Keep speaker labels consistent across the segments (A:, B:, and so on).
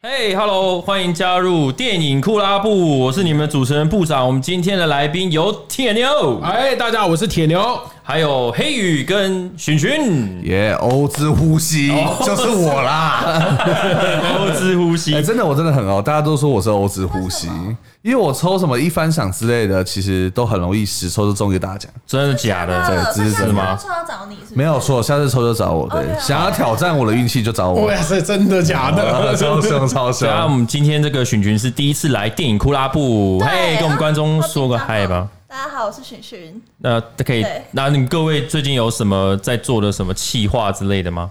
A: 嘿、h e l l o 欢迎加入电影库拉布，我是你们的主持人部长。我们今天的来宾有铁牛，
B: 哎，大家好，我是铁牛。
A: 还有黑羽跟寻寻，
C: 耶，欧之呼吸就是我啦！
A: 欧之呼吸
C: 哎，。真的，我真的很欧，大家都说我是欧之呼吸，因为我抽什么一番赏之类的，其实都很容易十抽就中一个大奖。
A: 真的假
D: 哦
C: 对
A: 的？啊
C: 这个知识
D: 是
C: 吗
D: 说要找你是不是
C: 没有，错，下次抽就找我，对，
D: OK，
C: 想要挑战我的运气就找我
B: 哇。塞，真的假 的？
C: 超凶超凶
A: 对！啊，我们今天这个寻寻是第一次来电影库拉布，
D: 对
A: 嘿，跟我们观众
D: 啊
A: 说个嗨吧。。
D: 大家好，我是寻寻。
A: 那可以
D: 对，
A: 那你们各位最近有什么在做的什么企划之类的吗？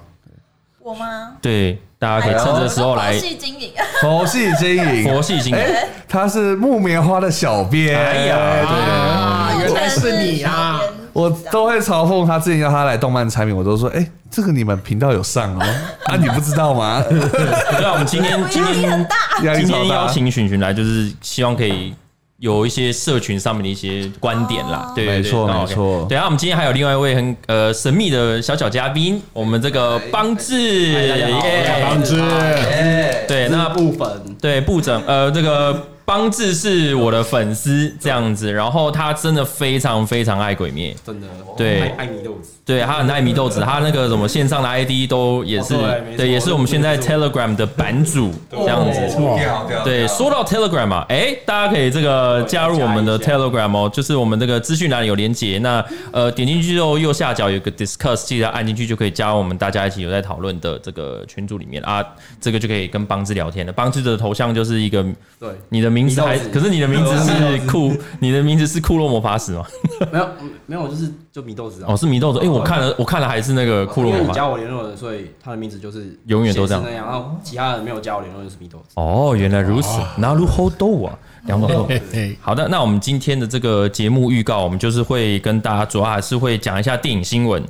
D: 我吗？
A: 对，大家可以
C: 哎呦
A: 趁这时候来
D: 佛系经营，
C: 佛系经营
A: 佛，系经营。
C: 哎，他是木棉花的小编，
A: 哎呀
C: 对，
B: 啊，原来是你啊！
C: 我都会嘲讽他。之前要他来动漫产品，我都说，哎，这个你们频道有 上哦，啊，你不知道吗？
A: 对啊，我们今天
D: 我
A: 今
D: 压力
A: 天
D: 很大，啊
C: 压力
A: 今
C: 超
A: 天
C: 大
A: 邀请寻寻来，就是希望可以有一些社群上面的一些观点啦。对，对
C: 没
A: 对
C: 错
A: 那
C: 没
A: OK
C: 错
A: 对啊，我们今天还有另外一位很呃神秘的小小嘉宾，我们这个邦志，耶
B: 杨志，
E: 哎，
A: 对那
E: 部分
A: 对部长，呃，这个邦志是我的粉丝这样子，然后他真的非常非常爱鬼灭，
E: 真的
A: 对
E: 爱爱米豆子，
A: 对他很爱迷豆子，他那个什么线上的 ID 都也是
E: 哦对没，错
A: 对，也是我们现在 Telegram 的版主这样子。
C: 哦
A: 对，说到 Telegram 啊，哎，大家可以这个加入我们的
E: 加一
A: Telegram 哦，就是我们这个资讯栏有连接，那呃点进去之后右下角有个 Discuss，记得按进去就可以加入我们大家一起有在讨论的这个群组里面啊，这个就可以跟邦志聊天了。邦志的头像就是一个
E: 对，
A: 你的名字还
E: 米豆子
A: 可是你的名字是库，你的名字是库洛魔法使 吗？
E: 没有没有，就是就米豆子啊
A: 哦，，是迷豆子，哎，我看了我看了还是那个库洛
E: 因为
A: 魔
E: 你
A: 法。
E: 加我联络人，所以他的名字就是
A: 永远都这样
E: 显示那样，然后其他人没有加我联络人是米豆子，
A: 哦，原来如此，那如何斗啊，两种斗。
B: 嘿嘿，
A: 好的，那我们今天的这个节目预告，我们就是会跟大家主要还是会讲一下电影新闻，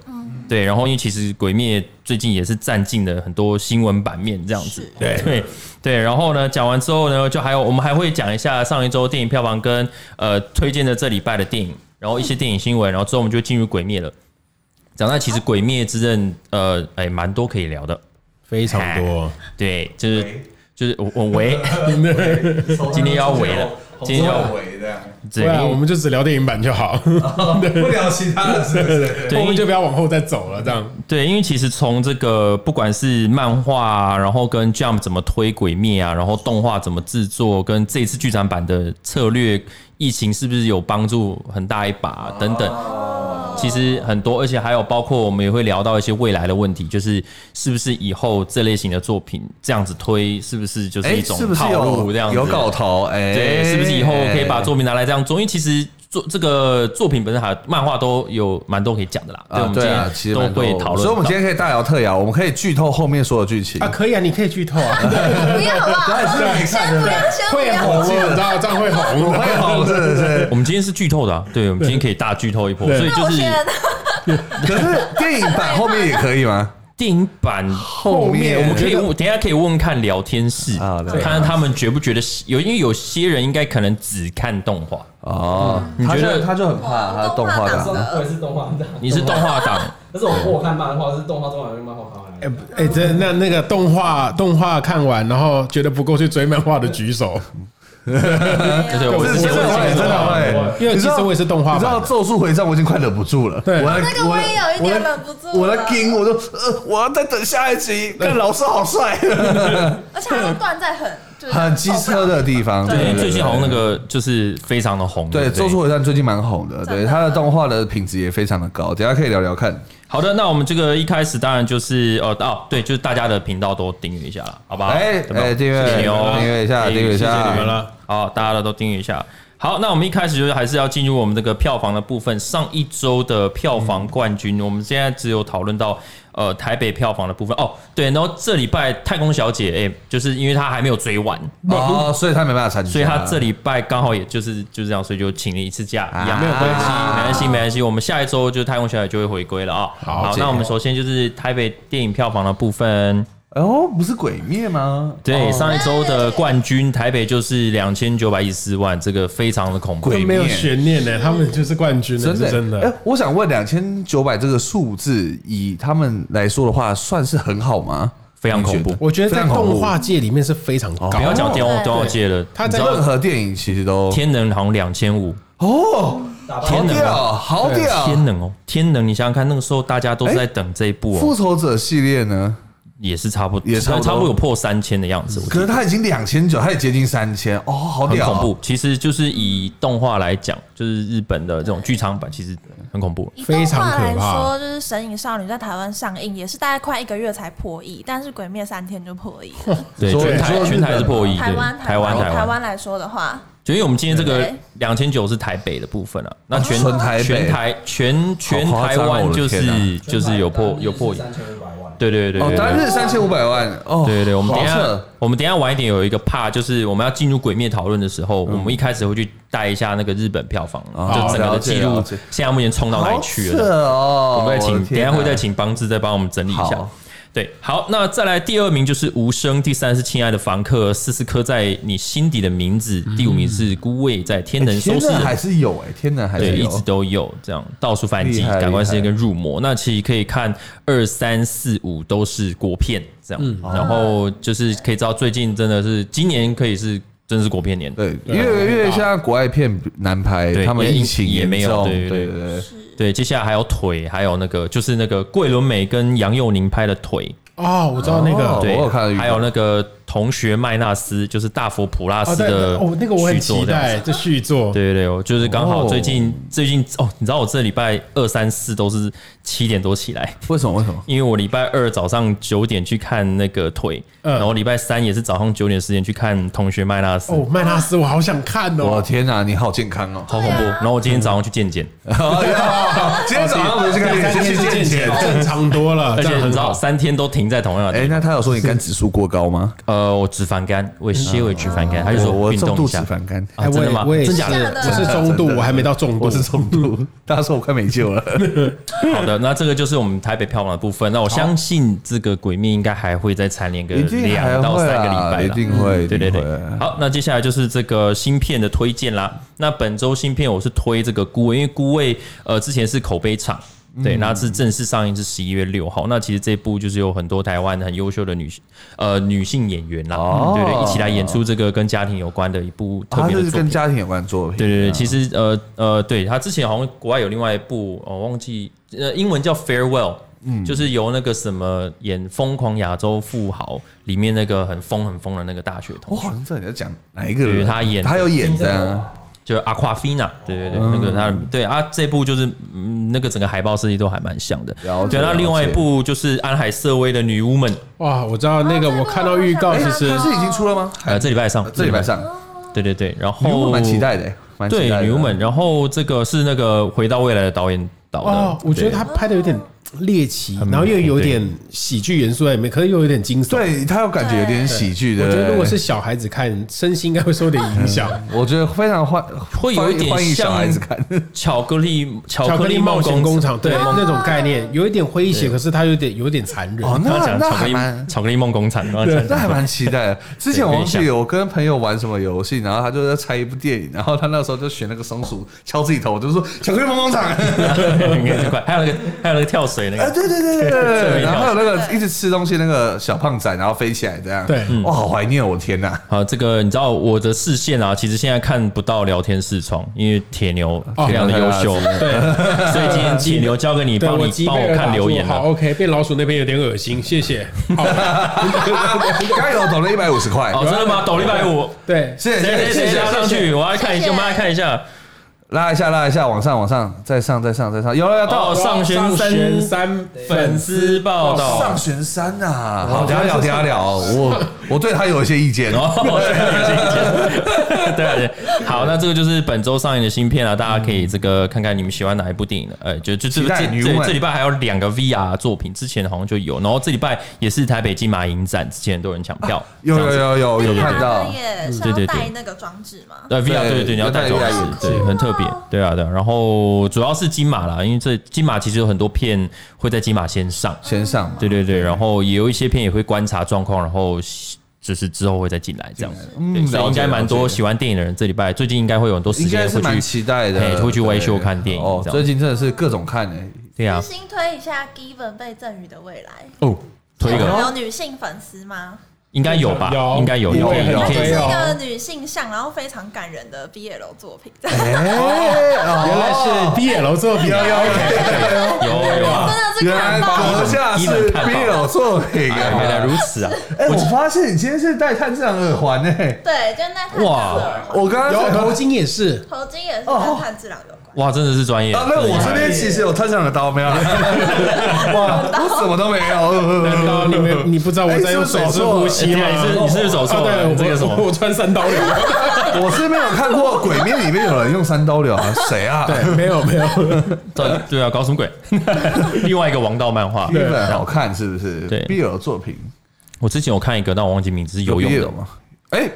A: 对，然后因为其实《鬼灭》最近也是占尽了很多新闻版面这样子，
B: 对
A: 对对，然后呢，讲完之后呢，就还有我们还会讲一下上一周电影票房跟呃推荐的这礼拜的电影，然后一些电影新闻，然后之后我们就进入《鬼灭》了。讲到其实《鬼灭之刃》，呃，哎，蛮多可以聊的，
B: 非常多。
A: 对，就是就是我我喂，今天要围了今天要
C: 围的，
A: 对
B: 对啊，我们就只聊电影版就好，
C: 不聊其他的，是不是？
A: 对
B: 我们就不要往后再走了，这样。
A: 对，因为其实从这个不管是漫画、啊，然后跟 Jump 怎么推鬼灭啊，然后动画怎么制作，跟这一次剧场版的策略，疫情是不是有帮助很大一把、啊等等。其实很多，而且还有包括我们也会聊到一些未来的问题，就是是不是以后这类型的作品这样子推，是不是就是一
C: 哎，
A: 种
C: 是不是
A: 套路
C: 有
A: 这样子？
C: 有搞头？哎，
A: 对，是不是以后可以把作品拿来这样做？因为其实做这个作品本身还有漫画都有蛮多可以讲的啦。对，我
C: 啊？
A: 们今
C: 对啊，其
A: 天
C: 实
A: 都
C: 蛮多
A: 会讨论到。
C: 所以我们今天可以大聊特聊，我们可以剧透后面所有剧情
B: 啊，。可以啊，你可以剧透啊，
D: 不要好不好？先不要，先不
B: 会
D: 要。
B: 红，我知道这样会红
C: 我
B: 的。
C: 会红，是不是？
A: 呃我们今天是剧透的、 啊，对，我们今天可以大剧透一波，
B: 对
A: 所以
D: 那
A: 就
D: 我
A: 是
D: 先，
C: 可是电影版后面也可以 吗？
A: 电影版。
C: 后
B: 面
A: 我们
C: 面
A: 可以问，等一下可以问问看聊天室
C: 好的，
A: 看看他们觉不觉得有，因为有些人应该可能只看动画，
C: 哦，
A: 你觉得
C: 他就他就很怕他动画
D: 动
C: 党
D: 画党
E: 啊我也是动画的，
A: 你是动画党，
E: 但是我我看漫画是动画，动画跟漫画看完
B: 哎哎，这那那个动画动画看完，然后觉得不够去追漫画的举手，
A: 对对，我
C: 是
A: 之前
C: 真的
A: 我
C: 会，
A: 之
C: 真
A: 前
C: 的会。
B: 因为
C: 你
B: 其
C: 知道
B: 实我也是动画
C: 你知道
B: 版
C: 《
A: 啊
B: 的。
C: 咒术回战》我已经快忍不住了，
B: 对
C: 我的
D: 那个我也有一
C: 我
D: 点
C: 的
D: 忍不住了。
C: 我的 king，我就呃，我要再等下一集。看老师好帅，
D: 而且它断在很就是
C: 很机车的地方。
A: 对，因
C: 对
A: 为
C: 对
A: 最近好像
C: 对
A: 那个就是非常的红，
C: 对，《
A: 不
C: 咒术回战》最近蛮红的，对
D: 真的
C: 它的动画的品质也非常的高，等一下可以聊聊看。
A: 好的，那我们这个一开始当然就是呃哦，对，就是大家的频道都订阅一下啦，好不好？
C: 哎
A: 对吧
C: 哎，订阅
A: 谢谢你哦
C: 订阅一下，
A: 哎
C: 订阅一
A: 谢谢
C: 下
A: 你们。了。好，大家都订阅一下。好，那我们一开始就是还是要进入我们这个票房的部分。上一周的票房冠军，我们现在只有讨论到呃台北票房的部分哦。对，然后这礼拜《太空小姐》哎、就是因为她还没有追完，
C: 哦，所以他没办法参加，
A: 所以她这礼拜刚好也就是就是这样，所以就请了一次假，一样
C: 没有关系
A: 没关系，没关系，我们下一周就太空小姐就会回归了啊、
B: 好
A: 好，
C: 这个
A: 那我们首先就是台北电影票房的部分。
C: 哦，不是鬼灭吗？
A: 对，
C: 哦
A: 上一周的冠军台北就是两千九百一十四万，这个非常的恐怖
C: 鬼。
B: 都没有悬念呢，他们就是冠军了，
C: 真的
B: 是真
C: 哎
B: 的。，
C: 我想问，两千九百这个数字，以他们来说的话，算是很好吗？
A: 非常恐
C: 你觉
A: 怖
C: 得。
B: 我觉得在
C: 非常恐怖
B: 动画界里面是非常高
A: 不要
B: 的，
A: 讲电
D: 哦
A: 话
D: 对
A: 电话界了，
B: 他在
C: 任何电影其实都
A: 天能好像两千五，
C: 哦，
E: 打
C: 好
E: 包
A: 天哪
C: 屌，好屌！
A: 天能哦，天能，你想想看，那个时候大家都是在等这一部
C: 复
A: 哦，
C: 仇者系列呢？
A: 也是差不多，
C: 也差不多
A: 差不多有破三千的样子，我
C: 可是它已经两千九，它也接近三千哦，好
A: 很
C: 屌！
A: 恐怖。其实就是以动画来讲，就是日本的这种剧场版，其实很恐怖。
D: 以
B: 非
D: 动
B: 常
D: 画来
B: 可怕
D: 说，就是《神隐少女》在台湾上映也是大概快一个月才破亿，但是《鬼灭》三天就破亿了。
A: 对，
C: 说
A: 全
C: 说
A: 台
C: 日
A: 全台
C: 本
A: 是破亿，
D: 台
A: 对
D: 湾，
A: 台
D: 湾
A: 湾，台
D: 台
A: 湾。
D: 来说的话，
A: 就因为我们今天这个
D: 对
A: 两千九是台北的部分啊，那全
C: 纯哦台北
A: 全台全全
C: 好夸
A: 台
C: 张哦
A: 湾
C: 我的
A: 就
C: 天
A: 是
C: 哪
A: 就是有破有破亿，
E: 三千五百万，
A: 对对对
C: 哦
A: 对，对
C: 单日三千五百万哦，
A: 对对对，我们等一
C: 好
A: 下
C: 扯，
A: 我们等一下晚一点有一个怕，就是我们要进入鬼灭讨论的时候，我们一开始会去带一下那个日本票房，
C: 嗯哦
A: 就整个的
C: 了解
A: 记录
C: 了解，
A: 现在目前冲到哪里
C: 好
A: 去
C: 扯
A: 了？
C: 哦！
A: 我们再请，
C: 的
A: 等一
C: 天
A: 下
C: 哪
A: 会再请邦志再帮我们整理一下
C: 好。
A: 对，好，那再来第二名就是无声，第三是亲爱的房客，四是刻在你心底的名字，第五名是孤味在天能收
C: 哎天
A: 视
C: 能还是有嗯哎，天能还
A: 对，
C: 是
A: 一
C: 有
A: 直都有这样到处反击，
C: 厉害
A: 感官世界
C: 厉害
A: 跟入魔。那其实可以看二三四五都是国片这样，
C: 嗯
A: 然后就是可以知道最近真的是今年可以是真的是国片年。
C: 对，因为因为现在国外片难拍，
A: 啊对
C: 他们
A: 也
C: 疫情
A: 也
C: 严
A: 没有
C: 重
A: 对
C: 对
A: 对
C: 对对，
A: 对，接下来还有腿，还有那个就是那个桂纶镁跟杨佑宁拍的腿，
B: 哦，我知道那
C: 哦
B: 个，
A: 对，
C: 我有看到预告
A: 还有那个同学麦纳斯，就是大佛普拉
B: 哦，
A: 斯
B: 对，
A: 的
B: 哦，那个我很
A: 续作
B: 期
A: 这样子
B: 待这续作，
A: 对对对，我就是刚好
C: 哦
A: 最近、最近哦，你知道我这礼拜二三四都是七点多起来，
C: 为什么为什么？
A: 因为我礼拜二早上九点去看那个腿，
B: 嗯
A: 然后礼拜三也是早上九点十点去看同学麦纳斯，
B: 哦，麦纳斯，我好想看
C: 我
B: 哦，
C: 天哪，你好健康哦！
A: 好恐怖。然后我今天早上去健健，
B: 嗯
C: 哎呀，今天早上我们去看电视剧，
B: 健正常多了，
A: 而
B: 这
A: 且
B: 样
A: 你
B: 很
A: 知道
B: 好。
A: 三天都停在同样的
C: 哎，
A: 地方。
C: 那他有说你肝指数过高吗？
A: 呃，我脂肪肝，我些微脂肪肝，他就说
C: 嗯哦我
A: 运
C: 重
A: 动一
C: 度脂
A: 下。
C: 肪肝，
A: 啊，真的吗？
B: 哎我也
A: 真
B: 是
A: 假的？
B: 我是中度，我还没到重度
C: 我。是重度。
A: 哦
C: 大家说我快没救了。
A: 好的，那这个就是我们台北票房的部分。那我相信这个《鬼灭》应该还会再蝉联个
C: 一定还
A: 两到
C: 会
A: 三个礼
C: 啊，
A: 拜
C: 一
A: 啦
C: 定会，
A: 对对
C: 一
A: 对
C: 定会，啊
A: 好，那接下来就是这个芯片的推荐啦。那本周芯片我是推这个孤味，因为孤味呃之前是口碑厂。对，
C: 嗯
A: 那是正式上映是十一月六号。那其实这部就是有很多台湾很优秀的女呃女性演员啦，
C: 哦
A: 对对，一起来演出这个跟家庭有关的一部特
C: 他
A: 别
C: 这
A: 的
C: 是
A: 作
C: 跟
A: 品。
C: 家庭有关的作品。啊
A: 对对对，其实呃呃，对他之前好像国外有另外一部，我、忘记呃英文叫 Farewell，嗯，就是由那个什么演《疯狂亚洲富豪》里面那个很疯很疯的那个大学
C: 我
A: 同学
C: 好，像知道你在讲哪一个
A: 对
C: 人，
A: 他演的
C: 他有演啊这样，
A: 就是 Aquafina，对对
C: 嗯
A: 对，那个他对啊，这部就是嗯那个整个海报设计都还蛮像的
C: 了。解
A: 对，那
C: 了解
A: 另外一部就是安海瑟薇的女巫们，
B: 哇，我知道那个，
D: 哦
B: 我看到预告，
D: 哎
B: 其实
C: 这已经出了吗？啊
A: 呃，这礼拜嗯上，
C: 这礼拜上，
A: 对对对，然
C: 女
A: 后
C: 巫蛮期待的，蛮期
A: 对
C: 待的
A: 女巫们，然后这个是那个回到未来的导演导的，
B: 哦，我觉得
A: 对
B: 他拍的有点猎奇，
A: 很
B: 然后又有
A: 对
B: 点喜剧元素在里面，可是又有点惊悚。，
C: 对他有感觉有点喜剧的。
B: 我觉
C: 对
B: 得
C: 不
B: 如果
C: 对
B: 是小孩子看，身心应该会受点影响。
A: 嗯
C: 我觉得非常欢，
A: 会有一点
C: 欢迎小
A: 像
C: 孩子看。
A: 巧克力巧
B: 巧克力冒险工厂，对
A: 梦
B: 那种概念，有一点诙谐，可是它有点有点残忍。
C: 哦，
A: 刚刚
C: 那
A: 讲
C: 那
A: 巧克
C: 还
A: 力
C: 蛮
A: 巧克力梦工厂，刚刚
C: 对，
A: 讲
C: 那还蛮 期待的。之前我忘
A: 有点
C: 记我跟朋友玩什么游戏，然后他就在猜一部电影，然后他那时候就选那个松鼠敲自己头，我就说巧克力梦工厂。
A: 应该就快，还有那个还有那个跳水那
C: 啊，
A: 个，
C: 对对对对对，然后还有那个
D: 对
C: 一直吃东西那个小胖仔，然后飞起来这样。
B: 对嗯
C: 哇，好怀念哦我天 哪！
A: 好，这个你知道我的视线啊，其实现在看不到聊天视窗，因为铁牛非常的优秀，
B: 对
A: 所以今天铁牛交给你
B: 对，
A: 帮
B: 我
A: 你
B: 鸡
A: 帮
B: 被
A: 我
B: 尔
A: 看
B: 打
A: 留
B: 住
A: 言啊
B: 好
A: 了。
B: ，OK，被老鼠那边有点恶心，谢谢。好，
C: 刚有投了一百五十块，
A: 哦，真的吗？抖一百五，
B: 对，
A: 谁
C: 谢谢谢
A: 谁谁
C: 谢
A: 拉，上去？我要看一下，我们来看一下。
C: 拉一下拉一下，往上往上，再上再上再上，有了有
A: 哦，
C: 了到
A: 上
B: 上
A: 弦三
B: 弦三
A: 粉丝报
B: 哦
A: 道
C: 上。玄山呐，好，等一下聊等一下聊，我我对他有一些意见。
A: 哦， 对有些意见对啊对，好，那这个就是本周上映的新片啊，大家可以这个看看你们喜欢哪一部电影了。呃，就就这这
C: 期待
A: 这
C: 女巫们
A: 这礼拜还有两个 VR 作品，之前好像就有，然后这礼拜也是台北金马影展，之前很多人抢票，
C: 有
A: 这样
C: 有
A: 子
C: 有有有看到
D: 那个，耶，是
A: 对对对
D: 要带那个装置吗？
A: 对 VR，对
C: 对
A: 对对，你要
C: 要
A: 带
C: 戴
A: 走
C: VR
A: 是
C: 眼
A: 对，
C: 镜
A: 很特别，对啊对啊。然后主要是金马啦，因为这金马其实有很多片会在金马先上，
C: 先上嘛
A: 对对对，然后也有一些片也会观察状况，然后就是之后会再进来这样子。
C: 嗯
A: 对，所以
C: 了解
A: 应该蛮多
C: 了解
A: 喜欢电影的人，这礼拜最近应该会有很多时
C: 应该
A: 间
C: 是
A: 会
C: 蛮
A: 去
C: 期待
A: 嘿
C: 的，
A: 会去外秀
C: 对
A: 看电影
C: 哦
A: 这样。
C: 最近真的是各种看诶，
A: 对啊
D: 私，心推一下 Given 被赠予的未来，
C: 哦，
A: 推一个，
D: 有女性粉丝吗？
A: 应该有吧？
B: 有
A: 应该有，有，
B: 有有
A: 你可
D: 这
A: 以
D: 是
B: 有
D: 一个女性向，然后非常感人的 BL 作品，真
C: 哎，
B: 原
C: 原
B: 来是
A: 哦
B: BL 作品，
A: 有有啊，
D: 的是
C: 原
D: 看
C: 来
D: 到
C: 阁下
A: 一门
C: 是
A: 看到
C: BL 作品
A: 哎原来
C: 啊！
A: 如此啊！
C: 哎，我发现你今天是戴炭治郎耳环诶，
D: 对，就那探
A: 哇
D: 治郎，
C: 我刚刚
B: 有
C: 才
B: 头巾 也是，
D: 头巾也是跟炭治郎有关。
A: 哇，真的是专业。
C: 啊，那我这边其实有探长的刀，没有？哇，我什么都没
B: 难道
C: 有。
B: 哦你没你不知道我在用手势呼吸吗？
A: 哎是不是走错了你是你是不是走错了
B: 啊对
A: 你这个
B: 我
A: 什么
B: 我我穿三刀流，
C: 我是没有看过《鬼面》里面有人用三刀流啊，谁啊？
B: 对，没有没有，
A: 对对啊，搞什么鬼？另外一个王道漫画
C: 第，一本好看是不是？
A: 对
C: 必有的作品
A: 我之前有看一个，但我忘记名字，是游泳
C: 毕业
A: 的
C: 了，吗？哎，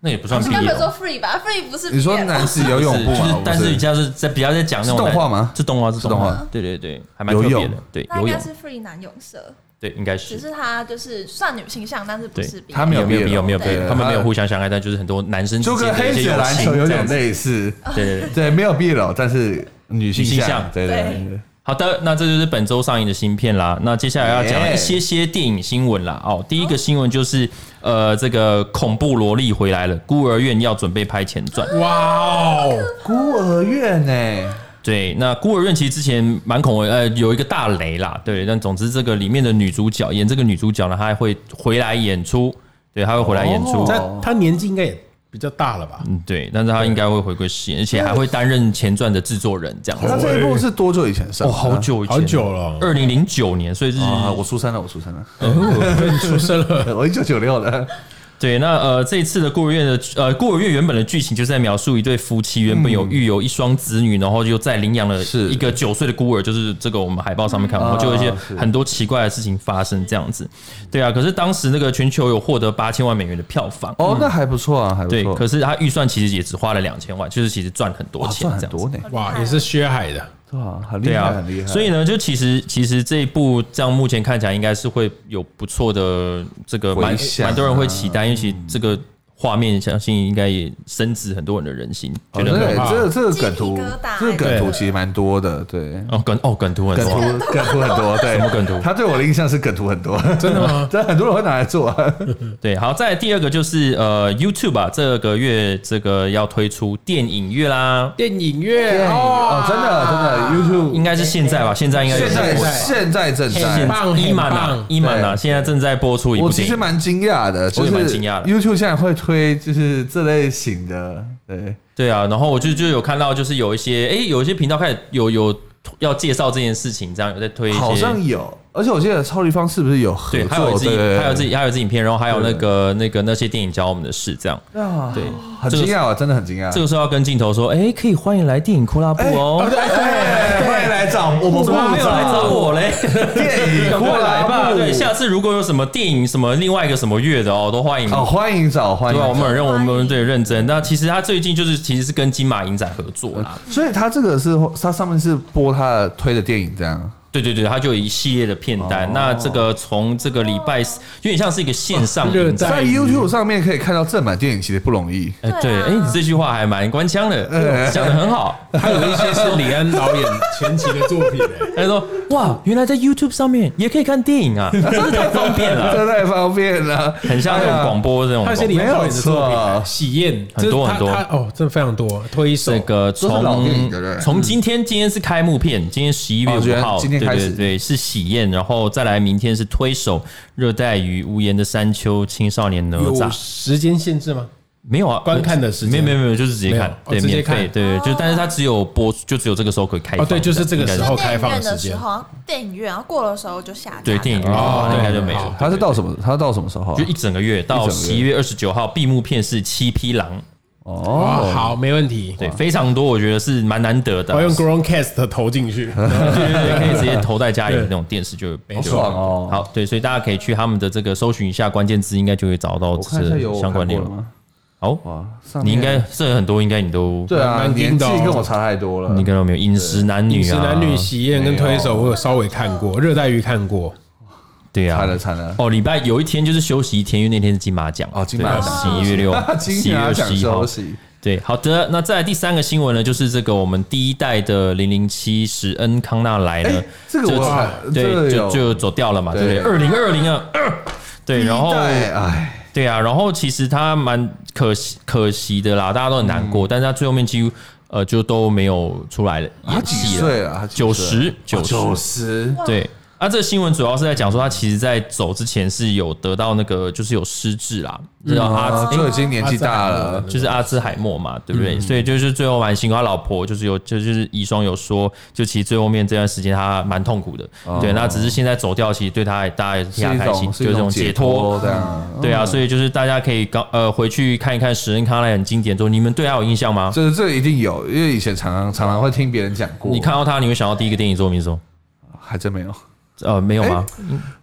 A: 那也不算
D: 你
A: B
D: 该不会
A: L
D: 说。free 吧？free 不是
C: 你说
D: BL
C: 男士游
A: 不
C: 泳
A: 是，
C: 部
A: 就是
C: 吗？，
A: 但是比较是在比较在讲那种
C: 是动画吗
A: 是动画，是动
C: 是动
A: 画
C: 画，
A: 对对对，还蛮特别
C: 游
A: 的
C: 泳，
A: 对，
D: 那
A: 游
D: 应该
A: 泳，
D: 是 free 男勇社，
A: 对，应该
D: 只
A: 是。
D: 是他就是算女性向，但是不
A: 对
D: 是 BL。
C: 他没有
A: 没有没有没有
C: 对
A: 他们没有
C: 他
A: 互相相爱，但就是很多男生之
C: 就
A: 间
C: 跟
A: 的
C: 黑
A: 一些
C: 子
A: 友
C: 篮
A: 情
C: 球有
A: 这样
C: 点
A: 子。
C: 类似，
A: 对对对，
C: 对，没有 BL，但是女性
A: 女性
C: 向，
A: 向
C: 对对对。
A: 好的，那这就是本周上映的新片啦。那接下来要讲
C: Yeah
A: 一些些电影新闻啦。哦，第一个新闻就是，呃，这个恐怖萝莉回来了，孤儿院要准备拍前传。
B: 哇哦，
C: 孤儿院呢？
A: 对，那孤儿院其实之前蛮恐怖，呃，有一个大雷啦。对，但总之这个里面的女主角演这个女主角呢，她还会回来演出，对，她会回来演出。
C: 哦
B: 他他年纪应该也比较大了吧？
A: 嗯，对，但是她应该会回归饰演，而且还会担任前传的制作人这样
C: 那
A: 子。
C: 这一部是多久以前上
A: 哦，
C: 的啊？
A: 好久以前，
B: 好久了
A: 二零零九年，所以是
C: 啊！我出生了，我出生了，
A: 嗯
B: 你出生了，
C: 我一九九六的。
A: 对，那呃，这一次的孤儿院的呃，孤儿院原本的剧情就是在描述一对夫妻原本有育有一双子女，然后又再领养了
C: 是
A: 一个九岁的孤儿，就是这个我们海报上面看，我们就有一些
C: 啊是
A: 很多奇怪的事情发生这样子。对啊，可是当时那个全球有获得八千万美元的票房，
C: 哦，那还不错啊，还不
A: 对，
C: 错。
A: 可是他预算其实也只花了两千万，就是其实赚很多
C: 哇，
A: 钱
C: 哦赚
A: 这样
C: 啊很多
A: 子。
C: 呢，
B: 哇，
D: 哎
B: 也是薛海的，
C: 对啊，很
A: 对
C: 厉害，
A: 啊
C: 很厉害。，
A: 所以呢，就其实其实这一部这样目前看起来应该是会有不错的这个蛮
C: 回响啊
A: 蛮多人会期待，因为其实这个画面相信应该也深植很多人的人心，
C: 哦
A: 觉得
C: 真的
A: 很
C: 耶
A: 棒
C: 这个这个梗
D: 鸡
C: 图
D: 皮疙瘩，
C: 这个梗
B: 对
C: 图其实蛮多的，对，
A: 哦梗哦梗图很
C: 梗
A: 多，
C: 图梗图很多，对，
A: 什么梗图
C: 他对我的印象是梗图很多，
B: 真的 吗？
C: 但很多人会拿来做啊。
A: 对，好，再来第二个就是呃 YouTube 啊，这个月这个要推出电影月啦，
B: 电影 院
C: 哦，真的真的，YouTube
A: 应该是现在吧，现在应该有
C: 现在
B: 现在
C: 现在正
A: 现
B: 很
C: 在。
B: 棒
A: 伊曼
B: 很
A: 啊
B: 棒
A: 伊曼啊，现在正在播出一部
C: 我其
A: 电
C: 实
A: 影，
C: 蛮惊讶的，
A: 我
C: 就
A: 也
C: 是
A: 蛮惊讶的
C: YouTube 现在会推就是这类型的，对，
A: 对啊，然后我就就有看到就是有一些哎、有一些频道开始有有。要介绍这件事情，这样有在推一些，
C: 好像有，而且我记得超立方是不是有合
A: 对，
C: 作？
A: 还有自己，
C: 对
A: 还有自己，还有自己影片，然后还有那
C: 对
A: 个那个那些电影教我们的事，这样。
C: 啊，
A: 对，
C: 很
A: 这
C: 惊
A: 个
C: 讶啊，真的很惊讶。
A: 这个时候要跟镜头说，哎、可以欢迎来电影库拉部哦。
C: 哎 哎，欢迎来找我们，
A: 怎么没有来找我嘞？
C: 电 影
A: 赶
C: 过
A: 快来
C: 来
A: 吧！
C: 吧，
A: 对，下次如果有什么电影、什么另外一个什么月的哦，都欢迎。
C: 哦，欢迎找，欢
A: 对
C: 迎
A: 吧？
C: 找
A: 我们很认，我
D: 欢迎
A: 们对认真。那其实他最近就是其实是跟金马影展合作啦。
C: 所以他这个是他上面是播他的推的电影这样，
A: 对对对，他就有一系列的片单。
C: 哦
A: 那这个从这个礼拜四，有点像是一个线
C: 哦
A: 上
B: 热
A: 影展。
C: 在
B: 在于
C: YouTube 上面可以看到正版电影，其实不容易。
A: 哎，对，
D: 对啊
A: 哎，你这句话还蛮官腔 的，讲的很好。
B: 还有一些是李安导演前期的作品，
A: 他
B: 哎
A: 就说：“哇，原来在 YouTube 上面也可以看电影 啊，真是太方便了，
C: 这太方便了，
A: 很像那种广播这种
B: 还有
A: 广
B: 一些
A: 播。
B: 李安导演的作
C: 没
B: 品，
C: 哎有错
B: 哎喜宴
A: 很多很多
B: 这是他他哦，真的非常多，推手
A: 这个
C: 都是老电
A: 从
C: 影对不对
A: 从今天今天是开幕片，今天十一月
C: 哦原
A: 五
C: 来
A: 号，
C: 今
A: 对
C: 天开
A: 对
C: 始
A: 对，是喜宴，然后再来明天是推手，热带鱼、无言的山丘、青少年哪
B: 有
A: 吒，
B: 时间限制吗？
A: 没有啊，
B: 观看的时间
A: 没有没有没有，就是直接看，对，
B: 没有哦直
A: 免
B: 接看
A: 费，对，就但是它只有播，就只有这个时候可以开放
B: 哦对就是这个
A: 应该
B: 时
D: 就
B: 候
D: 电
B: 开
D: 影
B: 放
D: 院
B: 的
D: 的
B: 时间
D: 时候啊，电影院，然后过了时候就下架。
A: 对电影院
B: 哦
A: 那应该就没了
B: 好。
C: 他是到什么？他到什么时候啊
A: 就？一整个月到
C: 一整
A: 十
C: 个
A: 一
C: 月
A: 月二十九号，闭幕片是《七匹狼》，
B: 哦，
C: 哦，
B: 好，没问题。
A: 对，非常多，我觉得是蛮难得的。
B: 我哦用 Groundcast 投进去，啊
A: 对对对，可以直接投在家里的那种电视就没
C: 好爽哦
A: 好，对，所以大家可以去他们的这个搜寻一下关键字，应该就会找到
C: 我看一下
A: 这
C: 有
A: 相关内
C: 我看
A: 容
C: 过了。吗？
A: 好，
C: 哇，上
A: 你
C: 面
A: 应该这很多，应该你都
C: 对啊，
B: 蛮
C: 年
B: 精
C: 纪
B: 的哦
C: 跟我差太多了。
A: 你看到没有？饮食男女啊，
B: 饮食男女喜宴跟推手，我有稍微看过，热带鱼看过，
A: 对啊
C: 惨，了惨了，
A: 哦，礼拜有一天就是休息一天，因为那天是金马奖
C: 哦金马奖
A: 十一月六
C: 哈哈，
A: 十一
C: 金
A: 月
C: 马奖
A: 十一号
C: 休，息，
A: 对，好的，那再来第三个新闻呢，就是这个我们第一代的零零七史恩康纳莱呢
C: 哎，这个我
A: 就
C: 好这
A: 对
C: 个
A: 就
C: 有
A: 就走掉了嘛，对
C: 对
A: 不对？二零二零啊，呃对，然后
C: 对，哎，
A: 对啊，然后其实他蛮可惜可惜的啦，大家都很难过，
C: 嗯
A: 但是他最后面几乎呃就都没有出来了，
C: 他
A: 演
C: 几
A: 戏了，
C: 岁啊？他几岁
A: 九十九十
C: 哦九十，
A: 对。啊，这个新闻主要是在讲说，他其实在走之前是有得到那个，就是有失智啦，知道他
C: 啊，就已经年纪大了，
A: 哎就是阿兹海默嘛，对不对？所以就是最后蛮辛苦，他老婆就是有，就就是遗孀有说，就其实最后面这段时间他蛮痛苦的，对。那只是现在走掉，其实对他也大家也
C: 是
A: 替他
C: 一
A: 开心，
C: 种
A: 哦就是这种解脱。
C: 这样。
A: 对啊，所以就是大家可以刚呃回去看一看《史恩康莱》很经典之后，你们对他有印象吗？
C: 这这一定有，因为以前常常常常会听别人讲过。
A: 你看到他，你会想到第一个电影作品是什么？
C: 还真没有，
A: 呃，没有吗？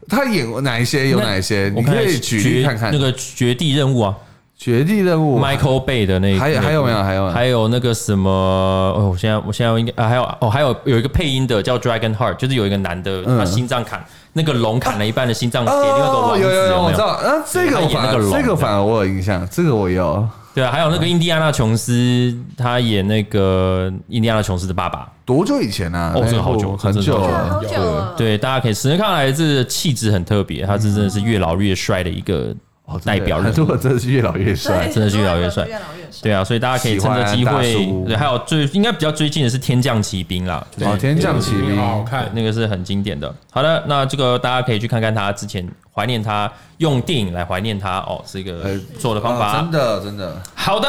C: 他演过哪一些？有哪一些？
A: 我
C: 你
A: 看
C: 可以举例
A: 绝
C: 看看。
A: 那个《绝地任务》啊
C: 绝地任务
A: ，Michael Bay 的那
C: 啊还有
A: 那个
C: 还有没有？还有没有
A: 还有那个什么，哦，我现在我现在应该、啊、还有哦，还有有一个配音的叫 Dragon Heart，就是有一个男的、
C: 嗯
A: 他心脏砍那个龙砍了一半的心脏给另外一个
C: 哦
A: 王，子，
C: 有
A: 有
C: 有有，
A: 没
C: 我知道。啊，这个
A: 他
C: 我
A: 演
C: 反
A: 那个
C: 而
A: 龙
C: 这
A: 这
C: 个
A: 样
C: 反而我有印象，这个我有。
A: 对啊，还有那个印第安纳琼斯，他演那个印第安纳琼斯的爸爸。
C: 多久以前啊？
A: 哦这个
C: 那
A: 好久
C: 部很
A: 这
C: 久
A: 个好久
D: 啊
C: 了
D: 好。久了，
C: 嗯
A: 对，大家可以时间看来，这气质很特别，他是真的是越老越帅的一个
C: 哦真的
A: 代表 人
C: 很
A: 物。
C: 多真的是越老越
D: 所以
C: 帅
A: 真的是越来越帅
D: 越老越帅。
A: 对啊，所以大家可以趁着机
C: 喜欢大叔
A: 会，对，还有最应该比较最近的是《天降奇兵》啦，
C: 哦，天降奇兵，
B: 好好
A: 对
B: 看。
A: 那个是很经典的。好的，那这个大家可以去看看他之前怀念他，用电影来怀念他哦，是一个
C: 哎
A: 不错的方
C: 啊
A: 法
C: 真。的真的，
A: 好的，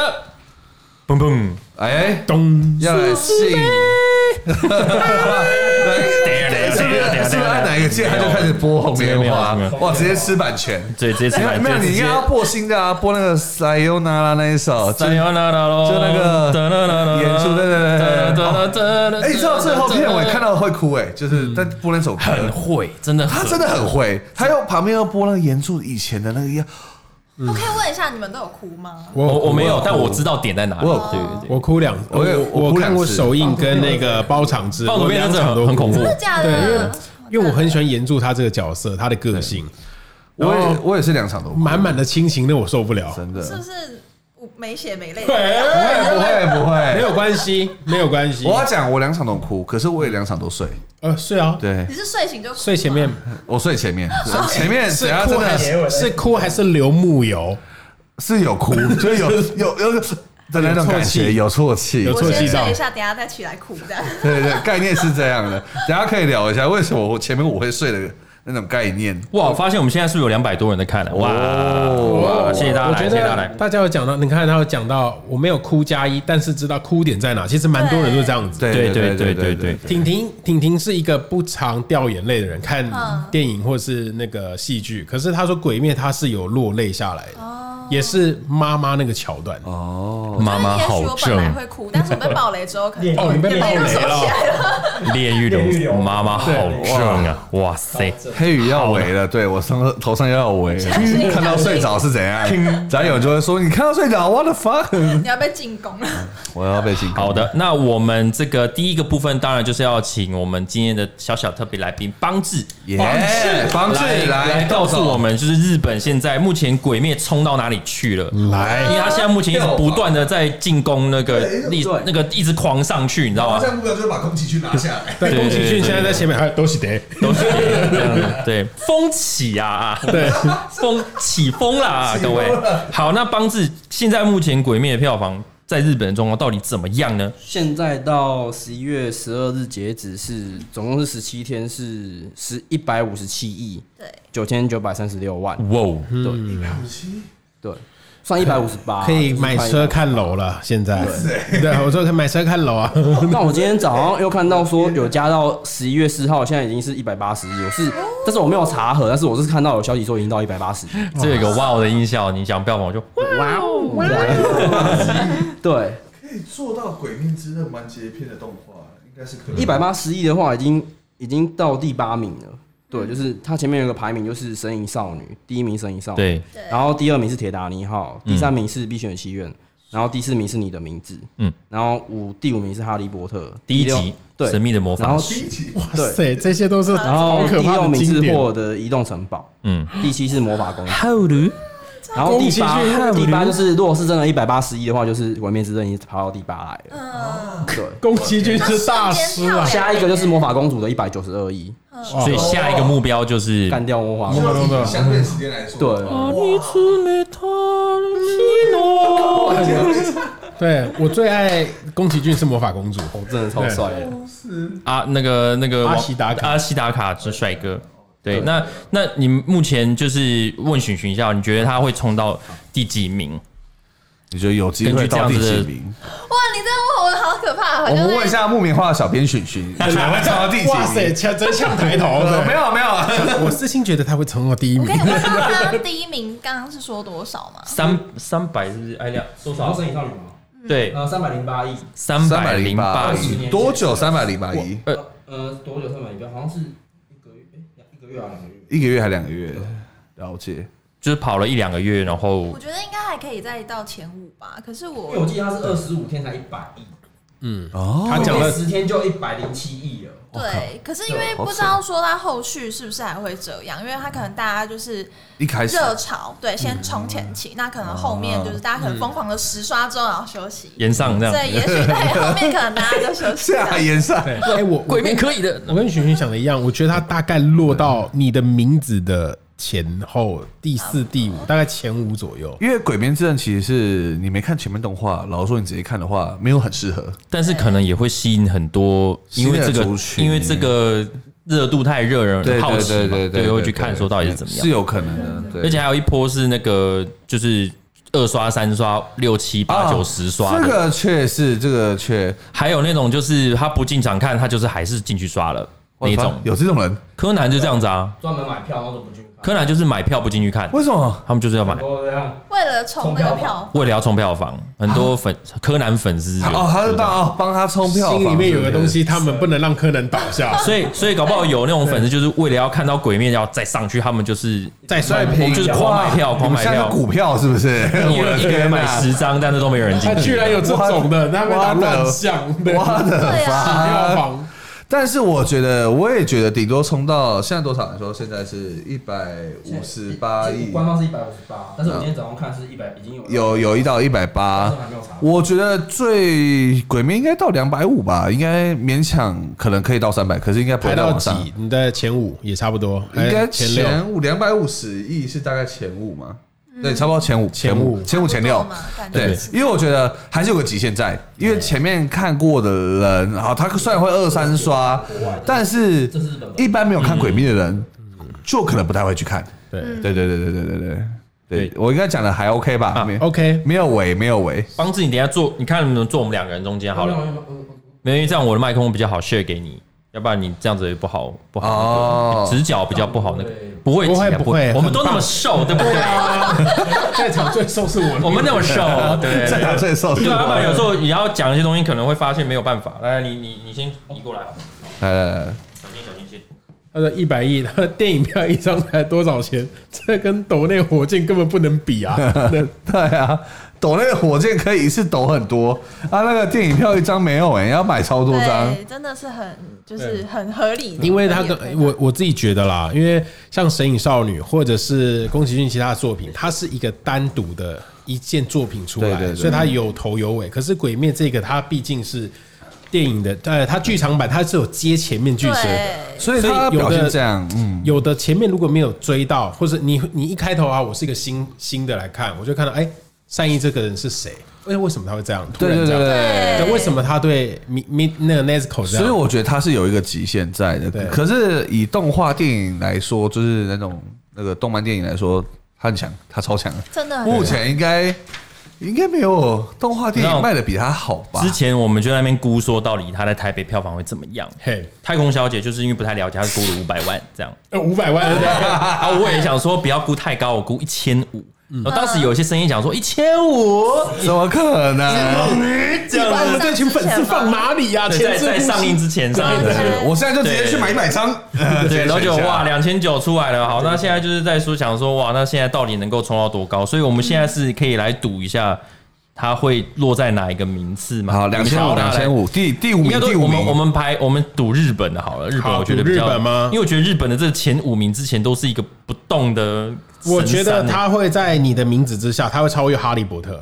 A: 砰砰，
C: 哎，
B: 咚，
C: 要来信。对是不是是不是按哪一个键，它就开始播红莲花
A: 没有没有没？
C: 哇，直接吃版权！
A: 对，直接吃
C: 没
A: 完
C: 有没有，你应该要播新的啊，播那个《Sayonara》那一首，就
A: 三幺那那喽，
C: 就那个演出对对对对
A: 对
C: 哎，你知道最后片尾看到会哭哎，就是在播那首歌，
A: 很会，真的
C: 他
A: 很，
C: 真的很会，他又旁边又播那个严柱以前的那个样，
D: 我可以问一下，你们都有哭吗？
B: 我
A: 我我没有
C: 我，
A: 但我知道点在哪里。
C: 我有
A: 对对对，
B: 我哭两，
C: 我
B: 我
C: 也我
B: 我
C: 哭两
B: 看过
C: 次
B: 首映跟那个包场之，
A: 放
B: 我
A: 左边
B: 两
A: 真
B: 场
A: 的
B: 都
A: 很恐怖
D: 真。的假
B: 对，因
A: 嗯
B: 为
D: 的？
B: 因为我很喜欢严住他这个角色，他的个性，
C: 我
B: 然
C: 也
B: 后
C: 我也是两场都哭
B: 满满的亲情，那我受不了。
C: 真的
D: 是不是我没血没泪？
C: 不会不会不
B: 没
C: 会，
B: 有关系，没有关系
C: 我。要讲我两场都哭，可是我也两场都睡，
B: 呃，是啊，
C: 对
D: 你是睡醒就哭吗
B: 所以 前面
C: 我哦睡前 面，前面只
B: 是
A: 啊
C: 要真
B: 哭
C: 的
B: 还
C: 是
B: 是是哭还是流木油？
C: 是有 哭，就是有有有的那种感觉，有啜泣，
B: 有
D: 我
B: 啜
D: 先
B: 气到
D: 睡一下，等一下再起来哭的。
C: 对对，概念是这样的，大家可以聊一下为什么我前面我会睡的那种概念。
A: 哇，我发现我们现在是不是有两百多人在看了？哇
C: 哦
A: 哇，谢谢大
B: 我
A: 家来，
B: 觉
A: 谢谢大家
B: 得
A: 来。
B: 大家有讲到，你看他有讲到，我没有哭加一，但是知道哭点在哪。其实蛮多人都这样子。
C: 对对对对
B: 婷婷，婷婷是一个不常掉眼泪的人，看
A: 嗯
B: 电影或是那个戏剧。可是她说《鬼灭》，她是有落泪下来
A: 哦
B: 的，也是妈妈那个桥段。
A: 妈妈
D: 就是也许
A: 好
D: 我本来
A: 正，
D: 会哭，但是我被暴雷之后，可能
B: 哦 你被
D: 眼泪就
B: 暴雷
D: 收起来了。
A: 炼狱
E: 炼狱
A: 流，
E: 流
A: 妈妈好正啊！哇塞，
C: 黑雨要围了，对我上头上要围，看到睡着是怎样？咱有就会说你看到睡着，what the fuck？
D: 你要被进攻了，
C: 我要被警告。
A: 好的，那我们这个第一个部分当然就是要请我们今天的小小特别来宾邦志，
C: 耶邦志
A: 来
C: 来
A: 告诉
C: 豆豆
A: 我们，就是日本现在目前鬼灭冲到哪里去了？
B: 来
A: 因为他现在目前一直不断的在进攻那个
C: 对
A: 力
E: 对，
A: 那个一直狂上去，你知道吗？
C: 目标就是把宫崎骏拿下来。
B: 对，宫崎骏现在在前面，还有都是得
A: 都是这样的，对，风起啊啊，
B: 对，
A: 风起风啦、啊，
C: 起
A: 各
C: 风
A: 位
C: 了。
A: 好，那邦志现在目前鬼灭的票房在日本的状况到底怎么样呢？
E: 现在到十一月十二日截止是，总共是十七天，是十一百五十七亿
D: 对，
E: 九千九百三十六万，
A: 哇哦，
C: 哎
E: 对，算一百五十八，
B: 可以买车看楼了。现在，对，我说可以买车看楼啊。
E: 但我今天早 上又看到说有加到十一月四号，现在已经是一百八十亿，我是，但是我没有查核，但是我是看到有消息说已经到一百八十亿，
A: 这个哇哦的音效，你讲票房我就
E: 哇哦，
B: 哦
E: 对，
C: 可以做到《鬼命之刃》完结篇的动画，应该是可
E: 一百八十亿的话，已经已经到第八名了。对，就是它前面有个排名，就是《神隐少女》，第一名《神隐少女》，
A: 对，
E: 然后第二名是《铁达尼号》，第三名是《碧血奇缘》，然后第四名是《你的名字》，
A: 嗯
E: 嗯，然后五第五名是《哈利波特》
A: 第一
E: 六
A: 集
E: 对，
A: 神秘的魔
E: 然
A: 法
E: 后
A: 师，
C: 集
E: 对
B: 对，这些都是
E: 然后
B: 好可
E: 第
B: 怕
E: 六
B: 的
E: 名
B: 经
E: 是
B: 典
E: 霍。尔的移动城堡，
A: 嗯
E: 第七是魔法公主，
A: ，How do？
E: 然后第八
B: 宫崎骏
E: 第八就是，如果是真的一百八十一的话，就是《鬼灭之刃》已经爬到第八来了。
D: 嗯，
E: 对，
B: 宫崎骏是大师啊！
E: 下一个就是魔法公主的一百九十二亿，
A: 所以下一个目标就是
E: 干掉魔法公
B: 懂了
C: 嗯
E: 主。
B: 懂了
C: 相对时间来说，
E: 对，
B: 对我最爱宫崎骏是魔法公主，
E: 我哦真的超帅的。
A: 啊，那个那个
B: 阿
A: 王
B: 西达卡
A: 阿西达卡之帅哥。对，
E: 对
A: 那那你目前就是问询询一下，你觉得他会冲到第几名？
C: 你觉得有机会到第几名？
D: 哇，你这样问我好可怕，好
C: 我
D: 像
C: 们
D: 在
C: 问一下木棉花的小编寻寻， 你觉得会冲到第几
B: 哇塞，
C: 名？
B: 强真像抬头
C: 呃 没
B: 的。
C: 有没有，
B: 我私心觉得他会冲到第一
D: 我
B: 名
D: 跟，你问到他第一名刚刚是说多少吗？
A: 三三百是不是？哎呀，多少？
E: 以上有吗？
A: 对，
E: 呃，三百零八亿。
A: 三
C: 三百
A: 百
C: 零
A: 零
C: 八
A: 八
E: 亿
C: 一，多久？三百零八一，
E: 呃，多久三百零八？好像是一个月，哎，一个月啊，两个月。
C: 一个月还两个月？了解。
A: 就是跑了一两个月，然后
D: 我觉得应该还可以再到前五吧。可是
B: 哎
E: 因为我
D: 我
E: 记得他是二十五天才一百亿，
C: 哦，
B: 他讲了
E: 十天就一百零七亿了。
D: 对，可是因
C: 对
D: 为
C: 好
D: 不知道说他后续是不是还会这样，因为他可能大家就是
C: 一开始
D: 热潮，对，先冲前期，那可能后面就是大家可能疯狂的十刷之后然后休息，
A: 延上这样。
D: 对，也许对后面可能大家就休息。
C: 下延上，
B: 对， 哎，我
A: 鬼面可以的，
B: 我跟寻寻想的一样，我觉得他大概落到你的名字的前后第四、第五，大概前五左右。
C: 因为《鬼面之刃》其实是你没看前面动画，老实说你直接看的话，没有很适合。
A: 但是可能也会吸引很多，因为这
C: 新的
A: 个
C: 族群
A: 因为这个热度太热了，人好奇嘛，对，会去看说到底是怎么
C: 是
A: 样。
C: 有可能的。对，
A: 而且还有一波是那个就是二刷、三刷、六七八
C: 啊
A: 九十刷
C: 这
A: 的，
C: 个确是这个确
A: 还有那种就是他不进场看，他就是还是进去刷了那
C: 哇
A: 种。
C: 有这种人？
A: 柯南就这样子啊，
E: 专门买票然后都不去看，
A: 柯南就是买票不进去看，
C: 为什么？
A: 他们就是要买，
E: 都这样。
D: 为了冲那 个票，
A: 为了要冲票房，很多粉柯南粉丝就
C: 哦，他就帮哦帮他冲票房，
B: 心里面有个东西，他们不能让柯南倒下，
A: 所以，所以搞不好有那种粉丝，就是为了要看到鬼面，要再上去，他们就是
B: 再
C: 对
B: 摔
C: 不
B: 一
C: 对，
B: 瓶
C: 在
A: 就
C: 平
A: 是狂买票
C: 哇
A: 狂买票
C: 你们像个股票是不是？
A: 一人一个人买
C: 啊
A: 十张，但是都没有人进
B: 他居
A: 去。
B: 然有这种的，他们打乱象，对，
C: 我的
D: 对啊
B: 票
C: 妈！
B: 房
C: 但是我觉得，我也觉得顶多冲到现在多少？你说现在是一百五十八亿，
E: 官方是一百五十八，但是我今天早上看是一百，已经有
C: 有啊有一到一百八
E: 但是还没有查，
C: 我觉得最鬼面应该到两百五吧，应该勉强可能可以到三百，可是应该不
B: 排
C: 会
B: 到
C: 往上。
B: 几？你的前五也差不多，
C: 应该
B: 还前六。
C: 前五两百五十亿是大概前五嘛？对，差不多前五，
B: 前五
C: 前五前六
D: 差不多嘛感。觉
C: 对，因为我觉得还是有个极限在，因为前面看过的人，好，他虽然会二三刷，但是
E: 这是日本的
C: 一般没有看《鬼灭》的人，就可能不太会去看。
B: 对
C: 对对对对对对对对，啊我应该讲的还 OK 吧？没
B: ，OK，
C: 没有尾，没有尾。
A: 帮自己，等一下坐，你看能不能坐我们两个人中间好
C: 嗯
A: 了？没有，因为这样我的麦克风比较好 share 给你，要不然你这样子也不好不好
C: 哦
A: 那个，直角比较不好那个，不会
B: 不会
A: 挤啊
B: 不会
A: 我们都那么瘦，对不对？
B: 在场最瘦是我，
A: 我们那 么瘦，对
C: 这
A: 对
C: 两
A: 对。
C: 最瘦
A: 对，
C: 是
A: 要不然有
C: 我。
A: 时候你要讲一些东西，可能会发现没有办法。来，你你你先移过来，
C: 来来来，
A: 小心小心先。
B: 他说一百亿，他的电影票一张才多少钱？这跟抖内火箭根本不能比啊！那
C: 对啊，抖那个火箭可以一次抖很多啊，那个电影票一张没有哎、要买超多张。
D: 对，真的是很就是很合理的，
B: 因为他
D: 合理
B: 跟
D: 的推断
B: 我我自己觉得啦，因为像《神隐少女》或者是宫崎骏其他的作品，它是一个单独的一件作品出来，
C: 对对对
B: 所以它有头有尾。可是《鬼灭》这个，它毕竟是电影的，呃，它剧场版它是有接前面剧情的。
D: 对
C: 所以他表现这样，嗯，
B: 有的前面如果没有追到，或者你你一开头啊，我是一个新新的来看，我就看到哎、善意这个人是谁？哎，为什么他会这样？突
C: 对
B: 然
C: 对
B: 这样，
C: 对对。
B: 对为什么他对米米那个 Nesco 这样？
C: 所以我觉得他是有一个极限在
B: 对
C: 的。可是以动画电影来说，就是那种那个动漫电影来说，他很强，他超强。
D: 真的很
C: 目前应该应该没有动画电影卖的比他好吧
A: 之？前我们就在那边估说，到底他在台北票房会怎么样？
B: 嘿，呃
A: 太空小姐就是因为不太了解，她估了五百万这样。
B: 五百万，
A: 啊，我也想说不要估太高，我估一千五。然后当时有一些声音讲说一千五，
C: 怎么可能？
A: 这样
B: 把我们这群粉丝放哪里呀、啊？
A: 对在
B: 前置
A: 在
B: 不及
A: 上映之前，上映之前，
D: 对
C: 我现在就直接去买一百张，
A: 对，然后就
C: 直接选一下
A: 哇两千九出来了，好，那现在就是在说想说哇，那现在到底能够冲到多高？所以我们现在是可以来赌一下，它会落在哪一个名次嘛？
C: 好，两千五，两千
A: 五。
C: 五，第第五
A: 应该
C: 名，
A: 都
C: 第
A: 我
C: 五
A: 们
C: 名，
A: 我们排我们赌日本的好了，日本
B: 好
A: 我觉得
B: 赌
A: 比较
B: 日本吗
A: 因为我觉得日本的这前五名之前都是一个不动的
B: 我觉得
A: 神三欸
B: 他会在你的名字之下，他会超越哈利波特。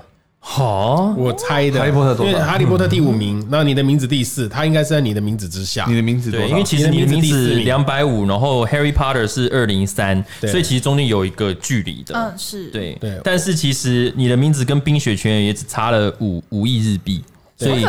A: 好
B: 我猜的，
C: 哈利波特
B: 因
C: 多少
B: 为哈利波特第五名，那你的名字第四，他应该是在你的名字之下
C: 你。的名字多少？
A: 对，因为其实你
B: 你
A: 的
B: 的
A: 名
B: 名字第
A: 字
B: 四名
A: 两百五，然后 Harry Potter 是二零三，
B: 对
A: 所以其实中间有一个距离的。
D: 嗯，是，，
A: 对
B: 对
A: 但是其实你的名字跟冰雪奇缘也只差了五五亿日币，所以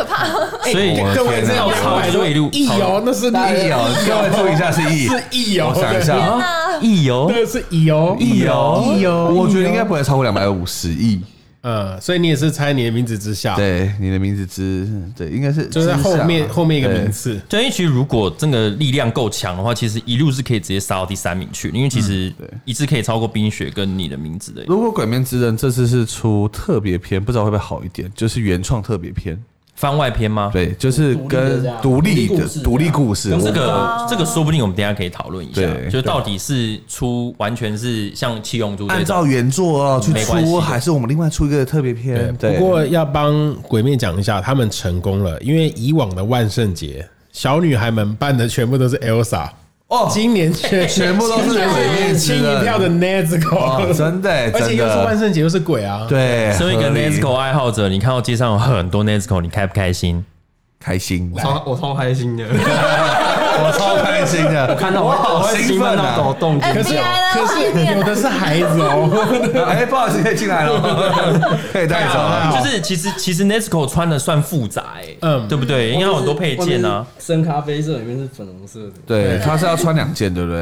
A: 所以
B: 哎各位这要
A: 超
B: 百多
A: 对路
B: 亿哦，那是
C: 亿哦，各位注意一下是亿，
B: 是亿哦，
C: 我想一下啊，
A: 啊，亿游
B: 对，是亿哦，
C: 亿哦，
B: 亿哦，
C: 我觉得应该不会超过两百五十亿。
B: 嗯，所以你也是猜你的名字之下，，
C: 对，你的名字之对，应该是
B: 啊
C: 啊
B: 就是在后面
C: 之下
B: 后面一个名次，
A: 对，因为其实如果真的力量够强的话，其实一路是可以直接杀到第三名去，因为其实一次可以超过冰雪跟你的名字的。
C: 嗯如果《鬼面之刃》这次是出特别篇，不知道会不会好一点？就是原创特别篇，
A: 番外篇吗？
C: 对，就是跟独
E: 独立
C: 立
E: 的
C: 的
E: 这样
C: 独立故事。
E: 独立故事
A: 这
C: 我
A: 个这个说不定我们等一下可以讨论一下，
C: 对
A: 就到底是出完全是像七龙珠这
C: 按
A: 种
C: 照原作哦去
A: 没关系
C: 出，还是我们另外出一个特别篇？
B: 不
C: 对，
B: 过要帮鬼面讲一下，他们成功了，因为以往的万圣节，小女孩们扮的全部都是 Elsa，
C: 哦
B: 今年却
C: 全部都是
B: 今年
C: 鬼灭之
B: 轻
C: 刃
B: 一票的 Nezuko，
C: 哦真的
B: 而且
C: 真
B: 又是
C: 的
B: 万圣节又是鬼啊，，
C: 对，
A: 身为一个 E
C: 合理
A: Nesco 爱好者，你看到街上有很多 Nesco，你开不开心？
C: 开心，
E: 超我超开心的，
C: 我超开心的，我
E: 看到
C: 我
E: 我
C: 好
E: 我
C: 兴
E: 奋
C: 奋
E: 到抖
C: 啊！
E: 动，
D: 哎
B: 可是
D: 你来了
B: 可
D: 画面
B: 是
D: 啊
B: 有的是孩子 哦，
C: 哎，不好意思，可以进来了，可以带
B: 太
C: 走
B: 好
C: 了。
B: 了
A: 就是其实其实 Nesco 穿的算复杂、欸，嗯，
B: 嗯
A: 对不对？因为它有很多配件啊。，
E: 深咖啡色里面是粉红色的，
C: 对，他是要穿两件，对不对？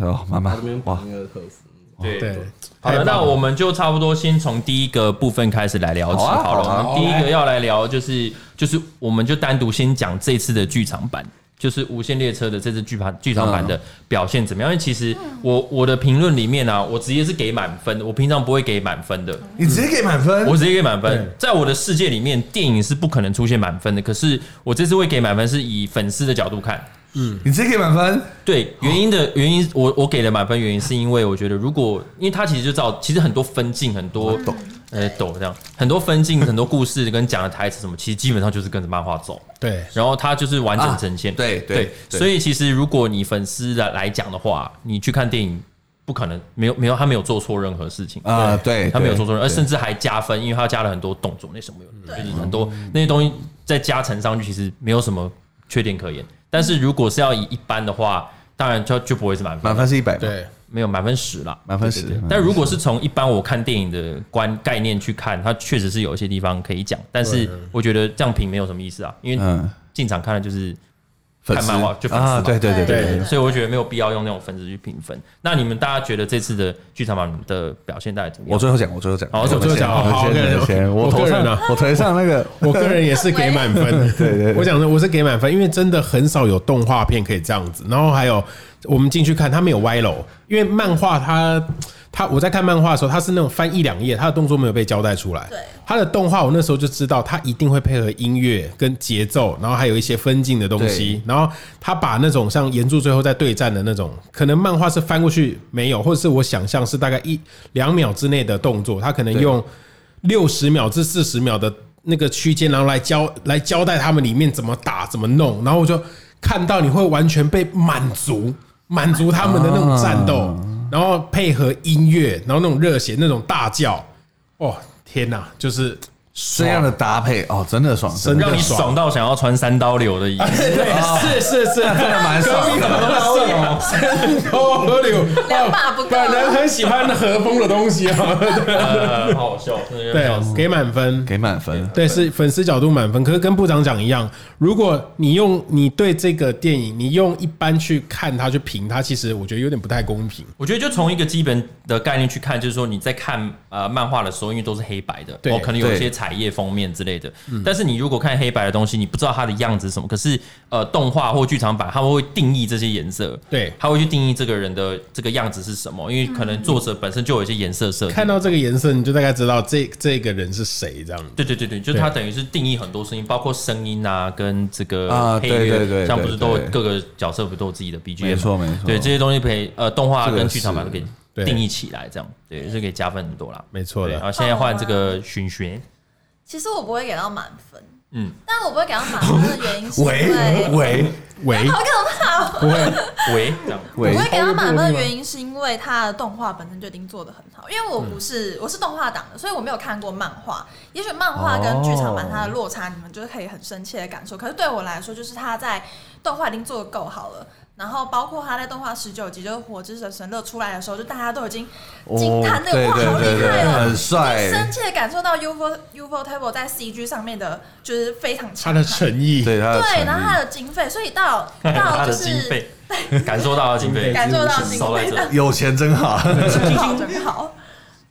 C: 哦，妈
E: 它
C: 妈
E: 这边，
C: 哇
E: 绑，一个特服。
A: 对
B: 对，
A: 好
B: 太
A: 的，
B: 棒
A: 那
B: 了
A: 我们就差不多先从第一个部分开始来聊起
C: 好啊
A: 好
C: 好啊
A: 了。我
C: 好
A: 们
C: 啊
A: 第一个要来聊就是就是我们就单独先讲这次的剧场版。就是《无限列车》的这次剧版剧场版的表现怎么样？因为其实我我的评论里面啊，我直接是给满分的，我平常不会给满分的。
C: 你直接给满分，
A: 我直接给满分。在我的世界里面，电影是不可能出现满分的。可是我这次会给满分，是以粉丝的角度看。
C: 你直接给满分，
A: 对，原因的原因，我我给了满分，原因是因为我觉得，如果因为它其实就照，其实很多分镜，很多抖，呃，抖这样，很多分镜，很多故事跟讲的台词什么，其实基本上就是跟着漫画走。
B: 对，
A: 然后它就是完整呈现。
C: 啊对对对
A: 所以其实如果你粉丝的来讲的话，你去看电影，不可能没有没有他没有做错任何事情
C: 啊对
A: 他没有做错任何，而
C: 对嗯
A: 甚至还加分，因为他加了很多动作，那什么有就是很多那些东西再加成上去，其实没有什么缺点可言。但是如果是要以一般的话，当然就就不会是满分，
C: 满分是嗯一百，，
B: 对，
A: 没有满分十啦，
C: 满分
A: 对对
C: 十
A: 对但如果是从一般我看电影的观概念去看，它确实是有一些地方可以讲，但是我觉得这样评没有什么意思啊，因为
C: 嗯，
A: 进场看的就是
C: 粉
A: 看
C: 丝
A: 漫画就粉丝嘛
C: 啊，对对对对
D: 对，
A: 所以我觉得没有必要用那种分值去评分。那你们大家觉得这次的剧场版的表现大概怎么
C: 我
A: 样？
C: 最后讲，我最后讲，
A: 好
C: 我
A: 最后
C: 先
B: 讲好
C: 我
B: 好
C: 先，
B: 个人
C: 我先，我
B: 我
C: 头
B: 个
C: 上
B: 人啊
C: 我头上那个，
B: 我个人也是给满分，对
C: 对对
B: 我讲的我是给满分，因为真的很少有动画片可以这样子。然后还有我们进去看，它没有歪楼，因为漫画它它我在看漫画的时候，它是那种翻一两页，它的动作没有被交代出来。
D: 对
B: 它的动画我那时候就知道，它一定会配合音乐跟节奏，然后还有一些分镜的东西。然后他把那种像岩柱最后在对战的那种，可能漫画是翻过去没有，或者是我想象是大概一两秒之内的动作，他可能用六十秒至四十秒的那个区间，然后来交来交代他们里面怎么打怎么弄，然后我就看到你会完全被满足满足他们的那种战斗，然后配合音乐，然后那种热血那种大叫，哦天哪，就是
C: 这样的搭配哦，真的爽，真的
A: 让你爽到想要穿三刀流的衣服，
B: 对，是是是，真
C: 真的蛮爽 的。
B: 三头合流，
D: 两把不够啊
B: 本人很喜欢和风的东西啊，
A: 呃好好笑，真的 要笑死
B: 对，给满分，
C: 给满分，
B: 对，是粉丝角度满分。可是跟部长讲一样，如果你用你对这个电影，你用一般去看它去评它，其实我觉得有点不太公平。
C: 嗯
A: 我觉得就从一个基本的概念去看，就是说你在看呃漫画的时候，因为都是黑白的，
B: 对嗯
A: 哦，可能有一些
C: 对
A: 彩页封面之类的。但是你如果看黑白的东西，你不知道它的样子是什么。可是呃，动画或剧场版，他们会定义这些颜色，
B: 对
A: 他会去定义这个人的这个样子是什么，因为可能作者本身就有一些颜色设定。
B: 看到这个颜色，你就大概知道这这个人是谁这样 子。
A: 对对对对，就是它等于是定义很多事情，包括声音啊，跟这个
C: 啊
A: 配乐，
C: 对对对
A: 像不是都有
C: 对对
A: 各个角色不都有自己的 BGM，
C: 没错没错
A: 对这些东西可以呃动画
C: 这个
A: 跟剧场版
C: 是
A: 都可以
B: 对
A: 定义起来，这样对是可以加分很多啦，
B: 没错的
A: 对然后现在换这个寻寻，
D: 其实我不会给到满分，
A: 嗯
D: 嗯，但我不会给到满分的原因是因
C: 喂
D: 为
C: 喂，
B: 喂，
D: 好可怕哦！
B: 不会，
A: 喂，这样
C: 喂
D: 我，会给他满分的原因是因为他的动画本身就已经做得很好，因为我不是、
A: 嗯
D: 我是动画党的，所以我没有看过漫画。也许漫
A: 哦
D: 画跟剧场版它的落差，你们就是可以很深切的感受。可是对我来说，就是他在动画已经做得够好了。然后包括他在动画十九集，就是《火之神神乐》出来的时候，就大家都已经惊叹那个
C: 对
D: 哇，好
C: 对
D: 厉
C: 对对，
D: 害哦！
C: 很
A: 哎
D: 就深
C: 帅，
D: 切地感受到 UFO UFO Table 在 CG 上面的，就是非常
B: 他
D: 强
B: 的
D: 悍。
B: 诚意，
C: 对他的诚
D: 对，
C: 意
D: 然后他的经费，所 以到
A: 他
D: 到就
A: 呃的
D: 是
A: 经费，感受到了经费，
D: 感受到经
A: 收在
D: 费
A: 这
D: 的
C: 有钱真 好，
D: 真好真好。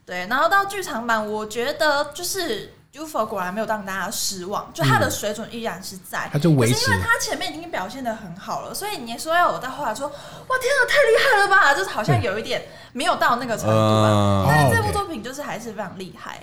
D: 对，然后到剧场版，我觉得就是 UFO 果然没有让大家失望，就它的水准依然是在。
B: 他就
D: 可
B: 维
D: 是
B: 持
D: 因为它前面已经表现的很好了，所以你说要我再后来说，哇天啊，太厉害了吧，就是好像有一点没有到那个程度吧。
C: 嗯，
D: 但是这
B: 哦
D: 部
B: ，OK
D: 作品就是还是非常厉害，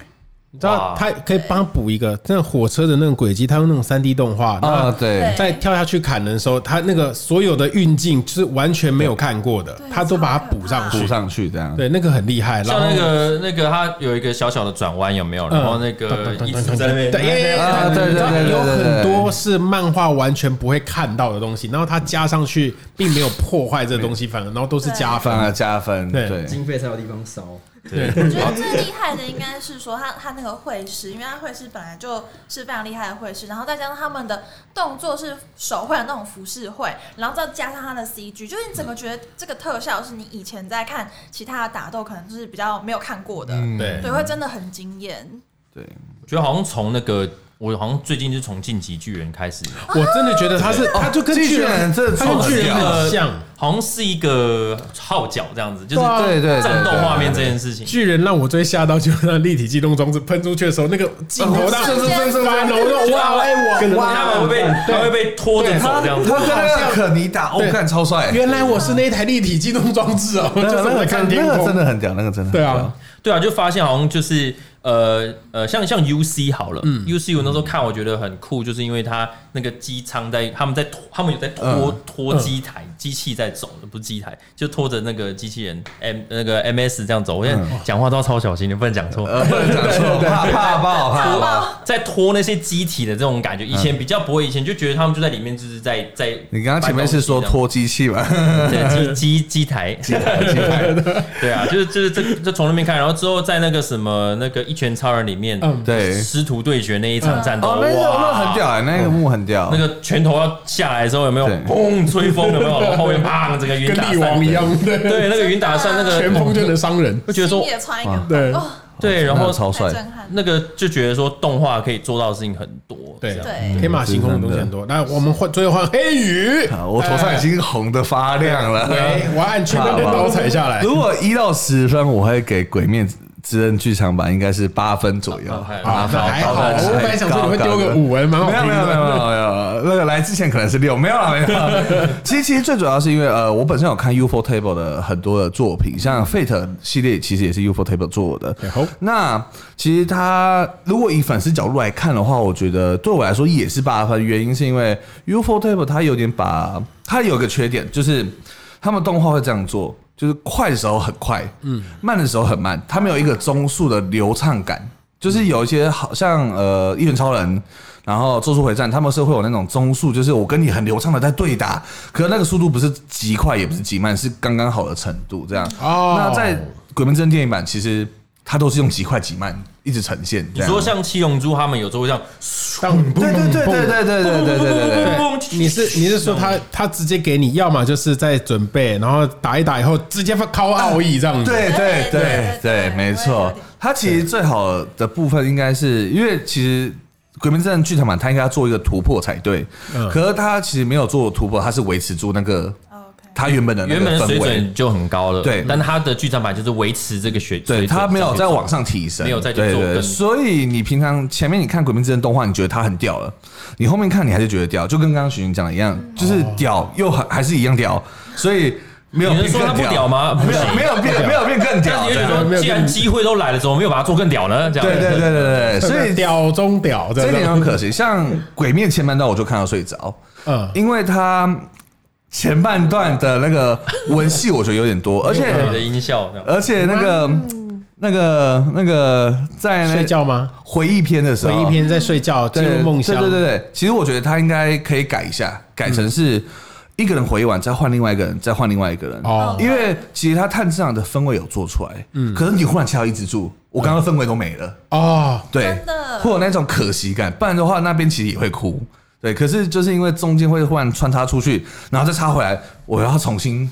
B: 你知道
A: 哇
B: 他可以帮他补一个，那个火车的那种轨迹，他用那种三 D 动画，
C: 啊，
B: 那
C: 对，
B: 在跳下去砍人的时候，他那个所有的运镜就是完全没有看过的
D: 对，
B: 他都把它补上
C: 补
B: 去，
C: 上去这样，
B: 对，那个很厉害。然
A: 像
B: 后
A: 那个那个，它有一个小小的转弯，有没有？然后那个一直在那边，
B: 对，因为
C: 啊对对
B: 你知道
C: 对对
B: 有
C: 对对
B: 很多是漫画完全不会看到的东西，然后它加上去并没有破坏这个东西，反而然后都是加分
C: 反。而加分，
B: 对
C: 对，
E: 经费才有地方烧。
A: 对，
D: 我觉得最厉害的应该是说他他那个会师，因为他会师本来就是非常厉害的会师，然后再加上他们的动作是手绘的那种服饰绘，然后再加上他的 CG，就是你整个觉得这个特效是你以前在看其他的打斗可能就是比较没有看过的，
A: 嗯
B: 对
D: 对，会真的很惊艳。
C: 对，
A: 我觉得好像从那个，我好像最近是从《晋级巨人》开始，
B: 我真的觉得他是，他就跟
C: 哦
B: 巨人，
C: 巨人真的
B: 他跟
C: 超
B: 巨人
A: 屌
B: 很像。
A: 好像是一个号角这样子，就是
B: 啊
C: 对对，
A: 战斗画面这
C: 样，
A: 件事情。
B: 巨人让我最吓到就是那立体机动装置喷出去的时候，那个镜头让
D: 哦
B: 反楼的哇，哎
A: 可能
B: 我
A: 他们会被他会被拖着走这样
C: 他跟
A: 子，
C: 那个肯尼打，哦，
B: 对
C: 干超帅，
B: 原来我是那一台立体机动装置哦，
C: 啊那
B: 就
C: 个
B: 是
C: 那
B: 我
C: 个
B: 在看
C: 真
B: 天
C: 那个真
B: 空。
C: 的很屌，那个真的很
B: 对
C: 屌
B: 啊，，
A: 对啊，就发现好像就是呃呃，像像 U C 好了、u
C: 嗯
A: C 我那时候看我觉得很酷，就是因为它那个机舱在他们在拖他们有在拖、
C: 嗯
A: 拖机台机器在走的，不是机台，就拖着那个机器人 M 那个 M S 这样走。我现在讲话都要超小心，你不能讲错。
C: 嗯呃，不能讲错，怕怕爆，怕爆。
A: 啊在拖那些机体的这种感觉，以前比较不会，以前就觉得他们就在里面，就是在在。
C: 嗯你刚刚前面是说拖机器吧？
A: 对 机机机台，机台，机台，对啊，就是就是这就从那边看，然后之后在那个什么那个一拳超人里面，
B: 嗯
C: 对，
A: 师徒对决那一场战斗，
C: 哦，那个那个很屌哎，那个幕很屌，
A: 那个拳头要下来的时候有没有
C: 对
A: 砰吹风有没有？然后后面砰整个云
B: 跟
A: 打
B: 力
A: 散
B: 王一，样，对，
A: 对，那个云打散那个
B: 拳风就能伤人。
A: 会觉得
D: 星
A: 说
D: 野穿一个
C: 哇
B: 对
D: 哦，
A: 对，然
C: 那
A: 后
C: 个超帅
D: 太，震撼了，
A: 那个就觉得说动画可以做到的事情很多，
B: 对
A: 这
C: 啊
A: 样
D: 对。
B: 天马行空的东西很多。那我们换最后换黑鱼，
C: 啊我头上已经红的发亮了。
B: 喂，我要按全面的刀踩下来。
C: 如果一到十分，我会给《鬼面之刃》剧场版应该是八分左右。
A: 还
B: 啊，那还好，
A: 高
B: 我本来想说你会丢个五文，蛮好
C: 没有
B: 听
C: 没有没有
B: 的。
C: 没有没有，那个来之前可能是六，没有啦没有。其实其实最主要是因为呃，我本身有看 UFO Table 的很多的作品，
B: 嗯
C: 像 Fate 系列其实也是 UFO Table 做的。
B: 然后
C: 那其实他如果以粉丝角度来看的话，我觉得对我来说也是八分，原因是因为 UFO Table 它有点把它有个缺点，就是他们动画会这样做，就是快的时候很快，嗯，慢的时候很慢，它没有一个中速的流畅感，就是有一些好像呃《一拳超人》。然后做出回战，他们是会有那种中速，就是我跟你很流畅的在对打，可是那个速度不是极快，也不是极慢，是刚刚好的程度这样。
B: 哦
C: 那在《鬼门真》电影版，其实它都是用极快极慢一直呈现。
A: 你
C: 这样
A: 说像七龙珠他们有时候会这样，
B: 当
C: 对对对对对对对对对对对。
B: 你是你是说他他直接给你，要么就是在准备，然后打一打以后直接放靠奥义这样子。
C: 对对
D: 对
C: 对
D: 对
C: 对，
D: 对
C: 没
D: 我也有
C: 错
D: 点。
C: 它其实最好的部分应该是因为其实。鬼灭之刃剧场版，它应该要做一个突破才对，
B: 嗯
C: 可是它其实没有做突破，它是维持住那个
D: 哦 OK，
C: 它原本的那
A: 原本
C: 个
A: 的水
C: 氛围，
A: 准就很高了，
C: 对
A: 但他的剧场版就是维持这个水水
C: 对
A: 准，
C: 它没有再往上提升，
A: 没有再去
C: 对
A: 做
C: 对，
A: 更
C: 所以你平常前面你看《鬼灭之刃》动画，你觉得它很屌了，你后面看你还是觉得屌，就跟刚刚许云讲的一样，就是屌又很还是一样屌，所以没有
A: 哦你能
C: 变
A: 说它
C: 更
A: 不屌吗不
C: 没有
A: 行
C: 没有变没有变更屌
A: 但，是你就
C: 这样
A: 觉得说，既然机会都来了，怎么没有把它做更屌呢？这样
C: 对对对对对，所以
B: 屌中屌这
C: 这一点
B: 样
C: 很
B: 子。
C: 可惜。像《鬼面》前半段我就看到睡着，
B: 嗯，
C: 因为它前半段的那个文戏我觉得有 点多，而
A: 对，你的
C: 且
A: 音效这样
C: 而且那个那个那个在那
B: 睡觉吗？
C: 回忆篇的时
B: 回
C: 候，
B: 忆篇在睡觉，进
C: 啊对
B: 入梦乡。
C: 对对对对，其实我觉得他应该可以改一下，改成是。一个人回完，再换另外一个人，再换另外一个人。
B: 哦
C: 因为其实他炭治郎的氛围有做出来，嗯，可是你忽然切到一直住，我刚刚氛围都没了，
B: 哦，
C: 对
D: 真的，
C: 会有那种可惜感。不然的话，那边其实也会哭，对。可是就是因为中间会忽然穿插出去，然后再插回来，我要重新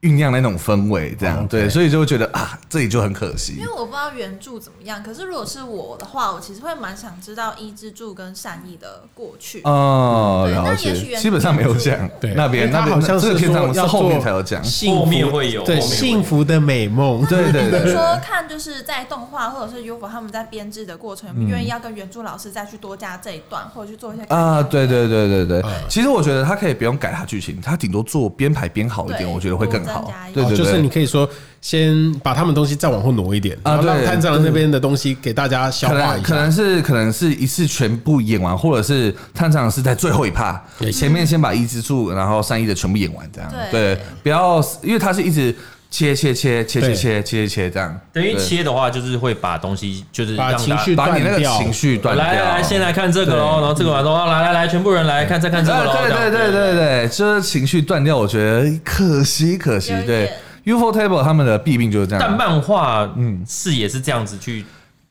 C: 酝酿那种氛围，这
B: 哦
C: 样对，所以就会觉得啊，这里就很可惜
D: 因为。我不知道原著怎么样，可是如果是我的话，我其实会蛮想知道伊之助跟善意的过去。
C: 哦，
D: 对那
C: 了
D: 也许
C: 解，
D: 原
C: 基本上没有讲
B: 对，
C: 那边，
B: 因为
C: 那
B: 他
C: 边
B: 好像
C: 这
B: 是
C: 个篇章
B: 说
C: 是
B: 要
C: 后面
B: 做
C: 才有 讲，
B: 幸
A: 后
B: 福
A: 面会有
B: 对
A: 后面会有
B: 幸福的美梦，
C: 对对
D: 比如
C: 对，
D: 说看就是在动画或者是 UFO 他们在编制的过程，有没有愿意要跟原著老师再去多加这一段，或者去做一些改
C: 啊，对
D: 变
C: 对对对对
B: 嗯，
C: 其实我觉得他可以不用改他剧情，他顶多做编排编好一点，
D: 对
C: 我觉得会更
D: 多增
C: 好
D: 加。一
C: 对
D: 点
B: 哦
C: 对
B: 就是
C: 对
B: 你，可以说先把他们东西再往后挪一点，
C: 啊
B: 然后让
C: 对
B: 探长那边的东西给大家消
C: 可
B: 化
C: 能
B: 一
C: 可
B: 下。
C: 能是可能是一次全部演完，或者是探长是在最后一趴，前面先把一之助，然后三一的全部演完，这样
D: 对
C: 对，不要因为他是一直切切切切切
B: 对
C: 切切切这样，
A: 等于
C: 对
A: 切的话，就是会把东西就是
B: 把
A: 让
B: 情
A: 大
B: 绪
C: 把你那
B: 断
C: 个
B: 掉
C: 情绪断掉。嗯
A: 来来来，先来看这个喽，然后这个完之后，啊来来来，全部人来看再看这个喽。这
C: 对
A: 样
C: 对对对对，就是情绪断掉，我觉得可惜可惜
D: 有一。
C: 对
D: 点
C: ，UFO Table 他们的弊病就是这样。
A: 但漫画嗯是也是这样子去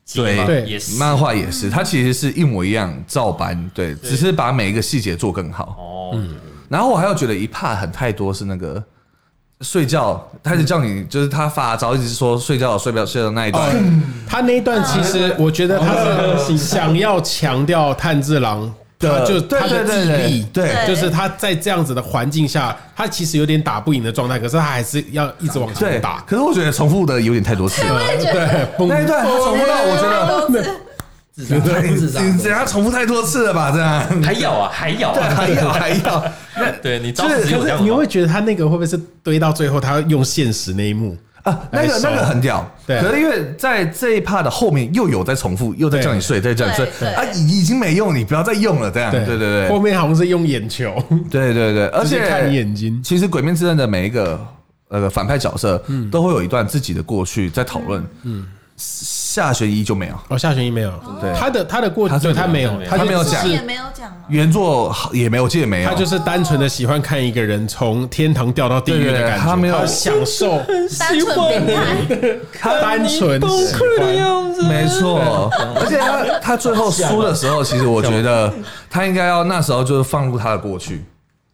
A: 接吗，
C: 对
B: 对
A: 也是
C: 漫画也是，它其实是一模一样照搬，对，只是把每一个细节做更好。
A: 哦，
C: 然后我还有觉得一怕很太多是那个睡觉，他就叫你就是他发招，一直说睡觉睡不了睡到那一段，
B: 哦，他那一段其实我觉得他是想要强调炭治郎
C: 的
B: 的，他就
C: 呃对
B: 他的
C: 对对对
B: 毅力，
C: 对
D: 对
B: 就是他在这样子的环境下，他其实有点打不赢的状态，可是他还是要一直往前
C: 对
B: 打。
C: 可是我觉得重复的有点太多次了，
B: 对，蹦
C: 那一段他重复到我觉得。
D: 都是
E: 智障，智障，
C: 你等下重复太多次了吧？这样
A: 还有啊，还有啊，
C: 还要还要，那
A: 对你
C: 就
A: 当时
C: 是
A: 有这
B: 可
A: 样
B: 是
A: 吗
B: 你会觉得他那个会不会是堆到最后，他要用现实那一幕？
C: 啊，那个
B: 来收
C: 那个很屌，
B: 对
C: 可是因为在这一趴的后面又有在重复，又在叫你睡，再叫你睡
D: 对
C: 啊，已已经没用，你不要再用了，这样，啊对对对，
B: 后面好像是用眼球，
C: 对对对，而且
B: 直接看你眼睛
C: 其实《鬼面之刃》的每一个呃反派角色，都会有一段自己的过去在讨论，嗯，下弦一就没有，
B: 哦，夏玄一没有，
C: 对
B: 他的他的过
C: 他是
B: 对他没有
A: 没，有
B: 就
C: 他没有讲
D: 这也
B: 是
D: 没有 讲啊。
C: 原作也没有，我记得没有，
B: 他就是单纯的喜欢看一个人从天堂掉到地狱
C: 对对
B: 的
C: 对
B: 感觉，
C: 他没有
B: 享受
D: 单纯变态，
B: 单纯喜欢。
C: 没错，而且他他最后输的时候，其实我觉得他应该要那时候就是放入他的过去，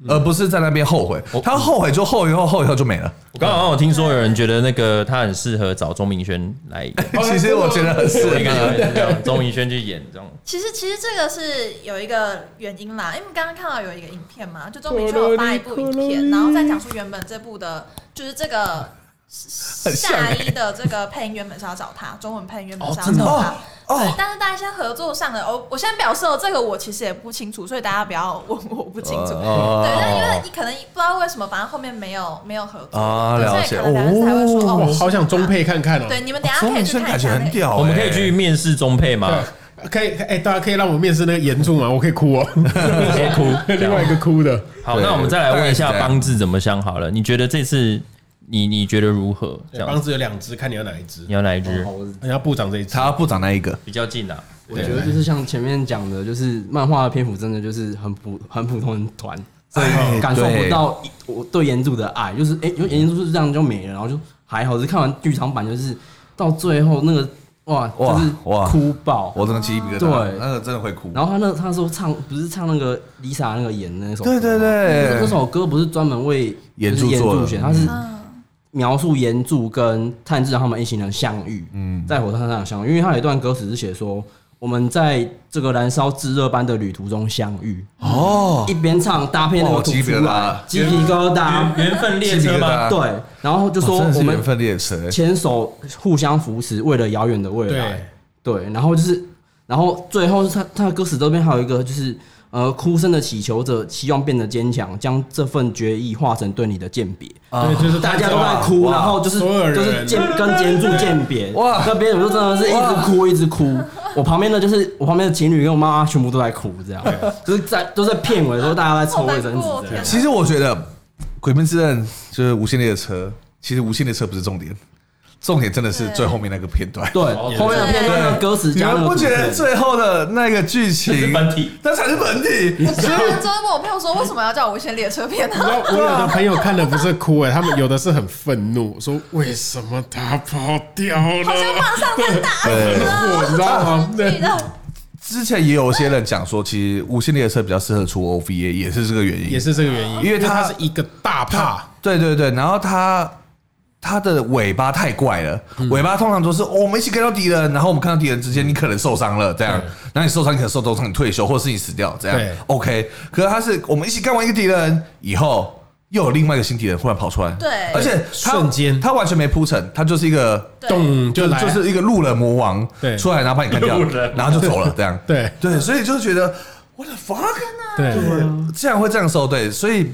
C: 而不是在那边后悔。他后悔就后悔，后后以后就没了。
A: 我刚好有听说有人觉得那个他很适合找钟明轩来 演，
C: 其实我觉得很适
A: 我应该
C: 合。
A: 有让钟明轩去演这种。
D: 其实其实这个是有一个原因啦，因为刚刚看到有一个影片嘛，就钟明轩有发一部影片，然后再讲述原本这部的，就是这个
C: 像
D: 夏一的这个配音原本是要找他，中文配音原本是要
A: 哦真的
D: 找他
C: 哦。
D: 对，但是大家现在合作上的，我我先表示哦，这个我其实也不清楚，所以大家不要问我我不清楚。
C: 哦
D: 对，但因为你可能不知道为什么，反正后面没有没有合作，
C: 啊
D: 对
C: 了解
D: 所以可能大家才会说
B: 我
D: 哦，
B: 好想中配看看哦。
D: 对，你们等一下
C: 钟
D: 可以
C: 明
D: 去
C: 轩
D: 看
C: 感
D: 一
C: 觉
D: 下
C: 很
D: 那个。
C: 屌，
A: 欸我们可以去面试中配吗？
B: 对，可以，哎，大家可以让我面试那个严重吗？我可以 哭哦，
A: 别哭。
B: 另外一个哭的。
A: 好，
C: 对
A: 那我们再来问一下
C: 大概是这样
A: 邦志怎么想好了？你觉得这次你你觉得如何？这
B: 对帮
A: 样
B: 子有两只，看你要哪一只
A: 你。要哪一支
C: 哦
E: 好我
B: 你要部长这一只，
C: 查部长那一个。
A: 比较近啊？
E: 我觉得就是像前面讲的，就是漫画的篇幅真的就是很普很普通很短，所
C: 哎
E: 以感受
C: 对
E: 不到一我对原著的爱。就是哎，有原著是这样就没了，然后就还好。只是看完剧场版，就是到最后那个哇，
C: 哇
E: 就是
C: 哇
E: 哭爆。
C: 我真的记一个，
E: 对
C: 那个真的会哭。
E: 然后他那他说唱不是唱那个 Lisa 那个演的那首歌
C: 对
E: 吗，
C: 对
E: 那那
C: 对，
E: 首歌不是专门为
C: 原
E: 就是
C: 著做的
E: 原选，它是
D: 嗯
E: 描述岩柱跟炭治郎他们一行人相遇，嗯，在火车上相遇，因为他有一段歌词是写说，我们在这个燃烧炙热般的旅途中相遇，
C: 哦，
E: 一边唱搭配那
C: 哇
E: 个吐
C: 鸡皮
E: 出
C: 疙瘩
E: 来，鸡皮疙瘩，
A: 缘缘分列
C: 记
A: 车
C: 得
A: 吗？
C: 啊哦
E: 对，然后就
C: 就
E: 说我们
C: 缘分列车，
E: 牵手互相扶持，为了遥远的未来
B: 对，，
E: 对，然后就是，然后最后是他他的歌词这边还有一个就是，呃，哭声的祈求者希望变得坚强，将这份决意化成对你的鉴别。
C: 啊
B: 对，就是
E: 大家都
B: 哇
E: 在哭，
C: 哇
E: 然后就是
B: 所有人
E: 就是见跟监住鉴别，
C: 哇
E: 哇，那边我就真的是一直哭一直哭。我旁边的就是我旁边的情侣跟我妈妈全部都在哭，这样就是在都在片尾的时候大家在抽卫生纸
D: 好难过
E: 这
D: 天
E: 样
D: 哪。
C: 其实我觉得《鬼灭之刃》就是无限列车，其实无限列车不是重点，重点真的是最后面那个片段。
E: 对，后面的片段那个歌词
C: 你
E: 加那
C: 们
E: 个
C: 不
E: 主
C: 觉得
E: 题
C: 最后的那个剧
A: 这
C: 情
A: 是本体，
C: 那才是本体。
D: 我刚刚真的问我朋友说，为什么要叫我无限列车片呢
B: 你？知道我有的朋友看的不是哭哎、他们有的是很愤怒，说为什么他跑掉
D: 好像
B: 了？
D: 马上 在打死
B: 我
D: 了，
B: 你知道
C: 哦
B: 吗？
D: 你知
B: 对，
D: 道
C: 之前也有一些人讲说，其实无线列车比较适合出 OVA，也是这个原因。
B: 也是这个原因，
C: 因为他
B: 它是一个大怕，
C: 对对对，然后它它的尾巴太怪了，
B: 嗯
C: 尾巴通常都是、哦、我们一起看到敌人，然后我们看到敌人之间，你可能受伤了，这样，然后你受伤，你可能受重伤，你退休，或者是你死掉，这样
B: 对
C: ，OK。可是它是我们一起干完一个敌人以后。又有另外一个新敌人忽然跑出来，
D: 对
C: 而且它
B: 瞬间
C: 它完全没铺陈，它就是一个
D: 对
B: 咚就来
C: 就
B: 了，
C: 是一个路人魔王
B: 对
C: 出来，然后把你干掉
A: 路人，
C: 然后就走了，这样，
B: 对
C: 对，所以就觉得 what the fuck，
B: 对，
C: 竟啊然会这样收，对，所以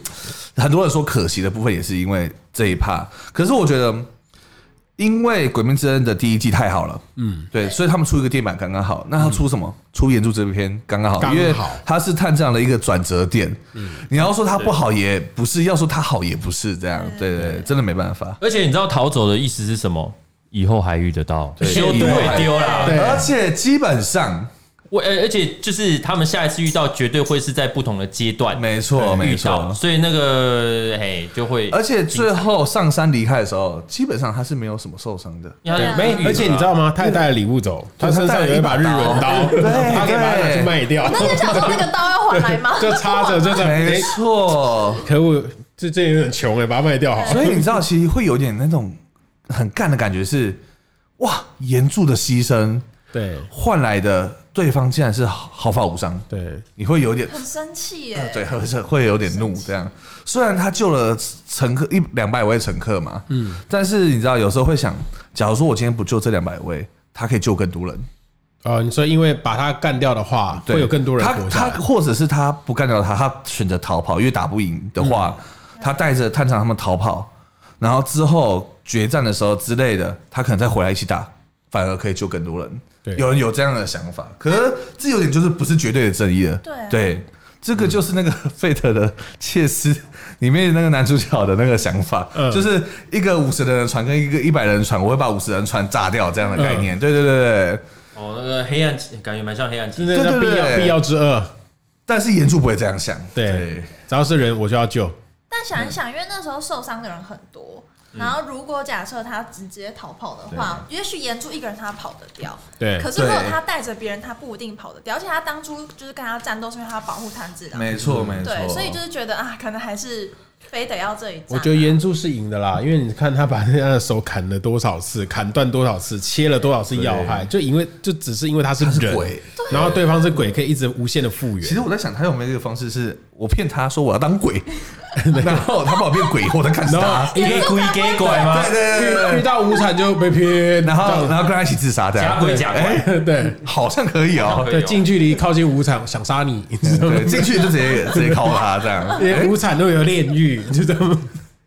C: 很多人说可惜的部分也是因为这一趴。可是我觉得，因为《鬼灭之刃》的第一季太好了，嗯，对，所以他们出一个电板刚刚好。那他出什么？出岩柱这篇刚刚好，
B: 刚好
C: 因为他是探长的一个转折点。你要说他不好也不是，要说他好也不是，这样，对对，对真的没办法。
A: 而且你知道逃走的意思是什么？以后还遇得到，修
C: 以
A: 丢
C: 后
A: 也丢啦。
B: 对
C: 而且基本上，
A: 我而而且就是他们下一次遇到，绝对会是在不同的阶段
C: 没错没
A: 遇
C: 错
A: 到，。所以那个嘿就会，
C: 而且最后上山离开的时候，基本上他是没有什么受伤的。
A: 因为他
D: 对
A: 遇到
B: 而且你知道吗？他也带了礼物走，他身上有一把日轮刀，他可以把它拿去卖掉
D: 我，那天想说那个刀要还 来吗？
B: 就插着，就这样。
C: 没
B: 哎，
C: 错，
B: 可恶，这这有点穷哎，把它卖掉好 了。
C: 所以你知道，其实会有点那种很干的感觉是，哇，严重的牺牲
B: 对
C: 换来的对方竟然是毫发无伤，
B: 对，
C: 你会有点
D: 很生气耶，
C: 对，会会有点怒这样。虽然他救了乘客一两百位乘客嘛，嗯，但是你知道，有时候会想，假如说我今天不救这两百位，他可以救更多人，
B: 哦，你说因为把他干掉的话，
C: 对
B: 会有更多人活下
C: 他
B: 来
C: 他。或者是他不干掉他，他选择逃跑，因为打不赢的
B: 嗯
C: 话，他带着探长他们逃跑，然后之后决战的时候之类的，他可能再回来一起打，反而可以救更多人。
B: 对
C: 有人有这样的想法，可是这有点就是不是绝对的正义了。
D: 对啊
C: 这个就是那个 Fate 的切斯里面那个男主角的那个想法，
B: 嗯
C: 就是一个五十的人船跟一个一百人船，我会把五十人船炸掉这样的概
B: 嗯
C: 念。对对对对，
A: 哦那个黑暗骑感觉蛮像黑暗骑
B: 真的叫
C: 对对
B: 必
C: 对
B: 要必要之恶，
C: 但是岩柱不会这样想。
B: 对，只要是人我就要救。
D: 但想一想，因为那时候受伤的人很多，然后如果假设他直接逃跑的话，也许岩柱一个人他跑得掉，
B: 对
D: 可是如果
C: 对
D: 他带着别人，他不一定跑得掉，而且他当初就是跟他战斗是因为他要保护炭治郎，
C: 没错，没错。
D: 对，所以就是觉得啊，可能还是非得要这一战。啊
B: 我觉得岩柱是赢的啦，因为你看他把人家的手砍了多少次，砍断多少次，切了多少次要害，就因为就只是因为他是
C: 他是
B: 人
C: 鬼，
B: 然后对方是鬼，可以一直无限的复
C: 其
B: 原。
C: 实我在想，他有没有一个方式是，我骗他说我要当鬼，然后他把我变鬼以后，他看死他，
A: 一个鬼给拐吗？
C: 对对对
B: 遇
C: 对，
B: 到无惨就被骗，
C: 然
B: 这样
C: 后哎
B: 子
C: 然后跟他一起自杀这
A: 假
C: 样，
A: 鬼假怪，
B: 对
C: 好像可以哦。
B: 对，近距离靠近无惨想杀你，
C: 哎
B: 你知道吗
C: 对，？进去就直接直接敲他这样，
B: 连无惨都有炼狱，你知道吗？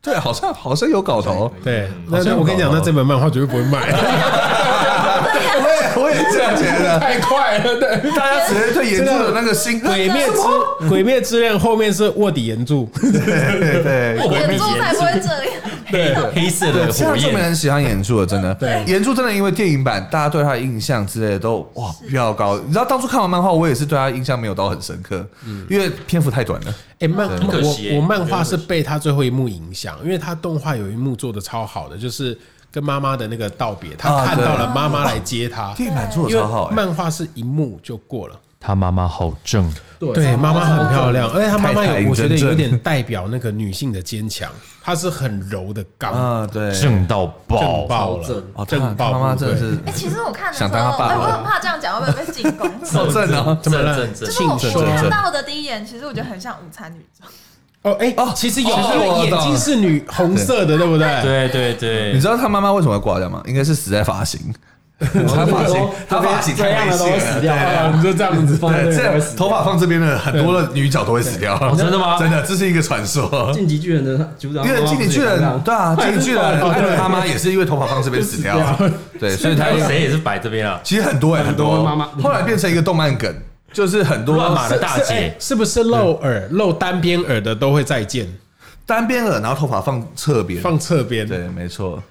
C: 对，好像好像有搞头。
B: 对，
C: 嗯好
B: 那
C: 像
B: 那我跟你讲，
C: 有搞头
B: 那这本漫画绝对不会卖，
C: 我也我也这样觉得，
B: 太快了。对，
C: 大家直接对严重的那个心，
B: 鬼灭之鬼灭之刃后面是卧底岩柱，
C: 对对。
D: 岩柱才不会这样，
A: 对黑色
C: 对，
A: 的
C: 现
A: 火
C: 在这么
A: 焰，
C: 人喜欢演柱了，真的。
B: 对
C: 演柱真的因为电影版，大家对他的印象之类的都哇比较高。你知道当初看完漫画，我也是对他印象没有到很深刻，因为篇幅太短了。
B: 哎、漫
A: 很可惜耶
B: 我我漫
A: 我觉得
B: 画
A: 很
B: 是被他最后一幕影响，因为他动画有一幕做的超好的，就是跟妈妈的那个道别，
C: 啊
B: 他看到了妈妈来接他。
C: 电影版做的
B: 因为
C: 超好、欸，
B: 漫画是一幕就过了，
A: 他妈妈好正，
B: 对，妈妈很漂亮，而且她妈妈
C: 太太
B: 有，我觉得
C: 真正
B: 有点代表那个女性的坚强，她是很柔的刚，
C: 啊，对，
A: 正到
B: 正
A: 爆，
B: 爆
E: 好正
B: 了，
C: 哦，他
B: 正爆，
C: 妈妈真的
B: 对
C: 是
D: 哎、其实我看的时
C: 想当
D: 候，
C: 他爸
D: 哎、
C: 爸
D: 我很怕这样讲会不会被进攻。
C: 好正哦，
B: 怎么了
A: 正？
D: 就
A: 正
D: 是我
B: 庆
C: 正正
D: 看到的第一眼，其实我觉得很像午餐女装，
B: 哦，哎
C: 哦，
B: 其实有，
C: 哦
B: 因为
C: 我
B: 眼
C: 懂
B: 睛是女红色的，对不对？
A: 对对对，
C: 你知道他妈妈为什么会挂掉吗？应该是死在发型，他发型，他发型
E: 这
C: 太
E: 样
C: 危
E: 的都会
C: 险
E: 死
C: 了。
E: 掉，
B: 啊，你就这样子放
C: 对，这样头发放这边的很多的女角都会死掉，
A: 真的吗
C: 真的，这是一个传说。
E: 晋级巨人的组长，
C: 因为经理巨人，哦对啊，经理巨人艾伦他妈也是因为头发放这边死掉，对，所以他
A: 还有谁也是摆这边啊？
C: 其实很多欸很多，后来变成一个动漫梗，就是很多
A: 乱码的大姐，
B: 是不是露耳、露单边耳的都会再见？
C: 单边耳，然后头发放侧边，
B: 放侧边，
C: 对，没错。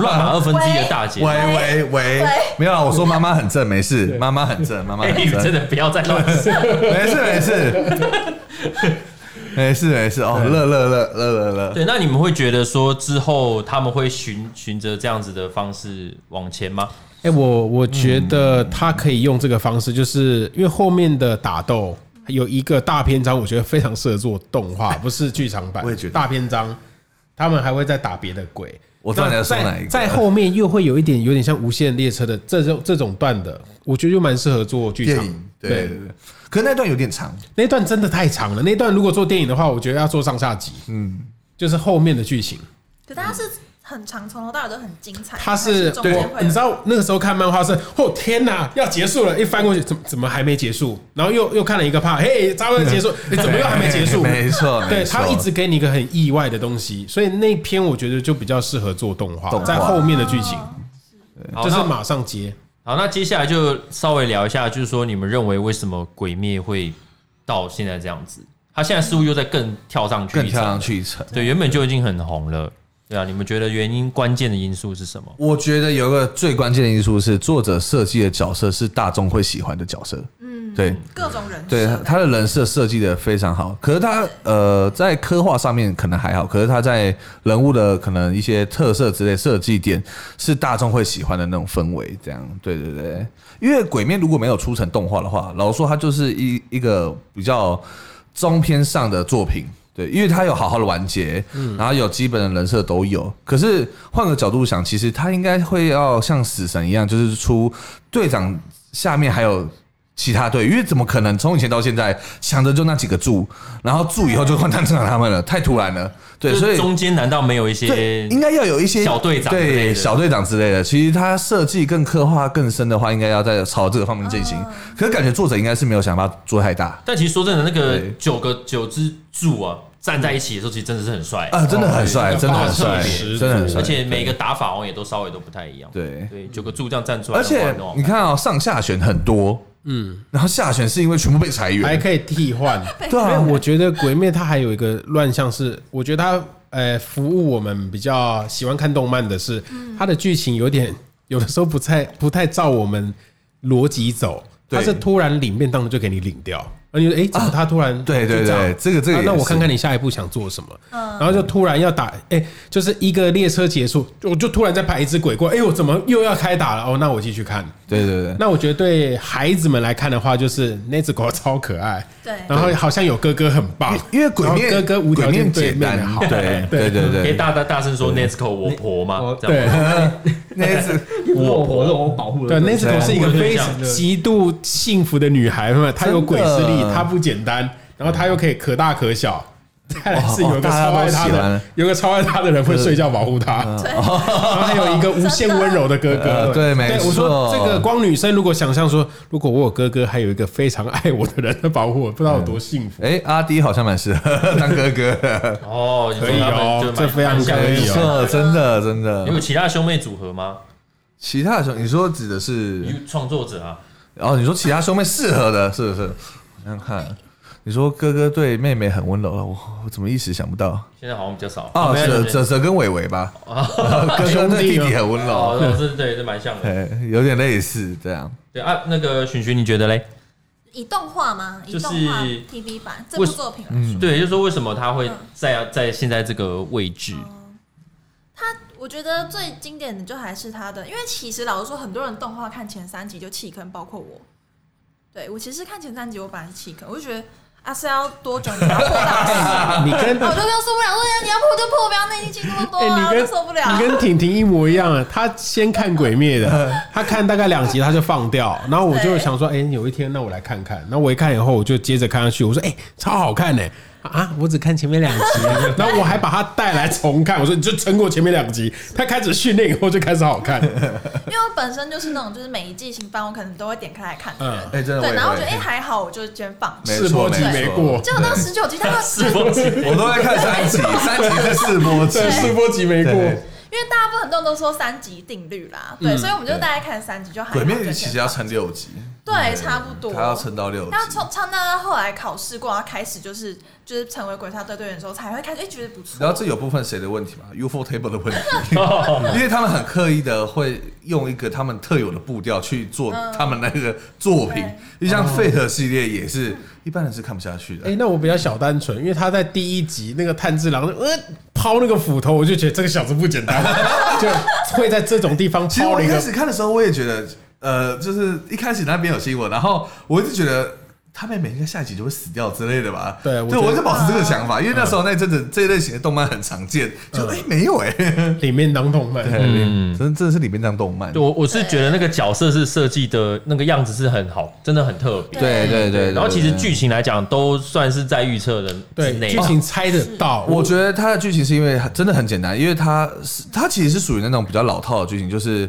A: 乱码二分之一的大姐
C: 喂。喂喂
D: 喂，
C: 没有啦，啊我说妈妈很正，没事，妈妈很正，妈妈
A: 哎，
C: 很
A: 你们真
C: 正，
A: 的不要再乱说。
C: 没事没事，没事没事，哦，乐乐乐乐乐乐，
A: 对，那你们会觉得说之后他们会循循着这样子的方式往前吗？
B: 哎、我我觉得他可以用这个
C: 嗯
B: 方式，就是因为后面的打斗有一个大篇章，我觉得非常适合做动 画，不是剧场版。
C: 我也觉得
B: 大篇章，他们还会再打别的鬼。
C: 我知道你要说
B: 在
C: 哪一个
B: 在后面又会有一点有点像无限列车的这种这种段的，我觉得就蛮适合做剧
C: 电
B: 场
C: 影，。对对对，可是那段有点长，
B: 那段真的太长了。那段如果做电影的话，我觉得要做上下集，
C: 嗯，
B: 就是后面的剧情。
D: 可它是很长，从头到尾都很精彩。
B: 他
D: 但
B: 是
D: 中间
B: 我
D: 会，有
B: 你知道那个时候看漫画是，哦天哪，要结束了，一翻过去怎么怎么还没结束？然后又又看了一个怕，嘿，差不多 结束，你怎么又还没结束？
C: 没错，
B: 对
C: 没错
B: 他一直给你一个很意外的东西，所以那篇我觉得就比较适合做动画，
C: 动画
B: 在后面的剧情
D: 哦
A: 好
B: 就是
A: 那
B: 马上接。
A: 好，那接下来就稍微聊一下，就是说你们认为为什么《鬼灭》会到现在这样子？他现在似乎又在更跳上去
C: 更
A: 一
C: 跳上
A: 层，
C: 去一层。
A: 对，原本就已经很红了，对啊，你们觉得原因关键的因素是什么？
C: 我觉得有一个最关键的因素是，作者设计的角色是大众会喜欢的角色。嗯，对，
D: 各种人设
C: 对，他的人设设计的非常好，可是他呃在刻画上面可能还好，可是他在人物的可能一些特色之类设计点是大众会喜欢的那种氛围，这样对对对。因为《鬼面如果没有出成动画的话，老实说它就是一一个比较中偏上的作品。对，因为它有好好的完结，然后有基本的人设都有。可是换个角度想，其实它应该会要像死神一样，就是出队长下面还有其他队，因为怎么可能从以前到现在想着就那几个柱，然后柱以后就换成他们了，太突然了。对，
A: 就是
C: 所以
A: 中间难道没有一
C: 对，
A: 些
C: 应该要有一些
A: 小队长之类
C: 对
A: 的
C: 小队长之类的。其实他设计更刻画更深的话，应该要在朝这个方面进
A: 嗯
C: 行。可是感觉作者应该是没有想把它做太大
A: 但其实说真的，那个
C: 对
A: 九个九只柱啊，站在一起的时候，其实真的是很帅，
C: 啊，真的很
A: 哦
C: 帅，
B: 对
C: 真的很帅
A: 很特别，
C: 真的很帅。
A: 而且每个打法好像也都稍微都不太一样。
C: 对，
A: 对，九个柱这样站出来
C: 而
A: 的话，那
C: 且
A: 种
C: 你看啊、上下选很多，嗯，然后下选是因为全部被裁
B: 还
C: 员，
B: 可以替换。
C: 对啊
B: 因为我觉得《鬼灭》它还有一个乱象是，我觉得它呃服务我们比较喜欢看动漫的是，它的剧情有点 有的时候不太不太照我们逻辑走，
C: 对啊
B: 它是突然领便当的就给你领掉，而你说哎、诶怎么他突然、
C: 对对
B: 就样
C: 对这个这个
B: 啊
C: 也
B: 那我
C: 是
B: 看看你下一步想做什么，然后就突然要打哎、就是一个列车结束，我就突然在排一只鬼过，哎、我怎么又要开打了？哦，那我继续看。
C: 对对对。
B: 那我觉得对孩子们来看的话，就是那只狗超可爱，
D: 对
B: 然后好像有哥哥很棒，
C: 因为鬼面
B: 然后哥哥无条
C: 鬼
B: 件
C: 面
B: 对
C: 简
B: 妹妹
C: 单，
B: 好，
C: 对 对对
A: 可以
C: 对，
A: 大大大声说 Nesco 我婆嘛，这样
B: 对
C: 那一次
E: 我活动我保护
B: 对，
E: 的
B: 那只狗是一个非
A: 对
B: 常极度幸福的女孩嘛，她有鬼视力
C: 真，的
B: 她不简单，然后她又可以可大可小。再来是有个
C: 哇哇
B: 超爱她
C: 大家都喜欢嗯
B: 的，有个超爱她的人会睡觉保护她，
D: 对
B: 然后还有一个无限温柔的哥哥。
C: 呃对没
B: 我说
C: 错
B: 这个光女生如果想象说，如果我有哥哥，还有一个非常爱我的人来保护我，不知道有多幸福。
C: 哎，阿迪好像蛮适 合当哥哥，
A: 哦，你说
B: 可以
A: 他们
B: 哦
A: 就蛮
B: 这非常
A: 蛮像
B: 可
A: 的
B: 以
C: 没
B: 哦，
C: 错，真的真的
A: 你。有其他兄妹组合吗？
C: 其他的兄，你说指的是，
A: 创作者啊，
C: 哦，你说其他兄妹适合的，是不是？我想想看，你说哥哥对妹妹很温柔，我我怎么一时想不到？
A: 现在好像比较少
C: 哦，
A: 没有
C: 哲
A: 没有
C: 哲哲跟伟伟吧，哥 哥对弟弟很温柔，
A: 哦，是对，这蛮像的。
C: 哎，有点类似这样。
A: 对啊，那个寻寻，你觉得嘞？
D: 以动画吗？以
A: 就是
D: 动画 TV 版这部
A: 为什
D: 作品来说，
A: 对，就是说为什么他会在在现在这个位置？
D: 它我觉得最经典的就还是它的，因为其实老实说，很多人动画看前三集就弃坑，包括我。对我其实看前三集，我本来是弃坑，我就觉得啊是要多久你要破到死
C: 啊
B: 你跟
D: 我就跟受不了，我说哎你要破就破，不要内心戏那么多
B: 哎，
D: 啊，
B: 你
D: 我就
B: 跟
D: 受不了。
B: 你跟婷婷一模一样啊！她先看《鬼灭》的， 她看大概两集，她就放掉。然后我就
D: 对
B: 想说，哎、有一天那我来看看。那我一看以后，我就接着看下去。我说，哎、超好看呢、啊，我只看前面两集，啊 然后我还把它带来重看。我说，你就撑过前面两集。她开始训练以后就开始好看。
D: 因为我本身就是那种，就是每一季新番我可能都会点开来看的人，
C: 哎，
B: 嗯
C: 真的，
D: 对，
C: 伟
D: 然后我觉得哎、
C: 伟，
D: 还好，我就先放着。
C: 没
B: 试播
C: 错
B: 集没
C: 错
B: 过，
D: 结果到十九集，他
A: 是不是？
C: 我都在看三集，三集是试播集，
B: 对，试播集没过。
C: 对
D: 因为大部分很多人都说三级定律啦，
B: 嗯
D: 对，所以我们就大概看三集就还好。
C: 鬼灭啊
D: 就
C: 其
D: 先
C: 实要撑六集，嗯
D: 对，差不多。
C: 他要撑到六集。
D: 那从从那后来考试过，然后开始就是就是成为鬼杀队队员的时候，才会开始哎觉得不错。
C: 然后这有部分谁的问题嘛？UFO table 的问
B: 哦
C: 题， 因为他们很刻意的会用一个他们特有的步调去做他们那个作品
D: 嗯对，
C: 就像费特系列也是一般人是看不下去
B: 哦哎、
C: 的。
B: 那我比较小单纯，因为他在第一集那个炭治郎呃抛那个斧头，我就觉得这个小子不简单， 就会在这种地方
C: 其实
B: 抛
C: 我
B: 了
C: 一
B: 一
C: 开
B: 个
C: 始看的时候，我也觉得，呃，就是一开始那边有新闻，然后我一直觉得。他妹妹应该下一集就会死掉之类的吧？
B: 对我
C: 对
B: 觉得
C: 我就保持这个想法，因为那时候那一阵子这一类型的动漫很常见，就
B: 嗯
C: 哎没有哎，
B: 里面当动漫。
C: 真真的是里面当动漫，
A: 对，我我是觉得那个角色是设计的那个样子是很好，真的很特别。
D: 对
E: 对对
A: 然后其实剧情来讲，都算是在预测的之
B: 对，
A: 内
B: 剧。情猜得到，
C: 我觉得它的剧情是因为真的很简单，因为它是它其实是属于那种比较老套的剧情，就是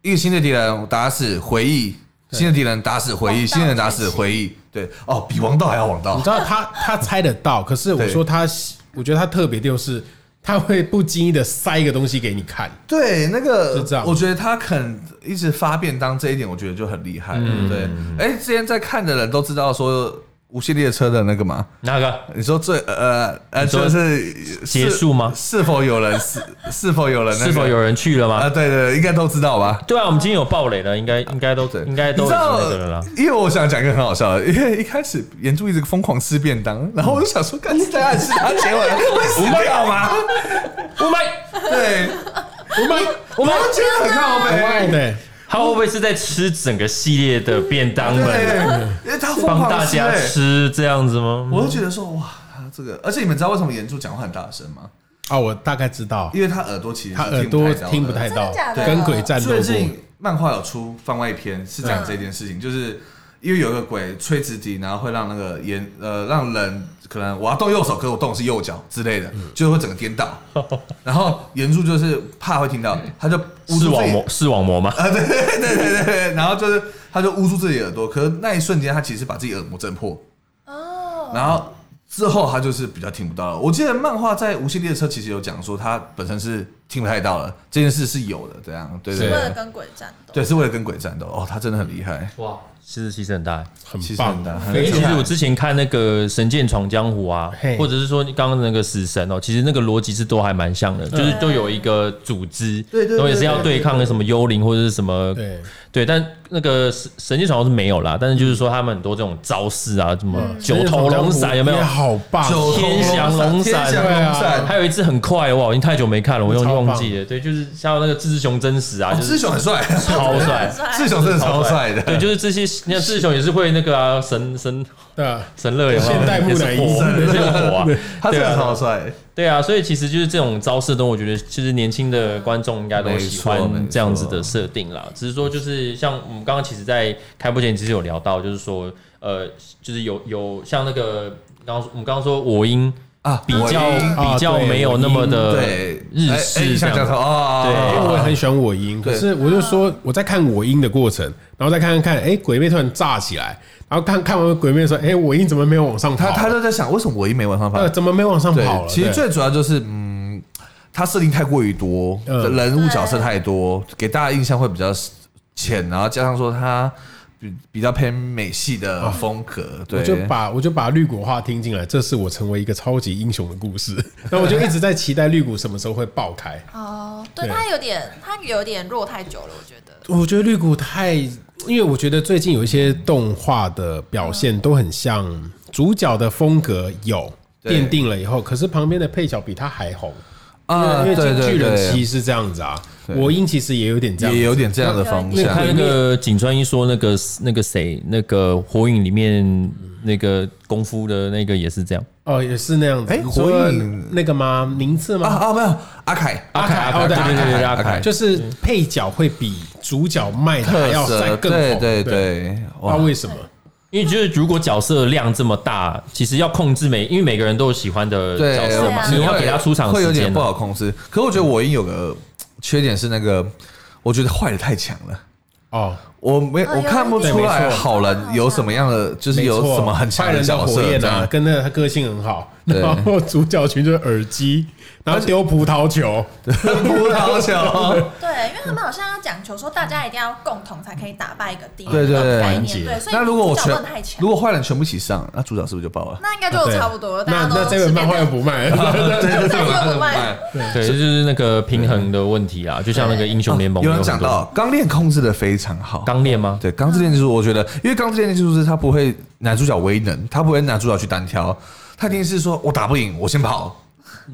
C: 一个新的敌人打死回忆，新的敌人打死回忆，
D: 王道
C: 新的人打死
D: 剧情
C: 回忆，对，哦，比王道还要王道
B: 你知，道他他猜得到，可是我说他，我觉得他特别就是他会不经意的塞一个东西给你看，
C: 对，那个
B: 是这样
C: 我觉得他肯一直发便当这一点，我觉得就很厉害，对。哎，之前在看的人都知道说无限列车的那个嘛，
A: 那个
C: 你说最呃呃，
A: 你说
C: 就是
A: 结束吗
C: 是是否有人是是否有人那
A: 是
C: 个
A: 否有人去了
C: 啊？
A: 吗？
C: 对对，对应该都知道吧？
A: 对啊，我们今天有爆雷了，应该应该都
C: 对，
A: 应该都
C: 你
A: 已
C: 知
A: 经
C: 道
A: 那个了啦。
C: 因为我想讲一个很好笑的，因为一开始岩柱一直疯狂吃便当，然后我就想 说，干是在暗示他结尾会死掉吗？
A: 我们
C: 对，
B: 我们
A: 我们
C: 真的很靠背。
B: 对，
A: 他会不会是在吃整个系列的便当们，
C: 对，因为他疯
A: 帮大
C: 狂吃、
A: 家
C: 欸，
A: 吃这样子吗？
C: 我就觉得说哇，这个，而且你们知道为什么岩柱讲话很大声吗？
B: 啊，我大概知道，
C: 因为他耳朵其实
B: 他耳朵听不
C: 到的
B: 太到
D: 真的假，的
B: 跟鬼战斗过，
C: 最近漫画有出番外篇，是
A: 嗯
C: 讲这件事情，就是因为有一个鬼吹直笛，然后会让那个眼呃让人可能我要动右手，可是我动的是右脚之类的，
A: 嗯
C: 就会整个颠 倒。然后岩柱就是怕会听到，他就捂
A: 视
C: 住自
A: 网
C: 己
A: 膜，视网膜吗？
C: 啊，对对对对对， 然后就是他就捂住自己的耳朵，可是那一瞬间他其实把自己耳膜震破，
D: 哦，
C: 然后之后他就是比较听不到了。我记得漫画在《无限列车》其实有讲说他本身是听不太到了，这件事是有的，这样对对
D: 为
C: 对
D: 了跟鬼战斗，
C: 对，是为了跟鬼战斗哦，他真的很厉害，
E: 哇，
A: 其实其实很大欸。
B: 很
C: 其实
B: 棒
C: 很大，
A: 因
B: 非
A: 为
B: 常
A: 其实我之前看那个《神剑闯江湖》啊
B: 嘿，
A: 或者是说你刚刚那个《死神》哦，其实那个逻辑是都还蛮像的，就是都有一个组织，
C: 对对对
A: 然后也是要对抗什么幽灵或者是什么，
B: 对，
A: 对，但那个《神神剑闯江湖》是没有啦，但是就是说他们很多这种招式啊，什么九头龙闪有没有
B: 也？好棒，
C: 九头
A: 天翔龙闪
C: 天翔龙闪，
A: 还有一只很快哇，我已经太久没看了，我有点忘记了。对，就是像那个志雄真实啊，
C: 哦
A: 就
C: 志
A: 是
C: 雄很帅，
A: 超帅。
C: 志雄真的超帅的，
A: 对，啊就是这些，你看志雄也是会那个啊，神神
B: 对啊，
A: 神乐有没有？
B: 现代木乃伊
A: 也是火也是火啊，
C: 他真的超帅。
A: 对啊，所以其实就是这种招式的东西，我觉得其实年轻的观众应该都喜
C: 没错没
A: 欢
C: 错
A: 这样子的设定啦。只是说，就是像我们刚刚其实，在开播前其实有聊到，就是说，呃，就是有有像那个刚刚我们刚刚说我音
C: 啊
A: 比较
C: 我音
A: 比较
B: 啊对
A: 没有那么的
C: 对
A: 日
C: 哎哎
A: 式
C: 你
A: 这
C: 想
A: 样
C: 讲什么啊？
A: 对
B: 因为我也很喜欢我音，可是我就说我在看我音的过程，然后再看看看，哎，鬼妹突然炸起来，然后看看完鬼妹说，哎，我音怎么没有往上跑
C: 他
B: 了？
C: 他就在想，为什么我一没往上爬
B: 呃，？怎么没往上跑
C: 对，
B: 了？
C: 其实
B: 对
C: 最主要就是嗯，他设定太过于多，
B: 嗯
C: 人物角色太多，给大家印象会比较浅，然后加上说他比比较偏美系的风格，
B: 我
C: 对，
B: 就把我就把绿谷话听进来，这是我成为一个超级英雄的故事。 那我就一直在期待绿谷什么时候会爆开。
D: 哦，对
B: 对
D: 他有点他有点弱太久了，我觉得。
B: 我觉得绿谷太，因为我觉得最近有一些动画的表现都很像主角的风格有
C: 对
B: 奠定了以后，可是旁边的配角比他还红。
C: 啊，
B: 因为
C: 对
B: 因为
C: 对
B: 巨人
C: 对
B: 其实是这样子啊，我音其实也有点这样，
C: 也有。点这样的
D: 那
C: 方
D: 那
C: 向。
A: 啊看那个井川一说那个那个谁那个火影里面那个功夫的那个也是这样，
B: 哦，也是那样子。
C: 哎
B: 你说
C: 火影
B: 那个吗？宁次吗？
C: 啊啊，没有阿凯，
B: 阿凯，
A: 阿凯
B: 哦对
A: 对对对对阿凯
B: 就是配角会比主角卖的还
C: 特
B: 要再
C: 色，
B: 更
C: 对
B: 红，啊
C: 对对，
B: 不知
C: 哇
B: 道，为什么？
A: 因为就是如果角色量这么大，其实要控制每，因为每个人都有喜欢的
C: 对
A: 角色嘛，
D: 对啊
A: 你要给他出场
C: 会有
A: 时
C: 点
A: 间
C: 不
A: 啊。
C: 好控制。可我觉得我音有个缺点是那个，我觉得坏的太强了。
B: 哦，
C: 我没
D: 哦
C: 我看不出
B: 有一
C: 来
B: 点
C: 好人有什么样的，就是有
B: 没错
C: 什么很强
B: 坏人的
C: 角
B: 火
C: 色
B: 焰
C: 这
B: 啊，
C: 样。
B: 跟那他个性很好，
C: 对
B: 然后主角群就是耳机，然后丢葡萄球，
C: 葡萄 球，
D: 对，因为他们好像要讲求说大家一定要共同才可以打败一个敌人
C: 对对
D: 这种
C: 对
D: 概
B: 团
D: 念，
B: 结
D: 对，所以
C: 那如果我
D: 主角
C: 全
D: 不能太强
C: 如，果坏人全部一起上，那主角是不是就爆了？
D: 那应该就差不多了，大
B: 啊那
D: 家
B: 那
D: 都
B: 这本漫画又不卖了，
C: 对
D: 对对 对
A: 对，这就是那个平衡的问题啊啦，就像那个英雄联盟
C: 哦有人
A: 很
C: 讲
A: 多
C: 到钢炼控制的非常好，
A: 钢炼吗？
C: 对，钢之炼
B: 嗯
C: 金术，我觉得，因为钢之炼金术是他不会男主角为能，他不会男主角去单挑，他一定是
B: 嗯
C: 说我打不赢，我先跑，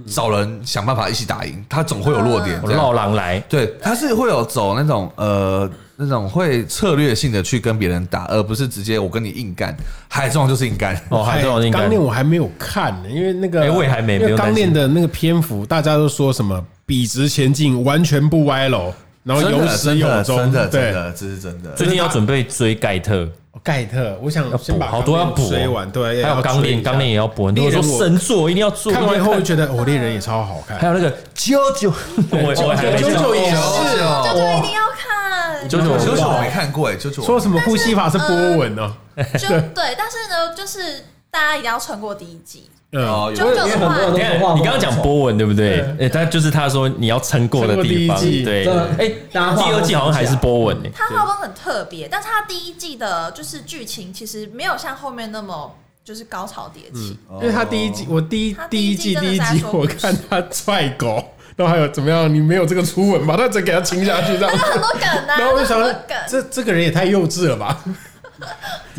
C: 找人想办法一起打赢，他总会有弱
B: 嗯
C: 点。
A: 我
C: 这样
A: 哦绕狼来，
C: 对，他是会有走那种呃那种会策略性的去跟别人打，而不是直接我跟你硬干。海中就是硬干，
A: 哦，还有这种应该
B: 钢炼我还没有看呢，因为那个
A: 哎我也还没
B: 因
A: 不
B: 为
A: 用担
B: 钢
A: 心
B: 炼的那个篇幅，大家都说什么笔直前进，完全不歪楼，然后
C: 真
B: 有
C: 的
B: 始
C: 真
B: 有
C: 的
B: 终，
C: 真的
B: 对哦
C: 真的，这是真的。
A: 最近要准备追盖特，
B: 盖特，我想
A: 要
B: 先
A: 补
B: 把
A: 哦好多要
B: 钢
A: 补
B: 炼追完，对，
A: 还有
B: 哦要
A: 钢
B: 追一
A: 炼，
B: 下
A: 钢炼也要补。很多
B: 猎
A: 人
B: 人
A: 说
B: 我
A: 神作一定要做，
B: 看
A: 一定
B: 完
A: 要
B: 后会觉得我猎人也超好看
A: 还，有那个啾啾， 我我还没看
B: 啾啾也是
D: 对，
B: 哦，
D: 就一定要看，
A: 啾啾我不
C: 九
A: 知
C: 九我
A: 道，
C: 没看过哎，九九
B: 说什么呼吸法是波纹哦，
D: 就对，但是呢，就是大家一定要撑过第一集，
B: 嗯，
C: 哦，
D: 啾
C: 有
D: 啾的
E: 很多
D: 话
E: 人都
A: 等一下你刚刚讲波纹对不对？哎，但就是他说你要撑过的地方，
B: 撑过第一季
A: 对
E: 真的。
A: 哎，
E: 大家画
A: 第二季好像还是波纹诶，
D: 它画风很特别，但是它第一季的就是剧情其实没有像后面那么就是高潮迭起，
B: 因为他第一季，我第一
D: 他
B: 第
D: 第
B: 一
D: 一
B: 季
D: 季
B: 第一
D: 真的
B: 集
D: 是在，说
B: 我
D: 故事
B: 看他踹狗，然后还有怎么样？你没有这个初吻吧？他直接给他亲下去这样
D: 有很
B: 子。
D: 多梗啊，
B: 然后我就想
D: 有很
B: 说
D: 多梗，
B: 这这个人也太幼稚了吧？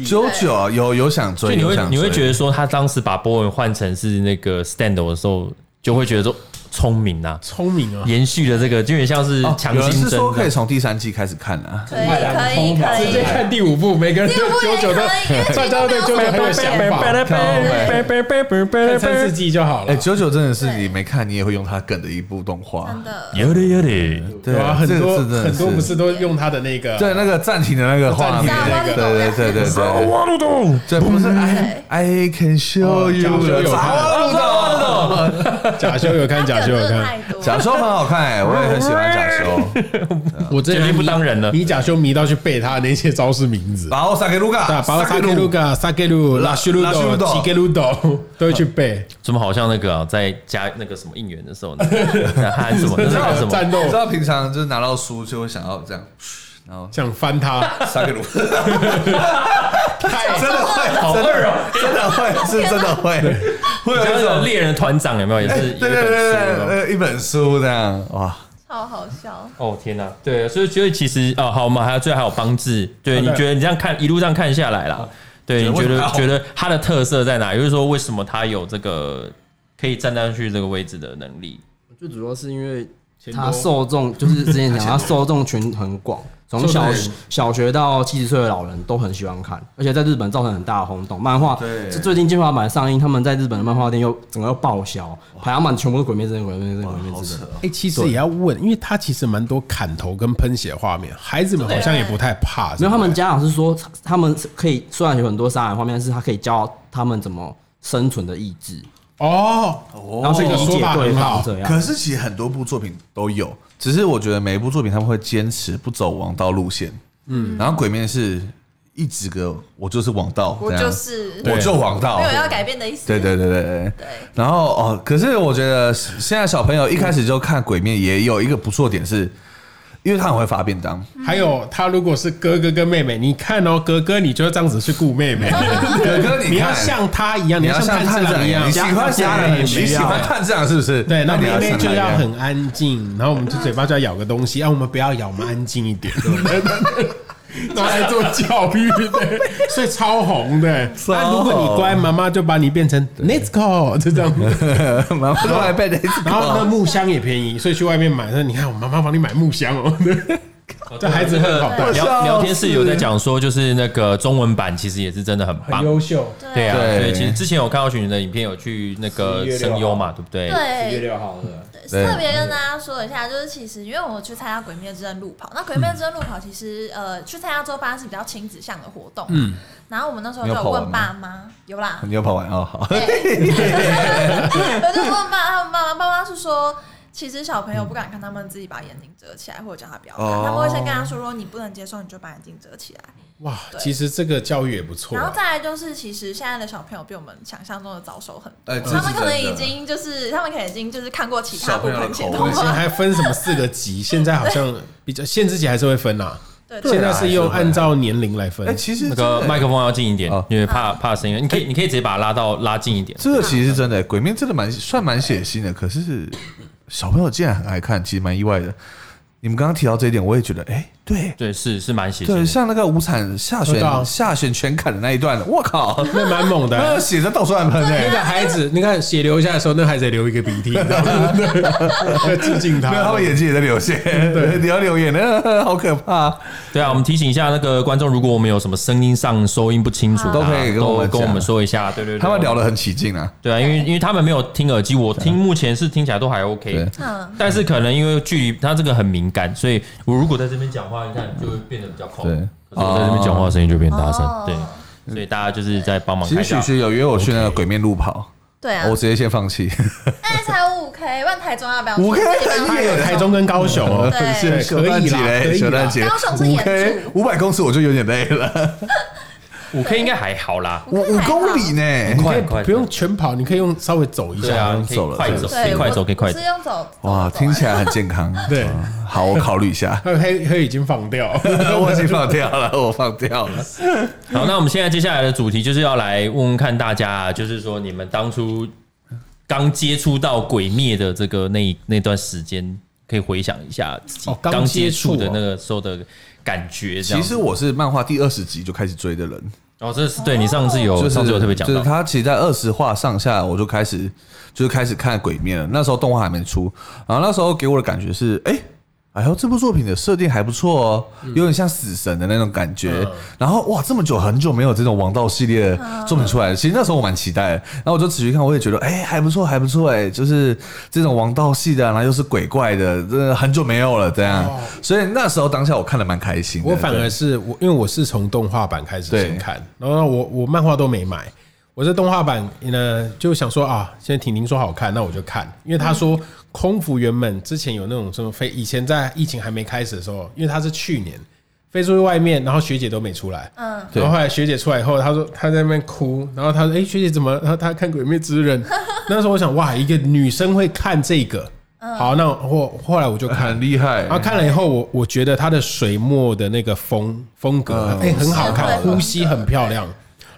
C: 九九啊有有想
A: 所
C: 追，
A: 以你
C: 有
A: 会
C: 想
A: 你会
C: 追
A: 觉得说他当时把波纹换成是那个 stand 的时候，就会觉得说聪明啊，
B: 聪明啊！
A: 延续了这个，就有点像是
C: 哦
A: 强
C: 有人
A: 心
C: 是
A: 针
C: 说可
A: 的
C: 以。从第三季开始看啊。
D: 可以可以可
B: 直接
D: 以，
B: 看第五部，每个人
D: 第
B: 对
D: 五部也
B: 九九都
D: 可以因为，
B: 大家都对九九很有想法。看三四季就好
C: 哎，
B: 了。
C: 九九真的是
D: 对
C: 你没看，你也会用它梗的一部动画，
D: 真的。
A: 有的有的，
C: 对
B: 啊，很
C: 这个
B: 多
C: 是真的
B: 很多
C: 是
B: 不是都用他的那个
C: 对那个暂停的那个画面，
D: 暂
C: 对
D: 停的那个
C: 对对对对，
A: 哇噜咚，
C: 对，不是 I I can show
B: 哦
C: you
B: 假修有看哦假修有看，
C: 的，
B: 假修有看。
C: 假修很好看哎，我也很喜欢假修。
B: 我真
A: 绝对不当人了。
B: 迷假修迷到去背他那些招式名字。
C: 然后萨克鲁
B: 对
C: 嘎，
B: 啊，巴拉萨
C: 萨克
B: 克鲁嘎、萨克鲁、拉西鲁
C: 拉西鲁
B: 斗、
C: 斗
B: 吉格鲁斗都会去背。
A: 怎么好像那个啊，在加那个什么应援的时候呢？ 在喊什么？那
C: 你知
A: 在
C: 道
A: 喊什么？
B: 战斗
C: 你知道平常就是拿到书就会想要这样，然后
B: 想翻 他，
C: 萨克鲁，
D: 哎
B: 太
C: 真的会，
A: 好
C: 真的
A: 二哦！
C: 真的会，是真的会，会
A: 你知道那个
C: 有一种
A: 猎人团长有没有？也是
C: 哎对对对对对，呃一本书这样哇，
D: 超好笑。
A: 哦天哪！对，所以所以其实哦，好，我们还有最后还有邦志，对，
B: 啊
A: 你
B: 对
A: 觉得你这样看一路这样看下来啦，对，
C: 对
A: 你觉
C: 为什么
A: 得
C: 他
A: 觉得他的特色在哪？也就是说，为什么他有这个可以站上去这个位置的能力？
E: 最主要是因为
B: 多
E: 他受众就是之前讲，他受众群很广，从小
B: 受众群
E: 小学到七十岁的老人都很喜欢看，而且在日本造成很大的轰动。漫画
C: 对
E: 是最近进化版上映，他们在日本的漫画店又整个又爆销，排行榜全部都是《鬼灭之刃》《鬼灭之刃》《鬼灭之刃》。
B: 哎、其实也要问，因为他其实蛮多砍头跟喷血画面，孩子们好像也不太怕。
E: 没有，他们
B: 家
E: 家长是说，他们可以虽然有很多杀人画面，但是他可以教他们怎么生存的意志，
B: 哦，
E: 然后去
B: 这个
E: 理
B: 说
E: 解
B: 法
E: 对
B: 很好
E: 方这样。
C: 可是其实很多部作品都有，只是我觉得每一部作品他们会坚持不走王道路线。嗯，然后鬼面是一直个我就是王道，
D: 我
C: 这样
D: 就是
C: 我就王道
D: 没，有要改变的意思。
C: 对对对对对。
D: 对，
C: 然后哦，可是我觉得现在小朋友一开始就看鬼面，也有一个不错点是，因为他很会发便当，
B: 还有他如果是哥哥跟妹妹，你看哦，哥哥你就要这样子去顾妹 妹，
C: 哥哥
B: 你要
C: 看
B: 像他一样，
C: 你
B: 要
C: 要像
B: 像
C: 探
B: 长
C: 长一
B: 一
C: 样，
B: 样
C: 你喜。欢
E: 家人也
C: 你
E: 需要
C: 喜欢探长是不是？
B: 对，那
C: 你
B: 妹
C: 要
B: 妹
C: 像
B: 就
C: 他一
B: 要
C: 样。
B: 很安静，然后我们就嘴巴就要咬个东西，啊，我们不要咬，我们安静一点， 拿来做教育的， 所以超红的。那如果你乖，妈妈就把你变成 Let's go，就这样。
C: 妈妈都来背的，
B: 然后那木箱也便宜，所以去外面买。那你看，我妈妈帮你买木箱哦。 哎这孩子很好带，
A: 聊
C: 笑死
A: 聊天室有在讲说，就是那个中文版其实也是真的很棒，
B: 秀。
A: 对啊，
C: 对
A: 所以其实之前有看到群人的影片，有去那个声优嘛，对不对？
D: 对，
E: 六号的，
C: 对
D: 特别跟大家说一下，就是其实因为我去参加《鬼灭之刃》路跑，那《鬼灭之刃》路跑其实呃去参加之后，发现是比较亲子向的活动。嗯，然后我们那时候就
C: 你有
D: 有
C: 跑完
D: 问爸妈，有啦，
C: 你要跑完哦，好。
D: 我就问爸他们爸妈，爸妈是说。其实小朋友不敢看，他们自己把眼睛遮起来，或者叫他不要看，
C: 哦
D: 他们会先跟他说：“说你不能接受，你就把眼睛遮起来。
B: 哇，
D: 对
B: 其实这个教育也不”错
C: 啊
B: 啊
D: 然。后再来就是，其实现在的小朋友比我们想象中的早熟很多，
C: 哎这是
D: 他们可能
C: 真的
D: 已经就是他们可能已经就是看过其他
C: 小
D: 不
C: 朋友的
D: 喷钱
C: 口
B: 我
C: 味
D: 动
B: 以前
D: 画，
B: 还分什么四个级，现在好像比较限制级还是会分啦。
D: 对
B: 现在
D: 对
B: 是用按照年龄来
C: 哎，
B: 分。
C: 其实
A: 那个麦克风要近一点
C: 哦，
A: 因为怕怕声音。你可以你可以直接把它拉到拉近一点。
C: 这个其实是真的、鬼面》真的蛮算蛮血腥的，可是小朋友竟然很爱看，其实蛮意外的。你们刚刚提到这一点，我也觉得，哎、对
A: 对，是是蛮血腥
C: 对，
A: 的。
C: 像那个无惨下
B: 我懂
C: 选下选全砍的那一段，我靠，呃
B: 那蛮猛的、
C: 那个血在到处乱喷
B: 那
C: 哎。
B: 个孩子，你看血流下来的时候，那个孩子也流一个 鼻涕，你知道吗？ 对致敬他。
C: 没有，他们眼睛也在流血，对，你要流眼了，好可怕！
A: 对啊，我们提醒一下那个观众，如果我们有什么声音上收音不清楚的啊，
C: 都可以跟我们
A: 都跟
C: 讲
A: 我们说一下。对对对，
C: 他们聊
A: 了。
C: 得很起劲啊，
A: 对啊，因为因为他们没有听耳机，我听目前是听起来都还 OK
C: 对。
D: 嗯，
A: 但是可能因为距离它这个很敏感，所以我如果在这边讲话，你看就会变得比较空。
C: 对
A: 可是我在这边讲话声音就变大声
D: 哦。
A: 对，所以大家就是在帮忙
C: 其
A: 开
C: 实
A: 下
C: 许。许有约我去那个鬼面路跑，
D: 对啊
C: 我，直接先放弃。
D: 哎，才五 K，问台中要不要去？
C: 5K
D: 自己
B: 还
D: 办
B: 有台中跟高雄 哦，
D: 对
B: 是可以啦，可以
C: 小蛋
B: 啦。
C: 姐
D: 高雄是
C: 五
D: 演
C: K
D: 出
C: 五百公尺我就有点累了，
A: 五 K 应该还好啦，
C: 五五公里呢，
B: 你可
A: 快
B: 以
A: 快
B: 不用全跑，你可以用稍微走一
A: 对
B: 下
A: 啊，。可以
C: 走了
A: 快走，可以
D: 对，
A: 快
D: 我
A: 走，可以快走
D: 是。用走。
C: 哇，听起来很健 康。
B: 对。
C: 哇，好，我考虑一下
B: 他黑黑已经放掉，
C: 我已经放掉了，我放掉了。
A: 好，那我们现在接下来的主题就是要来问问看大家，啊就是说你们当初刚接触到《鬼灭》的这个那一那段时间，可以回想一下自己
B: 哦刚
A: 刚接
B: 接触
A: 触的
B: 哦
A: 那个时候的感觉。这
C: 其
A: 样
C: 实
A: 子
C: 我是漫画第二十集就开始追的人，
A: 哦，这是对你上次有
C: 就
A: 哦
C: 是
A: 上次有特别讲
C: 就是
A: 到，
C: 他其实在二十话上下，我就开始就是开始看《鬼灭》了。那时候动画还没出，然后那时候给我的感觉是，哎、哎呦，这部作品的设定还不错哦，
A: 嗯
C: 有点像死神的那种感觉。然后哇，这么久很久没有这种王道系列
A: 嗯
C: 的作品出来了，其实那时候我蛮期待的。然后我就持续看，我也觉得哎、还不错，还不错哎、就是这种王道系的啊、然后又是鬼怪的，真的很久没有了这样。
A: 哦
C: 所以那时候当下我看的蛮开心 的。
B: 我反
C: 对
B: 而是我，因为我是从动画版开始先
C: 对
B: 看，然后我我漫画都没买，我这动画版呢就想说啊，现在婷婷说好看，那我就看，因为她说空服员们之前有那种什么飞，以前在疫情还没开始的时候，因为她是去年飞出去外面，然后学姐都没出来，嗯，然后后来学姐出来以后，她说她在那边哭，然后她说哎、学姐怎么了？然后她看《鬼灭之刃》，那时候我想哇，一个女生会看这个。好，那后后来我就看
C: 很厉害
A: 啊
B: 然后看了以后，我我觉得它的水墨的那个风风格，哎、
C: 嗯
B: 很好看，
D: 是很
B: 呼吸很漂亮。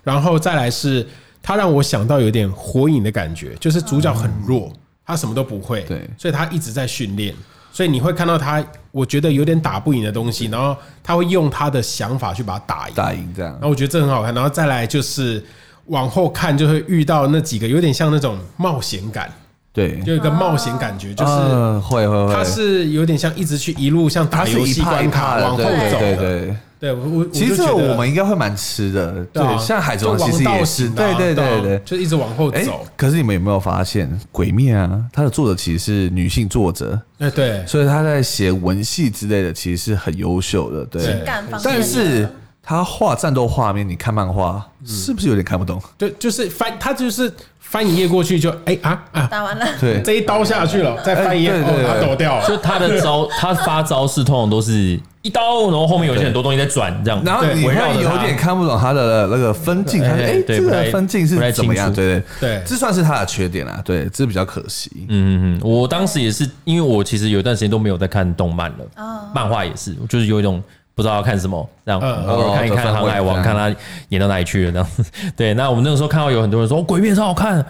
B: 然后再来是，它让我想到有点火影的感觉，就是主角很弱，他什么都不会，
C: 嗯对
B: 所以他一直在训练。所以你会看到他，我觉得有点打不赢的东西，然后他会用他的想法去把它打赢。
C: 打赢这样
A: 哦
B: 然。后我觉得这很好看，然后再来就是往后看就会遇到那几个有点像那种冒险感，
C: 对，
B: 就有一个冒险感觉，就是
C: 嗯会会会，
B: 它是有点像一直去一路像打
C: 它是
B: 游
C: 一
B: 戏
C: 趴一
B: 关
C: 趴
B: 卡
C: 的
B: 往后走
C: 对对
B: 的。
C: 对。
B: 对，我我
C: 其实这
B: 就
C: 个
B: 觉得
C: 我们应该会蛮吃的，
B: 对啊
C: 对，像海贼王其实
B: 就王
C: 也
B: 道
C: 是，
B: 型的啊
C: 对对对
B: 对
C: 对
B: 啊，。就一直往后
C: 哎
B: 走。，
C: 可是你们有没有发现，《鬼灭》啊，它的作者其实是女性作者，
B: 哎，对，
C: 所以她在写文戏之类的，其实是很优秀的，对
B: 是。
D: 感方面的
C: 但是她画战斗画面，你看漫画
B: 嗯
C: 是不是有点看不懂？
B: 就就是翻，他就是翻一页过去就哎啊啊，
D: 打完了，
C: 对，
B: 这一刀下去了，再翻一页
C: 哎对
B: 哦
C: 对，
B: 他
C: 对
B: 抖掉
A: 就
B: 了。
A: 他的招，他发招式通常都是一刀，然后后面有一些很多东西在转，这样。
C: 然后
B: 对
C: 你
A: 围
C: 会
A: 绕着
C: 有
A: 它
C: 点看不懂他的那个分镜，他说：“
A: 哎
C: 哎，
A: 对
C: 这
A: 不太
C: 个分镜是
A: 不太
C: 怎么
A: 清
C: 样？”
A: 楚
C: 对
B: 对
C: 对，这算是他的缺点啦，对，这比较可惜。
A: 嗯嗯嗯，我当时也是，因为我其实有一段时间都没有在看动漫了，漫画也是，就是有一种不知道要看什么，这样
B: 嗯
A: 偶尔看一看《
C: 哦
A: 航海王
C: 这》，
A: 看
C: 样
A: 他演到哪里去了这样 子。对，那我们那个时候看到有很多人说《哦鬼灭》超好看，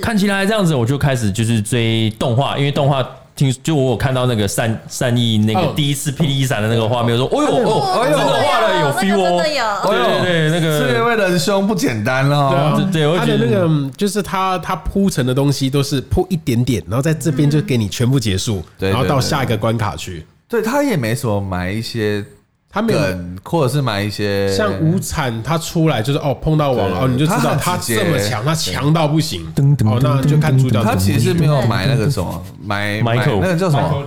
A: 看起来这样子，我就开始就是追动画，因为动画。听，就我有看到那个善善意那个
B: 哦
A: 第一次霹雳一闪的那个画面，我说，哎呦，哦，
D: 哦
A: 真的画
C: 哎
A: 的有
D: 那个
A: feel 哦，
D: 真的有
A: 对对对，那个
C: 是因为仁兄不简单哦
B: 啊
C: 喽。
A: 对对我
B: 他
A: 觉
B: 的
A: 得
B: 那个嗯就是他他铺陈的东西都是铺一点点，然后在这边就给你全部结束，
C: 嗯对
B: 然后
C: 对
B: 到
C: 对
B: 下一个关卡去。
C: 对他也没什么埋一些
B: 他没有
C: 梗，或者是埋一些
B: 像无产，他出来就是哦，碰到网了
C: 对
B: 哦，你就知道
C: 他
B: 他
C: 很直
B: 这
C: 接
B: 么强，他强到不行。哦，那就看主角
C: 他
B: 怎么
C: 其实是没有埋那个什么埋埋
A: Michael
C: 那个叫什么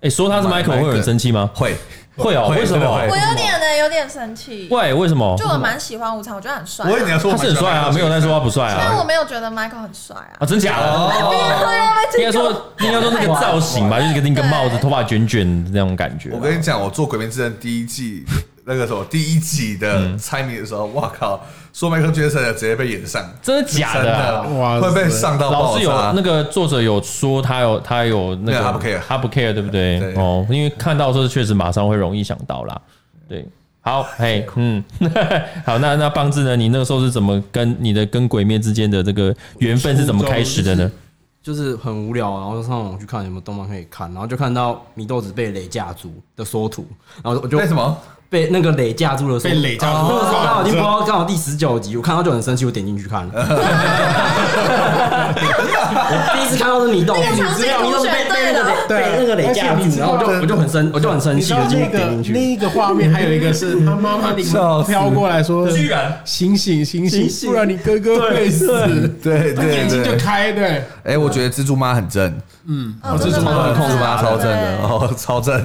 A: 哎，说他是
C: Michael
A: Michael 会有人生气吗？
C: 会
A: 会哦，
C: 会
A: 为什
C: 真的
A: 么
C: 会？
D: 我有点呢，有点生气。
A: 喂，为什么？
D: 就我蛮喜欢吴强，我觉得很帅啊，
C: 我以为你要说
A: 他是很帅啊，没有在说他不帅啊。
D: 但我没有觉得 Michael 很帅啊
C: 哦
A: 啊，。真假的？
D: 哎呀，我要被
A: 应该说应该说那个造型吧，就是跟那个帽子、
D: 对
A: 头发卷卷的那种感觉。
C: 我跟你讲，我做《鬼灭之刃》第一季那个什么第一集的
A: 嗯
C: 猜谜的时候，哇靠，说麦克杰森的直接被演上，
A: 真的假的啊
C: 真的
B: 哇
C: 会被上到
A: 老
C: 爆
A: 师有
C: 炸
A: 那。个作者有说他有他有那
C: 对
A: 个
C: 他不 care
A: 他不 care 对不对？
C: 对
A: 哦，因为看到的时候确实马上会容易想到啦。对，好，嘿，嗯， 好，那那棒子呢？你那个时候是怎么跟你的跟鬼灭之间的这个缘分是怎么开始的呢？
E: 就是很无聊，然后就上网去看有没有动漫可以看，然后就看到米豆子被雷架住的缩图，然后我就
C: 为什么？
E: 被那个雷架住的缩哦
B: 被
E: 图
B: 累加入
E: 那个时候刚好已经播到刚好第十九集，我看到就很生气，我点进去看 了。我第一次看到是米豆子，
D: 那个场景
E: 米豆子被被那个雷
B: 对啊
E: 被那个雷架
B: 而且你
E: 住，
B: 知
E: 然
B: 道
E: 后我就我就很生我就很生
B: 你
E: 气，
B: 知
E: 我
B: 道
E: 就
B: 那
E: 点
B: 个
E: 进去。
B: 那个画面，还有一个是他妈妈
C: 笑死
B: 飘过来说：“
A: 居然
B: 醒醒醒醒，不然你哥哥会死。”
C: 对
B: 他眼睛就开，对，
C: 哎、我觉得蜘蛛妈很正，
D: 哦
B: 这
D: 真
B: 是
D: 的
B: 我
D: 吗
B: 的控
C: 蜘蛛妈超正的，
D: 对
C: 哦，超正。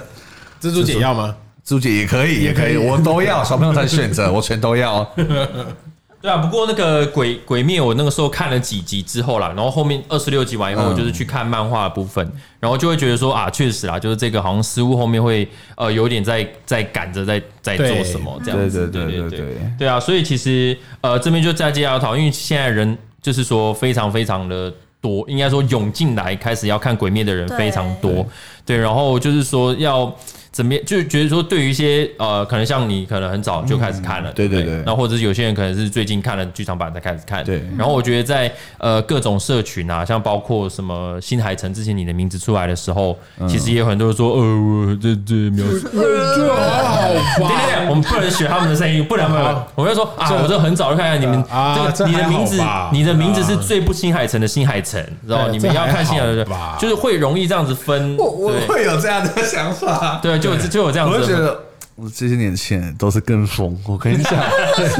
B: 蜘蛛姐要吗？
C: 猪姐也可以，也可以，我都要，小朋友才选择，我全都要。
A: 对啊，不过那个鬼鬼灭，我那个时候看了几集之后啦，然后后面二十六集完以后，
C: 嗯
A: 我就是去看漫画的部分，然后就会觉得说啊，确实啦，就是这个好像失误后面会呃有点在在赶着在在做
B: 对
A: 什么这样子，
C: 对对
A: 对
C: 对对
A: 对
C: 对
A: 对啊，所以其实呃这边就再接要讨论，因为现在人就是说非常非常的多，应该说涌进来开始要看鬼灭的人
D: 对
A: 非常多，对，然后就是说要。怎么样？就是觉得说，对于一些呃，可能像你，可能很早就开始看了，
C: 对
A: 对
C: 嗯
A: 不
C: 对对
A: 那或者是有些人可能是最近看了剧场版才开始看。
C: 对
A: 然后我觉得在呃各种社群啊，像包括什么新海诚之前你的名字出来的时候，
C: 嗯
A: 其实也有很多人说呃这这描述。
B: 这好
A: 对对对，我们不能学他们的声音，不能不能
B: 好。
A: 我就说啊，我这很早就看看你们
B: 啊
A: 这
B: 这
A: 个你的
B: 还好
A: 名字
B: 吧，
A: 你的名字是最不新海诚的新海诚，然后
B: 对
A: 你们
B: 这
A: 要
B: 还
A: 看新海诚
B: 好吧，
A: 就是会容易这样子分。
C: 我我
A: 对
C: 会有这样的想法，
A: 对，就有就有这样
C: 我
A: 子的
C: 会觉
A: 分。
C: 得我这些年轻人都是跟风。我跟你讲，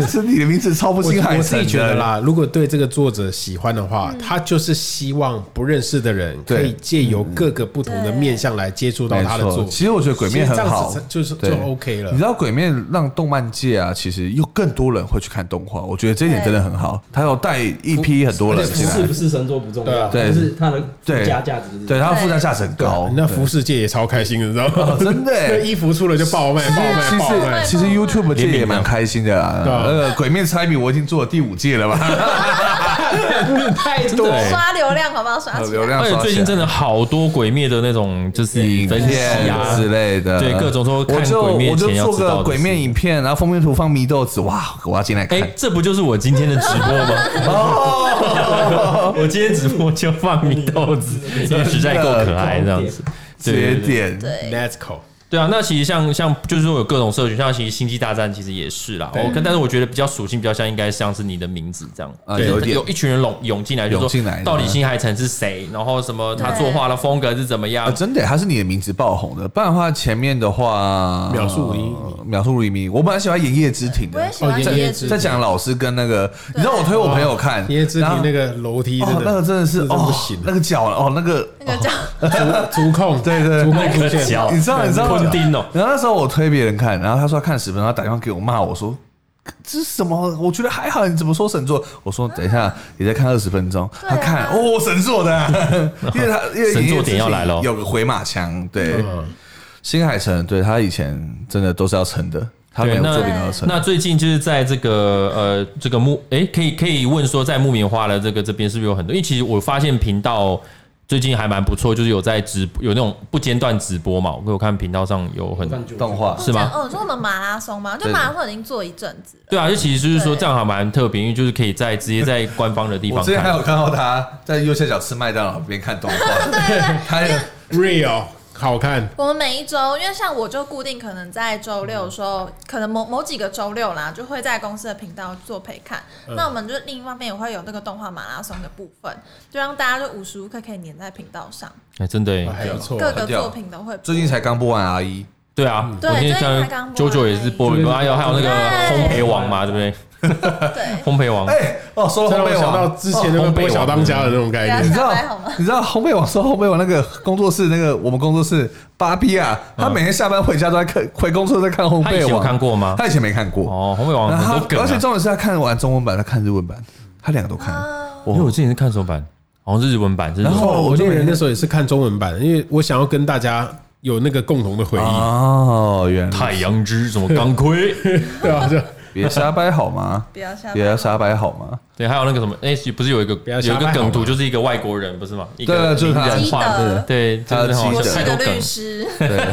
C: 是你的名字超不
B: 我
C: 新海
B: 我自
C: 诚
B: 己觉
C: 的
B: 得。啦，如果对这个作者喜欢的话，他就是希望不认识的人可以
C: 对
B: 借由各个不同的面向来接触到
C: 没
B: 他的作
C: 错，
B: 品。
C: 其实我觉得《鬼灭》
B: 其实
C: 很
B: 这样子
C: 好
B: 才，就是
C: 对
B: 就 OK 了
C: 你知道《鬼灭》让动漫界啊，其实又更多人会去看动画，我觉得这一点真的很好。他有带一批很多人进
E: 是
C: 来
E: 不，是神作不重
B: 对
E: 要，
B: 啊
C: 对
E: 就是它的附
C: 对
E: 加价值。
C: 对，，他的附加价值很高。
B: 那
C: 对
B: 服饰界也超开心的，你知道吗？
C: 真的 欸
B: 那衣服出了就爆卖，爆卖，爆卖。
C: 其实其实 YouTube 界也蛮开心的啦。
B: 对啊
C: 那个《鬼面猜谜》我已经做了第五届了吧？
B: 太
A: 真的欸
D: 刷流量好不好？刷起来
C: 流量
A: 啊而且
C: 刷
A: 最
C: 起
A: 近真
C: 来。
A: 的好多鬼灭的那种，就是
C: 影
A: 分析
C: 片
A: 啊
C: 之类的，
A: 对各种说看
C: 我就
A: 鬼灭
C: 我就
A: 前要
C: 做
A: 知道的
C: 个
A: 事
C: 鬼面影片，然后封面图放祢豆子，哇，我要进来
A: 哎、
C: 看。
A: 这不就是我今天的直播吗？
C: 哦，
A: 我今天直播就放米豆子，因为实在够可爱这样子。
C: 节点，
D: 对，
B: Let's go！
A: 对啊，那其实像像就是说有各种社群，像其实《星际大战》其实也是啦。哦，但但是我觉得比较属性比较像，应该像是你的名字这样。
C: 啊
A: 就是
C: 有一点
A: 有一群人涌涌进来，就
C: 涌进
A: 说
C: 来
A: 到底新海诚是谁，然后什么他作画的风格是怎么
C: 啊，
A: 样？
C: 真的耶，他是你的名字爆红的，不然的话前面的话，
B: 秒速五厘米
C: 秒速五厘米，我本来喜欢《炎夜之庭》
D: 我
C: 的
D: 也，喜欢
B: 哦
D: 叶
B: 叶
D: 子
B: 子
C: 在讲老师跟那个，你知道我推我朋友看，
B: 椰啊之
C: 然后
B: 庭那个楼梯真
C: 哦
B: 的，，
C: 那个真的是
B: 真
C: 哦
B: 不行，
C: 那个脚哦，那个
D: 那个叫
B: 足控，
C: 对对
B: 足控
A: 那
B: 出
A: 个
B: 现。
A: 脚，
C: 你知道你知道
A: 昆汀哦，
C: 然后那时候我推别人看，然后他说他看十分钟，他打电话给我骂我说。这是什么？我觉得还好，你怎么说神作？我说等一下，你再看二十分钟。
D: 对
C: 他
D: 啊
C: 看哦，神作的啊， 因为他因为
A: 神作点要来了哦
C: 有个回马枪。对，
B: 嗯
C: 新海诚对他以前真的都是要撑的，他每
A: 对
C: 有
A: 那
C: 作品都要撑。
A: 那最近就是在这个呃这个木诶，可以可以问说，在木棉花的这个这边是不是有很多？因为其实我发现频道最近还蛮不错，就是有在直有那种不间断直播嘛，我有看频道上有很
C: 动画
A: 是吗
D: 哦，你说我们马拉松吗？就
C: 对
D: 马拉松已经做一阵子了。
A: 对啊，就其实就是说
D: 对
A: 这样还蛮特别，因为就是可以在直接在官方的地
C: 我
A: 方
C: 之前还
A: 看。
C: 有看到他在右下角吃麦当劳边看动画， 他也
B: Real 好看，
D: 我们每一周，因为像我就固定可能在周六的时候，可能某某几个周六啦，就会在公司的频道做陪看。
C: 嗯
D: 那我们就另一方面也会有那个动画马拉松的部分，就让大家就无时无刻可以黏在频道上，
A: 哎，真的耶，
B: 哦
C: 嗯
B: 还不错。
D: 各个
C: 哦很屌
D: 作品都会播。
C: 最近才刚播完阿一，
A: 对
C: 嗯
A: 啊，
D: 对
A: 我今天
D: 最近才
A: 看
D: 刚
A: JoJo
D: 播
A: 也是播了一
E: 对
A: 个，还有还有那个烘
D: 对
A: 焙王嘛，对不对？
D: 对，
A: 烘焙王
C: 哎、，哦，说
B: 这让我
C: 到烘焙
B: 想到
C: 王，
B: 之前那个播小当家的那种概
D: 对啊
B: 念
C: 你，知道
D: 小白好吗
C: 你知道烘焙网说烘焙网那个工作室那个我们工作室芭比啊，他每天下班回家都在看，回工作在看烘
A: 他嗯以
C: 焙
A: 前有
C: 网，
A: 看过吗？
C: 他以前没看过，
A: 哦，烘焙王
C: 然
A: 很
C: 后
A: 多梗
C: 他而且
A: 啊。
C: 重点是他看完中文版，他看日文版，他两个都看。
D: 啊
A: 因为我之前是看什么版？好像是日文版，是
C: 然后
B: 哦，
C: 我
B: 我
C: 就
B: 猎
C: 每
B: 人
C: 天
B: 那时候也是看中文版，因为我想要跟大家有那个共同的回忆。
C: 哦，原来
A: 太阳之什么钢 盔，
B: 对啊，就
C: 别瞎掰好 吗？
D: 不要瞎掰
C: 别瞎掰好吗？
A: 对，还有那个什么，哎、不是有一个有
B: 要瞎
A: 一个
B: 掰好
A: 梗图，
B: 吗
A: 就是一个外国人，不是吗？一
C: 对
A: 个
C: 啊就是他
A: 名人画
D: 基德
A: 的，对，
C: 他
A: 真的好
C: 基
A: 像
D: 我
C: 德
D: 是
A: 太
D: 个
A: 多梗
D: 律。师，
C: 对，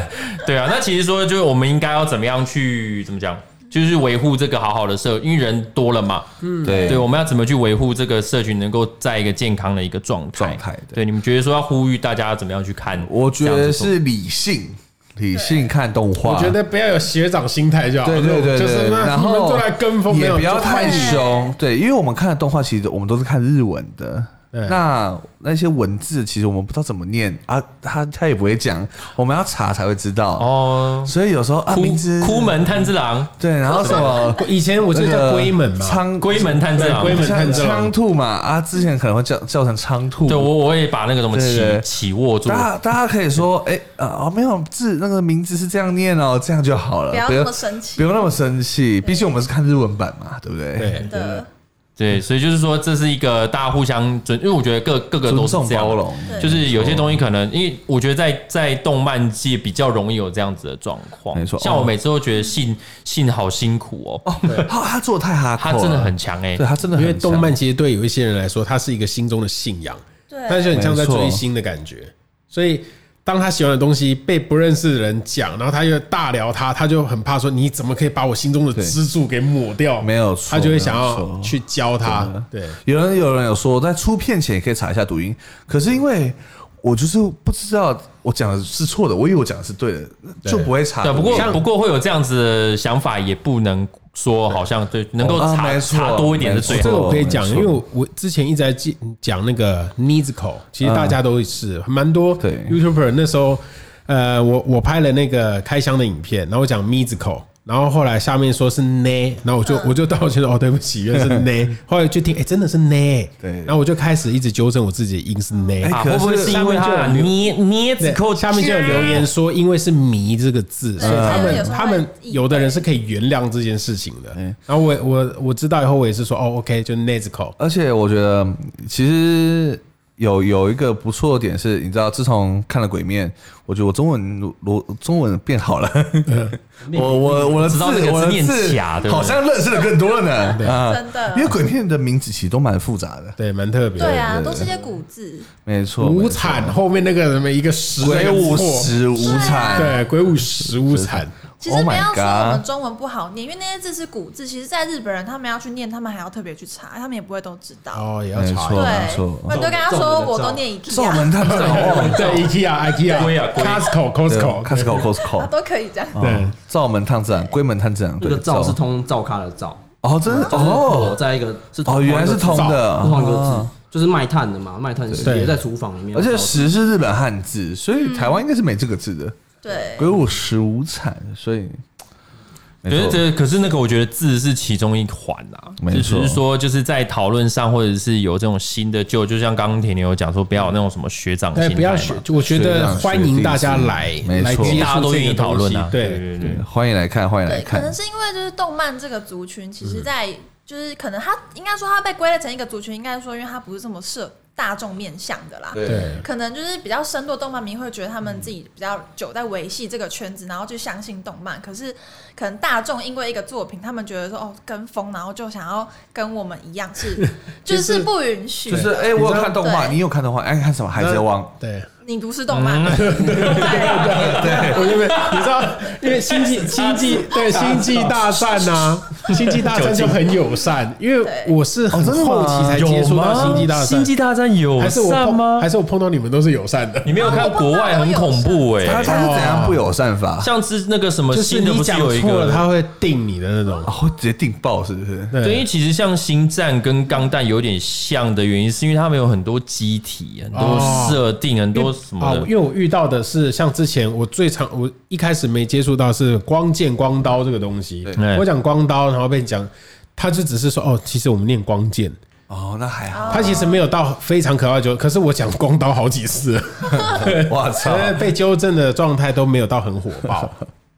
A: 对啊，那其实说，就是我们应该要怎么样去怎么讲，就是维护这个好好的社，因为人多了嘛，嗯，
C: 对
A: 对，我们要怎么去维护这个社群能够在一个健康的一个状态？
C: 状态对
A: 对，你们觉得说要呼吁大家怎么样去看？
C: 我觉
A: 这样
C: 得
A: 子做
C: 是理性，理性看动画。
B: 我觉得不要有学长心态就好，
C: 对对对
B: 就
C: 对，
B: 是那
C: 然
B: 你们
C: 后
B: 都来跟风，没
C: 也
B: 有
C: 不要太
D: 就看
C: 凶。对，因为我们看的动画，其实我们都是看日文的。
B: 对
C: 那那些文字其实我们不知道怎么念啊，他他也不会讲，我们要查才会知道。
A: 哦，
C: 所以有时候啊，
A: 哭
C: 名字
A: 哭门炭治郎，
C: 对，然后什么
B: 以前我记
C: 这
B: 得叫龟门嘛，
C: 仓
A: 龟门炭治郎
B: 对。龟门
C: 仓
B: 炭治郎
C: 仓兔嘛啊，之前可能会叫叫成仓兔。
A: 对我，我也把那个什么
C: 对对
A: 起
C: 对
A: 起握住
C: 大，家大家可以说，哎、啊、哦没有字，那个名字是这样念哦，这样就好了，
D: 不要
C: 不
D: 那
C: 用
D: 么生
C: 不
D: 气，
C: 用那么生气，毕竟我们是看日文版嘛，对不对？
B: 对
D: 真的。
A: 对，所以就是说这是一个大家互相尊，因为我觉得各各个
C: 尊
A: 都是
C: 重
A: 这样
C: 包
A: 的，
C: 容，
D: 对
A: 就是有些东西可能，因为我觉得在在动漫界比较容易有这样子的状况。
C: 没错
A: 像
C: 哦
A: 我每次都觉得信信好辛苦哦，
C: 他他做的太哈，
A: 他真的很，强哎
C: 对。他真的
B: 因
C: 很
B: 为
C: 强，
B: 动漫其实对有一些人来说，它是一个心中的信仰，
D: 对，
B: 它就很像在追星的感觉。所以当他喜欢的东西被不认识的人讲，然后他又大聊他，他就很怕说你怎么可以把我心中的
C: 对
B: 支柱给抹掉？
C: 没有错
B: 他就会想
C: 没有
B: 要
C: 错
B: 去教他。对，
C: 有人有人有说，在出片前也可以查一下读音，可是因为我就是不知道我讲的是错的，我以为我讲的是对的，
B: 对
C: 就不会查读
A: 对，啊不过
C: 音。
A: 不过会有这样子的想法，也不能说好像对，能够
C: 啊
A: 查
C: 没错
A: 查多一点是最
C: 没
B: 这
A: 好
C: 错。
B: 个我可以讲，
C: 哦没
B: 因
C: 错
B: 为我我之前一直在记讲那个 n i z c o 其实大家都是蛮多
C: 嗯对
B: YouTuber 那时候，呃，我我拍了那个开箱的影片，然后我讲 n i z c o 然后后来下面说是 ne，然后我就我就道歉说哦对不起， 原来是 ne，后来就听哎、真的是 ne，
C: 对
B: 然后我就开始一直纠正我自己的音是 ne，、
C: 哎
A: 啊，
C: 可
A: 会不会
C: 是
A: 是因为
B: 下
A: 他
B: 面就有
A: 捏捏子
B: 对
A: 扣
B: 下面就有留言说，因为是“迷”这个字，所以他
D: 他们有
B: 们
D: 时候
B: 他们
D: 会意
B: 有的人是可以原谅这件事情的。然后我我我知道以后，我也是说哦，OK，就 n e z c o
C: 而且我觉得嗯其实有有一个不错的点是，你知道，自从看了《鬼面》，我觉得我中文我中文变好了。
A: 嗯
C: 我我我的
A: 知
C: 字
A: 道那个字
C: 我的
A: 念
C: 字
A: 假对不对
C: 好像认识的更多了呢。啊
D: 真的
C: 因为《鬼面》的名字其实都蛮复杂的。
B: 对，蛮特别的。
D: 对啊，都是一些古字，
C: 没错，
B: 无
C: 没错
B: 惨后面那个什么一个十
C: 鬼舞
B: 十，
C: 十无惨，
B: 对，鬼舞十无惨，
D: 其实
C: Oh
D: 不
C: my
D: 要说我
C: God
D: 们中文不好念，因为那些字是古字，其实在日本人他们要去念，他们还要特别去查，他们也不会都知道。
B: 哦，也要查
C: 没
B: 一
C: 错
B: 下。
D: 对，
C: 错
D: 我就跟他说我都念一啊
C: 少
D: 个，
C: 门探长哦，
B: 对，IKEA、
A: 龟啊
B: IKEA、
A: 龟
B: Costco、Costco，
C: Costco
D: 啊
C: Costco，
D: 都可以这样。
B: 对
C: 哦，灶门探长，龟门探长，
E: 这
C: 对
E: 个“照”是
C: 灶
E: 通照咖的“照
C: 哦，真的”，
E: 哦，
C: 哦
E: 在一个是
C: 哦，原来是通的，
E: 不同一个
C: 哦
E: 字，就是卖炭的嘛，卖炭是
B: 对
E: 也在厨房里面，
C: 而且“
E: 然后
C: 十”是日本汉字，所以台湾应该是没这个字的。
D: 对，
C: 鬼舞十五惨，所以
A: 可
C: 没
A: 是
C: 错，
A: 这可是那个，我觉得字是其中一环啊，
C: 没
A: 就
C: 错
A: 只是说就是在讨论上，或者是有这种新的旧，就像刚刚铁牛有讲说，不要有那种什么学长心
B: 对，
A: 态嘛，
B: 不要学，我觉
C: 学
B: 得
C: 长
B: 欢迎大家来
C: 学弟制
B: 来
C: 没错
B: 接
A: 大家
B: 触
A: 都愿
B: 这
A: 意
B: 个
A: 讨
B: 东
A: 论
B: 西
A: 啊，，
B: 对。
A: 对对
C: 对，。欢迎来看，欢迎来
D: 对，可能
C: 看。嗯
D: 是因为就是动漫这个族群，其实在、就是可能它应该说它被归类成一个族群，应该说因为它不是这么社大众面向的啦。
B: 对
D: 可能就是比较深度的动漫迷会觉得他们自己比较久在维系这个圈子，然后就相信动漫。可是可能大众因为一个作品，他们觉得说哦跟风，然后就想要跟我们一样 是，就是不允许。
C: 就是哎，我有看动画，
D: 对
C: 你有看动画，哎，看什么《海贼王
B: 对，
D: 你不是动漫，
C: 嗯
D: 对，
B: 我因为你知道，因为星际星际对星际大战呐，星际大战就很友善，因为我是很
C: 真的吗
B: 后期才接触到星际大
A: 星
B: 战，
A: 际大战有
B: 还是我
A: 上
B: 碰
A: 吗
B: 还？是我碰到你们都是友善的，
A: 你没有看国外很恐怖哎、》，
C: 他他是怎样不友善法？
A: 上次那个什么
B: 就是
A: 新的
B: 你
A: 不是
B: 讲
A: 有一
B: 错了，
A: 个？
B: 他会定你的那种。
C: 哦，直接定爆是不是？
A: 对，因为其实像星战跟钢弹有点像的原因，是因为他们有很多机体、很多设定、很多什么
B: 啊，
A: 的
B: 因。为我遇到的是像之前我最常我一开始没接触到是光剑光刀这个东西
A: 对，
B: 我讲光刀，然后被讲，他就只是说哦，其实我们念光剑，
C: 哦，那还
A: 啊
C: 好。
B: 他其实没有到非常可怕就，可是我讲光刀好几 次了，
C: 我操，
B: 呃被纠正的状态都没有到很火爆，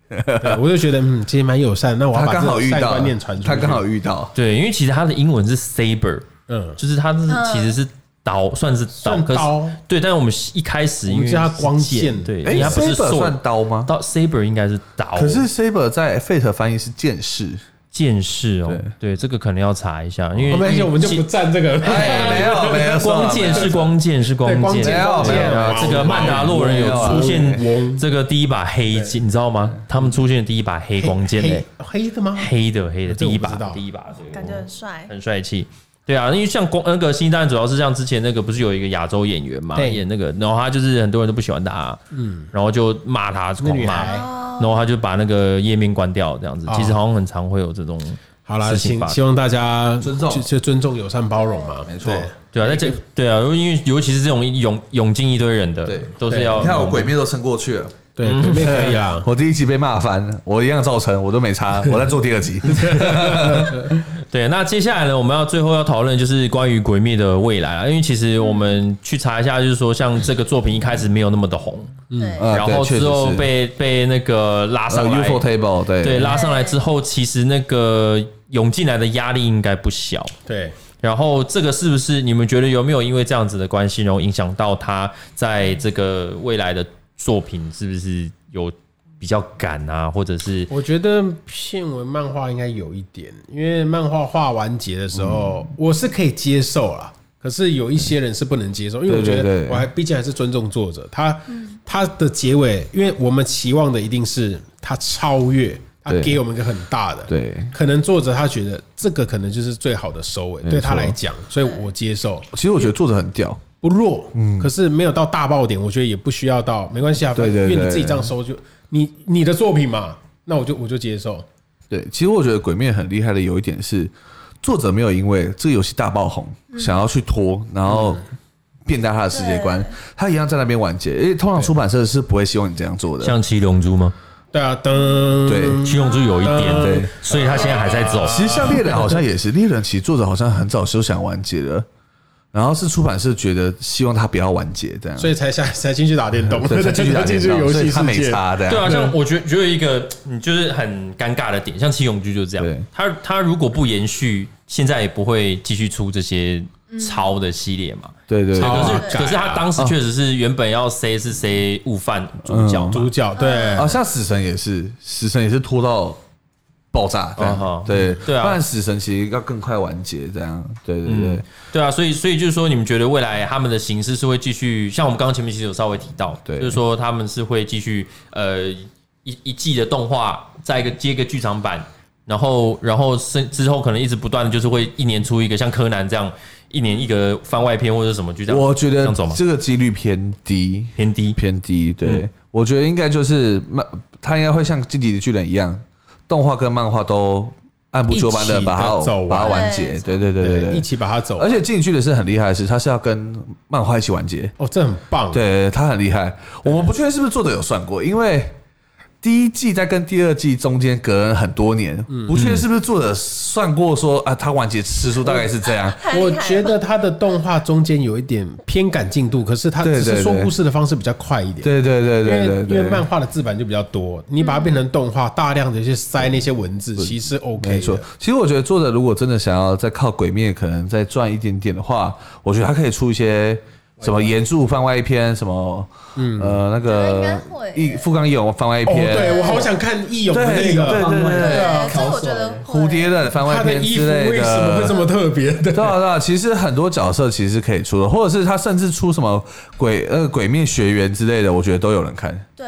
B: 对我就觉得嗯，其实蛮友善，那我要
C: 他
B: 把
C: 刚
B: 这
C: 好
B: 种
C: 遇
B: 善
A: 啊
C: 到
B: 观念传，出去，
C: 他刚好遇到，
A: 对，因为其实它的英文是 saber，
B: 嗯
A: 就是它是其实是刀，算是刀，
B: 算
A: 可是
B: 刀
A: 对，但是我们一开始
B: 我
A: 因
B: 们
A: 为
B: 叫它
A: 是
B: 光剑
A: 对，
C: 哎
A: 因为它不是
C: Saber
A: sword
C: 算刀吗
A: 刀 saber 应该是刀，
C: 可是 Saber 在 Fate 翻译是剑士，
A: 剑士哦，对，这个可能要查一下，因
B: 哦没
A: 为
B: 关系，我们就不站这个了。
C: 哎，没有没有，
A: 光剑是光剑是光
B: 对光
A: 剑，
B: 剑
A: 对
C: 光剑
A: 啊，
B: 哇
A: 这个
B: 我
A: 曼达洛人有啊
C: 我
A: 出现
B: 我
A: 这个第一把黑剑，你知道吗？他们出现的第一把黑光剑嘞
B: 黑，黑的吗？
A: 黑的黑的第
B: 这我
A: 一
B: 不知
A: 把
B: 道
A: 第一把，对
D: 感觉很帅。
A: 很帅气。对啊，因为像光那个新单主要是像之前那个不是有一个亚洲演员嘛，
B: 对
A: 演那个，然后他就是很多人都不喜欢他，嗯，然后就骂他
B: 那
A: 狂
B: 女
A: 骂，
B: 孩。
A: 然后他就把那个页面关掉这样子。
B: 哦
A: 其实好像很常会有这种，
B: 好啦，
A: 事情
B: 请
A: 吧
B: 希望大家
C: 尊重
B: 就就尊重、友善、包容嘛。没
C: 错
A: 对啊，在这对啊，因为尤其是这种涌涌进一堆人的，
C: 对
A: 都是要
C: 你看我鬼灭都撑过去了，
B: 对，鬼妹可以啊啦。
C: 我第一集被骂翻，我一样照撑，我都没差，我在做第二集。
A: 对，那接下来呢，我们要最后要讨论就是关于《鬼灭》的未来啊，因为其实我们去查一下，就是说像这个作品一开始没有那么的红，
D: 对，
C: 呃
A: 然后
C: 对确实
A: 之后
C: 是
A: 被被那个拉
C: 呃
A: 上来，
C: UFO Table 对
A: 对，拉上来之后，其实那个涌进来的压力应该不小。
B: 对，
A: 然后这个是不是你们觉得有没有因为这样子的关系，然后影响到他在这个未来的作品是不是有比较赶啊，或者是
B: 我觉得骗文漫画应该有一点，因为漫画画完结的时候，我是可以接受啦。可是有一些人是不能接受，因为我
C: 对
B: 觉
C: 对
B: 得
C: 对
B: 我还毕竟还是尊重作者，他他的结尾，因为我们期望的一定是他超越，他
C: 对
B: 给我们一个很大的，
C: 对
B: 可能作者他觉得这个可能就是最好的收尾，
C: 没
B: 对他
C: 错
B: 来讲，所以我接受。
C: 其实我觉得作者很屌，
B: 不弱，可是没有到大爆点，我觉得也不需要到，没关系啊，
C: 嗯对
B: 反
C: 对
B: 正因为
C: 对
B: 你自己这样收就你你的作品嘛，那我就我就接受，
C: 对，其实我觉得《鬼灭》很厉害的有一点是，作者没有因为这个游戏大爆红、想要去拖，然后变大他的世界观
D: 对，
C: 他一样在那边完结。因为通常出版社是不会希望你这样做的。
A: 像七龙珠吗？
B: 对啊，噔，
C: 对
A: 七龙珠有一点，
C: 嗯对，
A: 所以他现在还在走。
C: 其实像猎人好像也是，猎人其实作者好像很早就想完结了，然后是出版社觉得希望他不要完结这样，
B: 所以才下才进去打电动，
C: 对才继续打
B: 进
C: 电
B: 去
C: 脑，
B: 游
C: 所
B: 戏
C: 以他
B: 世
C: 没
B: 界，
C: 差这样。
A: 对啊，像我觉得觉得有一个嗯，就是很尴尬的点，像七龙珠就是这
C: 对
A: 样，他他如果不延续，现在也不会继续出这些超的系列嘛。
C: 对对
A: 对，
C: 对
A: 可
B: 啊
A: 是可是他当时确实是原本要 C 是 C 悟饭主角嘛，
B: 主角对
C: 啊，像死神也是，死神也是拖到爆炸，这样
A: 嗯哼
C: 对
A: 对啊
C: 不然死神其实要更快完结，这样，对对对，
A: 对啊，所以所以就是说，你们觉得未来他们的形式是会继续，像我们刚刚前面其实有稍微提到，
C: 对
A: 就是说他们是会继续呃一一季的动画，再一个接一个剧场版，然后然后是之后可能一直不断的就是会一年出一个像柯南这样一年一个番外篇或者什么就这样，
C: 我觉
A: 这
C: 得
A: 样走嘛
C: 这个几率偏低，
A: 偏低，
C: 偏低，对，
A: 嗯
C: 我觉得应该就是漫，他应该会像《进击的巨人》一样，动画跟漫画都按部就班的
B: 一起
C: 把它
B: 地走完
C: 把它完结，对对对对
B: 一
C: 对，
B: 起把它走，
C: 而且《进击的巨人》是很厉害的是，它是要跟漫画一起完结，
B: 哦，这很棒，
C: 对他很厉害。我们不确定是不是作者有算过，因为第一季在跟第二季中间隔了很多年，
B: 嗯
C: 不确定是不是作者算过说啊，他完结次数大概是这 样。
D: 太
B: 我
D: 厉害了
B: 觉得他的动画中间有一点偏赶进度，可是他
C: 对
B: 只
C: 对
B: 是说
C: 对
B: 故事的方式比较快一点。
C: 对对对
B: 因
C: 对
B: 为
C: 对
B: 因为漫
C: 对。
B: 画的字版就比较多，你把它变成动画，大量的去塞那些文字，其实 OK 的
C: 嗯没错，其实我觉得作者如果真的想要再靠鬼灭可能再赚一点点的话，我觉得他可以出一些什么原著番外篇，什么嗯呃那
D: 应该
C: 个
D: 会
C: 一富冈义勇番外
B: 哦，
C: 篇，
B: 对我好想看义勇的那
C: 对对
B: 个
C: 对嗯对
E: 对
B: 啊
D: 对，这我觉得会
C: 蝴蝶的番
B: 他
C: 外
B: 的
C: 篇
B: 衣服
C: 之类
B: 为
C: 的，
B: 什么会这么特别的？
C: 对啊，对啊，其实很多角色其实是可以出的，或者是他甚至出什么鬼呃鬼面学员之类的，我觉得都有人看。
D: 对，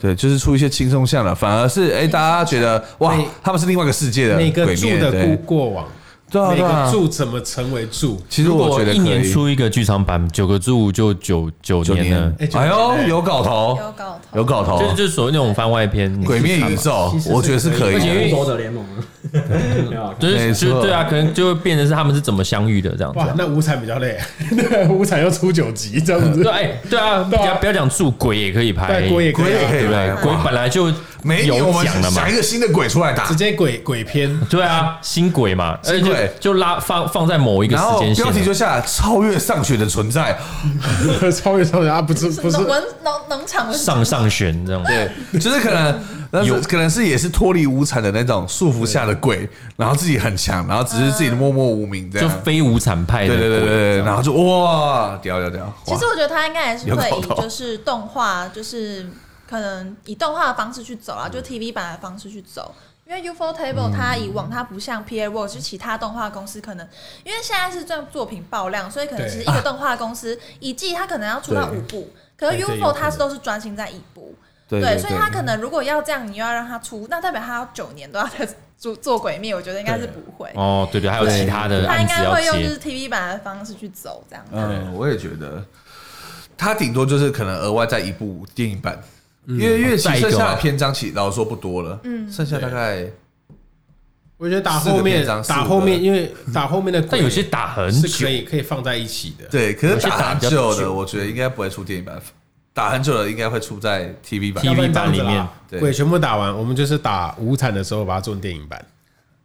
C: 对，就是出一些轻松向的，反而是哎、大家觉得哇，他们是另外一个世界的
B: 每个
C: 啊鬼
B: 柱
C: 面，
B: 的
C: 对
B: 过过往，
C: 对啊
B: 每
C: 对
B: 个
C: 啊。
B: 柱怎么成为柱？
C: 其实
A: 如
C: 我
A: 果
C: 觉得可
A: 一年
C: 以，
A: 出一个剧场版，九个柱就九九
C: 九
A: 年了
C: 年，，
B: 哎九
C: 哎
B: 年
C: 呦，
B: 哎
C: 有搞头，
D: 有搞头，
C: 有搞头
A: 就是，就是所谓那种番外篇，
C: 鬼面宇宙
B: 其实，是
C: 我觉得是可以
E: 而且
C: 的。
E: 复仇者联盟，对啊，
A: 就是
C: 没错
A: 就对啊，可能就会变成是他们是怎么相遇的这样子
B: 哇
A: 啊。，
B: 那五彩比较累， 五彩要出九集这样子
A: 对，，哎，对啊，不
B: 对啊
A: 要不要讲住鬼也可以拍，
B: 但鬼也可
C: 鬼
B: 以
C: 也
B: 啊
C: 可以来
A: 对，，鬼本来就
C: 每一年
A: 有
C: 我们
A: 讲了嘛
C: 想一，个新的鬼出来打
B: 直，接鬼鬼片，
A: 对啊，新鬼嘛，
C: 新
A: 而
C: 鬼
A: 且就就拉放放在某一个
C: 哎然
A: 时
C: 后
A: 间
C: 标题
A: 线
C: 就
A: 了。
C: 下超越上学的存在，
B: 超越超越啊，不是不是
D: 农，文农农场文
A: 上上旋这样，对，
C: 就是可能，那是可能是也是脱离无产的那种束缚下的贵，然后自己很强，然后只是自己默默无名这
A: 就
C: 样。
A: 非无产派
C: 对
A: 的
C: 对
A: 鬼，
C: 对对对，然后就哇，屌屌屌！
D: 其实
C: 哇
D: 我觉得他应该还是
C: 有
D: 会
C: 搞
D: 以
C: 头
D: 就是动画，就是可能以动画的方式去走
C: 嗯
D: 啊，就 TV 版的方式去走。因为 UFO Table 它以往它不像 PA Works，就其他动画公司可能，因为现在是这样作品爆量，所以可能
B: 对
D: 其实一个动画 公司一季它可能要出到
C: 对
D: 五部，可是
B: 对这有
D: UFO
B: 可
D: 它是
B: 能
D: 都是专心在一部，
C: 对
D: 对，
C: 对，
D: 所以他可能如果要这样，你又要让他出，那代表他要九年都要在做做鬼灭，我觉得应该是不会，
A: 哦，对对，还有其他的
D: 他
A: 案
D: 应
A: 子
D: 该
A: 要
D: 会用就
A: 接
D: 是 TV 版的方式去走这样。
C: 嗯，我也觉得，他顶多就是可能额外再一部电影版，
A: 嗯
C: 因为因为其
A: 再
C: 实
A: 一个
C: 剩下
A: 嘛
C: 的篇章其实老实说不多了，嗯，剩下大概
B: 我觉得打后
C: 四个
B: 面
C: 篇章
B: 打
C: 四个
B: 后面，因为打后面的鬼，
A: 但有些打很
B: 是
A: 久
B: 可，以可以放在一起的。
C: 对，可
A: 有
C: 是
A: 些打
C: 打很
A: 比较
C: 久
A: 久
C: 的，我觉得应该不会出电影版，打很久的应该会出在 TV 版
A: TV
B: 要不然这样子啦
A: 版里面
C: 对
B: 鬼全部打完，我们就是打无产的时候把它做成电影版，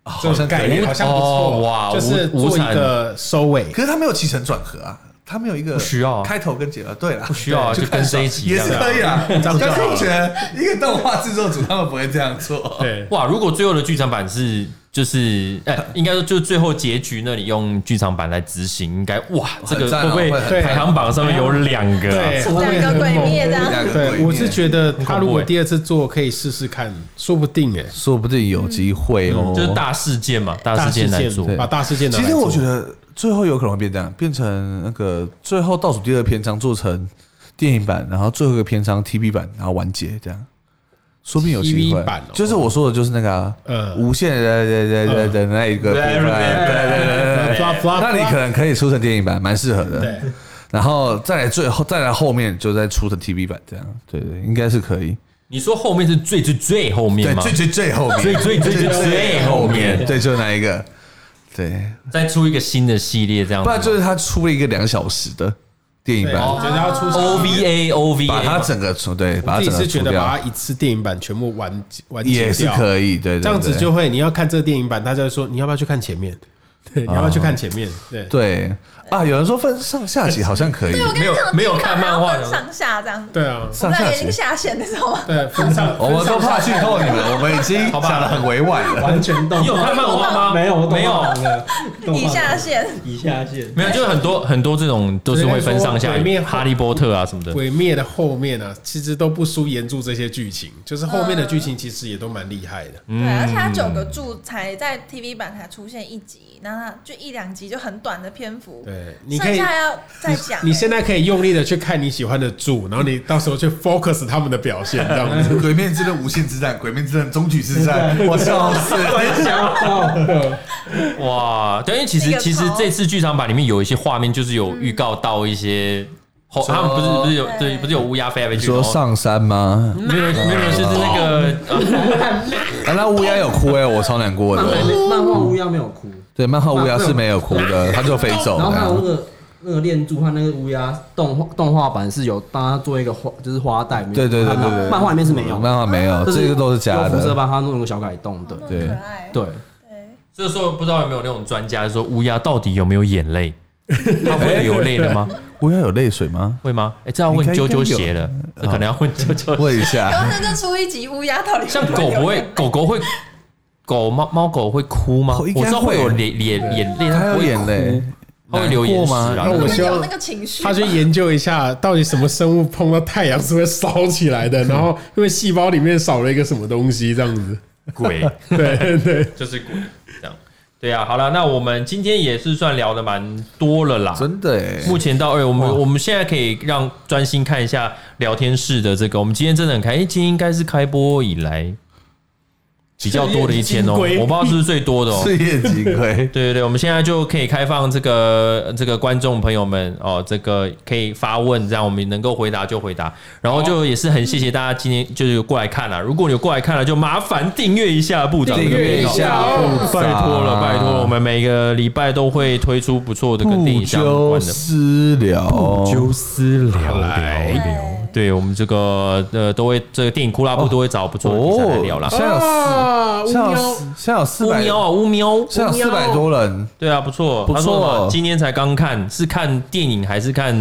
C: 哦
B: 这种概
A: 可
B: 念
A: 以
B: 好像不错
A: 哦哇
B: 就是
A: 无
B: 做一个收尾。
C: 可是他没有起承转合啊，他没有一个
A: 不需要啊
C: 开头跟结尾，对啦，
A: 不需要啊就跟这一集一
C: 也
A: 样
C: 是
A: 啊。
C: 可以啊。
B: 这样就好
C: 但是我觉得一个动画制作组他们不会这样做，
B: 对，
A: 哇，如果最后的剧场版是就是，哎、应该说就是最后结局那里用剧场版来执行，应该哇，这个
C: 很赞
A: 会
C: 哦
A: 不会
C: 会很
B: 赞
A: 排行榜上面有两个、啊？
B: 对
D: 两个鬼灭这样，
C: 两个鬼
B: 对，
C: 灭
B: 我是觉得他
A: 很
B: 如
A: 恐怖
B: 果
A: 欸
B: 第二次做，可以试试看，说不定哎，
C: 说不定有机会哦
A: 嗯就是大事件嘛，大事件来做。
B: 把大事件拿来
C: 其
B: 做。
C: 实我觉得最后有可能会变这样，变成那个最后倒数第二篇章做成电影版，然后最后一个篇章 TV 版，然后完结这样。说不定有机
B: TV
C: 会
B: 版哦，
C: 就是我说的，就是那个啊
B: 嗯
C: 无限的的的的那一个部分，对
A: 对
C: 对对对对，
B: Blah, blah, blah,
C: 那你可能可以出成电影版，蛮适合的
B: 对。
C: 然后再来最后，再来后面就再出成 TV 版，这样对对，应该是可以。
A: 你说后面是最最最后面
C: 对，
A: 吗
C: 最？最最后面，
A: 最最最最最后面哦
C: 对，就那一个，对，
A: 再出一个新的系列这样子
C: 不
A: 吗，
C: 然就是他出了一个两小时的电影
B: 对，
C: 版
B: 我，觉得要出
A: OVA
C: 把它
A: OVA。
C: 整个出对，把
B: 哦我自己
C: 它整个
B: 是
C: 出
B: 觉得把
C: 掉
B: 它一次电影版全部完结完结
C: 也是
B: 掉
C: 可以，对，对
B: 这样子
C: 对
B: 就会你要看这个电影版，大家就说你要不要去看前面？对，你要不要去看前面？对，
C: 对啊。有人说分上下集好像可以
D: 对，，我跟
A: 没
D: 你讲，
A: 有没有看漫画的
D: 上下这样，
B: 对啊，
D: 我
C: 上
D: 们
C: 下
D: 俩已
C: 集
D: 经。下线，你知道吗？
B: 对，啊分上
C: 哦我们都怕剧透你们，我们已经讲的很委婉了。
E: 完全动
A: 哦你有看漫画吗？
E: 没有，我动
A: 没有
E: 画，版的动画版
D: 以下线，
E: 以下线
A: 没有，就是很多很多这种都是会分上下
B: 所以说，
A: 哈利波特啊什么的。
B: 鬼灭的后面呢、啊，其实都不输原著这些剧情，就是后面的
D: 嗯
B: 剧情其实也都蛮厉害的。
D: 对，
A: 嗯
D: 而且它九个柱才在 TV 版才出现一集，那它就一两集就很短的篇幅，
B: 对，你可
D: 剩
B: 以，
D: 下要再讲。
B: 你现
D: 在
B: 在可以用力的去看你喜欢的柱，然后你到时候去 focus 他们的表现，这样 子。
C: 鬼面之刃无限之战，鬼面之刃终局之战，我笑死。
A: 哇，对，因为其
D: 那
A: 实
D: 个
A: 其实
D: 头
A: 这次剧场版里面有一些画面，就是有预告到一些后，
C: 说
A: 他们不是不是有
D: 对
A: 对，不是有乌鸦飞来飞
C: 你
A: 去，然
C: 说
A: 后
C: 上嗯山吗？
A: 没有没有没有，就是那个呃
C: 啊，那乌鸦有哭哎，我超难过
E: 漫
C: 的。
E: 画漫画乌鸦没有哭，
C: 对，漫画乌鸦是没有哭的，它就飞走
E: 啊然后还有
C: 了。
E: 那个那个恋柱和那个乌鸦动画动画版是有帮他做一个花，就是花带，
C: 对对对对对
E: 漫画里面是没有，
C: 漫画没有，
E: 就
C: 这个都是假
E: 有辐射
C: 的。
E: 帮他弄一个小改动的，
C: 对
D: 可爱，哦
E: 对，
D: 对，
A: 所以说不知道有没有那种专家说乌鸦到底有没有眼泪？它会流泪的吗？
C: 乌鸦有泪水吗？
A: 会吗？哎、这要问啾啾鞋了，
C: 嗯
A: 这可能
C: 哦
A: 要问啾啾。
C: 问一下
D: 然，后就出一集乌鸦到底
A: 像狗不 会，狗狗会，狗猫猫狗会哭吗？
C: 会哦应该
A: 我知道会
C: 会
A: 有眼眼眼泪，
C: 它
A: 它
C: 有
A: 会
C: 眼泪，
A: 它会流眼
C: 难
A: 屎
C: 过吗？
A: 啊
B: 那我
D: 会
B: 希
D: 有
B: 望
D: 那个情绪，
B: 他去研究一下，到底什么生物碰到太阳是会烧起来的，然后因为细胞里面少了一个什么东西，这样子。
A: 鬼，
B: 对对，
A: 就是鬼这样。对啊，好了，那我们今天也是算聊的蛮多了啦。
C: 真的哎。
A: 目前到二，我们我们现在可以让专心看一下聊天室的这个。我们今天真的很开，因为今天应该是开播以来比较多的一天哦、
B: 是
A: 我不知道
B: 夜
A: 是不是最多的哦、
C: 赤焰金龟
A: 对对对，我们现在就可以开放这个这个观众朋友们哦，这个可以发问，这样我们能够回答就回答。然后就也是很谢谢大家今天就是有过来看了、啊如果你有过来看了，就麻烦订阅一下部长这个
C: 订阅一
A: 频道
C: 下部长
A: 拜托了，拜托了，我们每个礼拜都会推出不错的跟电
C: 不
A: 影相关
C: 究
A: 的。
C: 私聊，
A: 纠私聊聊
C: 哎
B: 哎
D: 对
A: 对我们这个呃都会这个电影库拉布都会找不错的题材来聊啦。
C: 哦现在有四，
B: 啊，
C: 现在有四，现在有四
A: 乌
C: 百，
A: 喵啊乌喵，
C: 现在有四百多人，
A: 对啊，不错，
C: 不错
A: 他说什么今天才刚看，是看电影还是看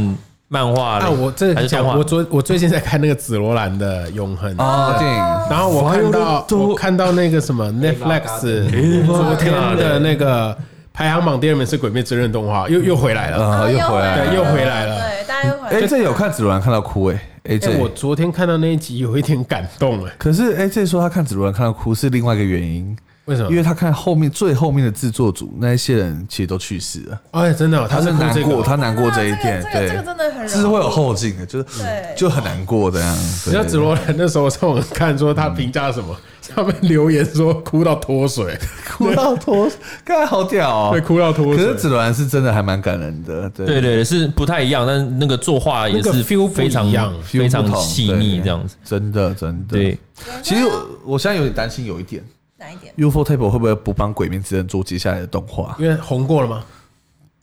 A: 漫画嘞？
B: 啊，我这
A: 还是
B: 讲
A: 动画
B: 我昨我最近在看那个紫罗兰的《永恒》
C: 哦，电影
B: 然后我看到我看到那个什么
C: 哎
B: Netflix 昨天的那个排行榜第二名是《鬼灭之刃》动画，又又回来了。
C: 啊，
D: 啊
C: 又回来
B: 对
C: 了。
B: 又回来了
D: 对，大家又回来了。
C: 哎，这有看紫罗兰看到哭哎哎
B: 哎，我
C: 这。
B: 昨天看到那一集有一点感动哎，
C: 可是哎，这说他看紫罗兰看到哭是另外一个原因，
B: 为什
C: 因
B: 么？
C: 为他看后面最后面的制作组那一些人其实都去世了，
B: 哎，真的哦，
C: 他
B: 是
C: 是
B: 哭
C: 难
B: 这个
C: 过，他难过啊这一点
D: 啊这，个这个这个
C: 对，
D: 真的很
C: 是会有后劲的，就是
D: 对
C: 就很难过这样。
B: 你知道紫罗兰那时候我上网看说他评价什么，
C: 嗯
B: 上面留言说哭到脱水，
C: 哭到脱，刚才好屌哦，
B: 会哭到脱
C: 可
B: 水。
C: 是紫罗兰是真的还蛮感人的，对
A: 对对，是不太一样，但是那个作画也
B: 那个
A: 是
B: feel 不
A: 非常
B: 一样
C: feel
A: 非常
C: 不同
A: 细腻
C: 对
A: 这样子。
C: 真的真的。
A: 对，，
C: 其实我我现在有点担心有一点
D: 哪一点？
C: ，UFO Table 会不会不帮《鬼灭之刃》做接下来的动画？
B: 因为红过了吗？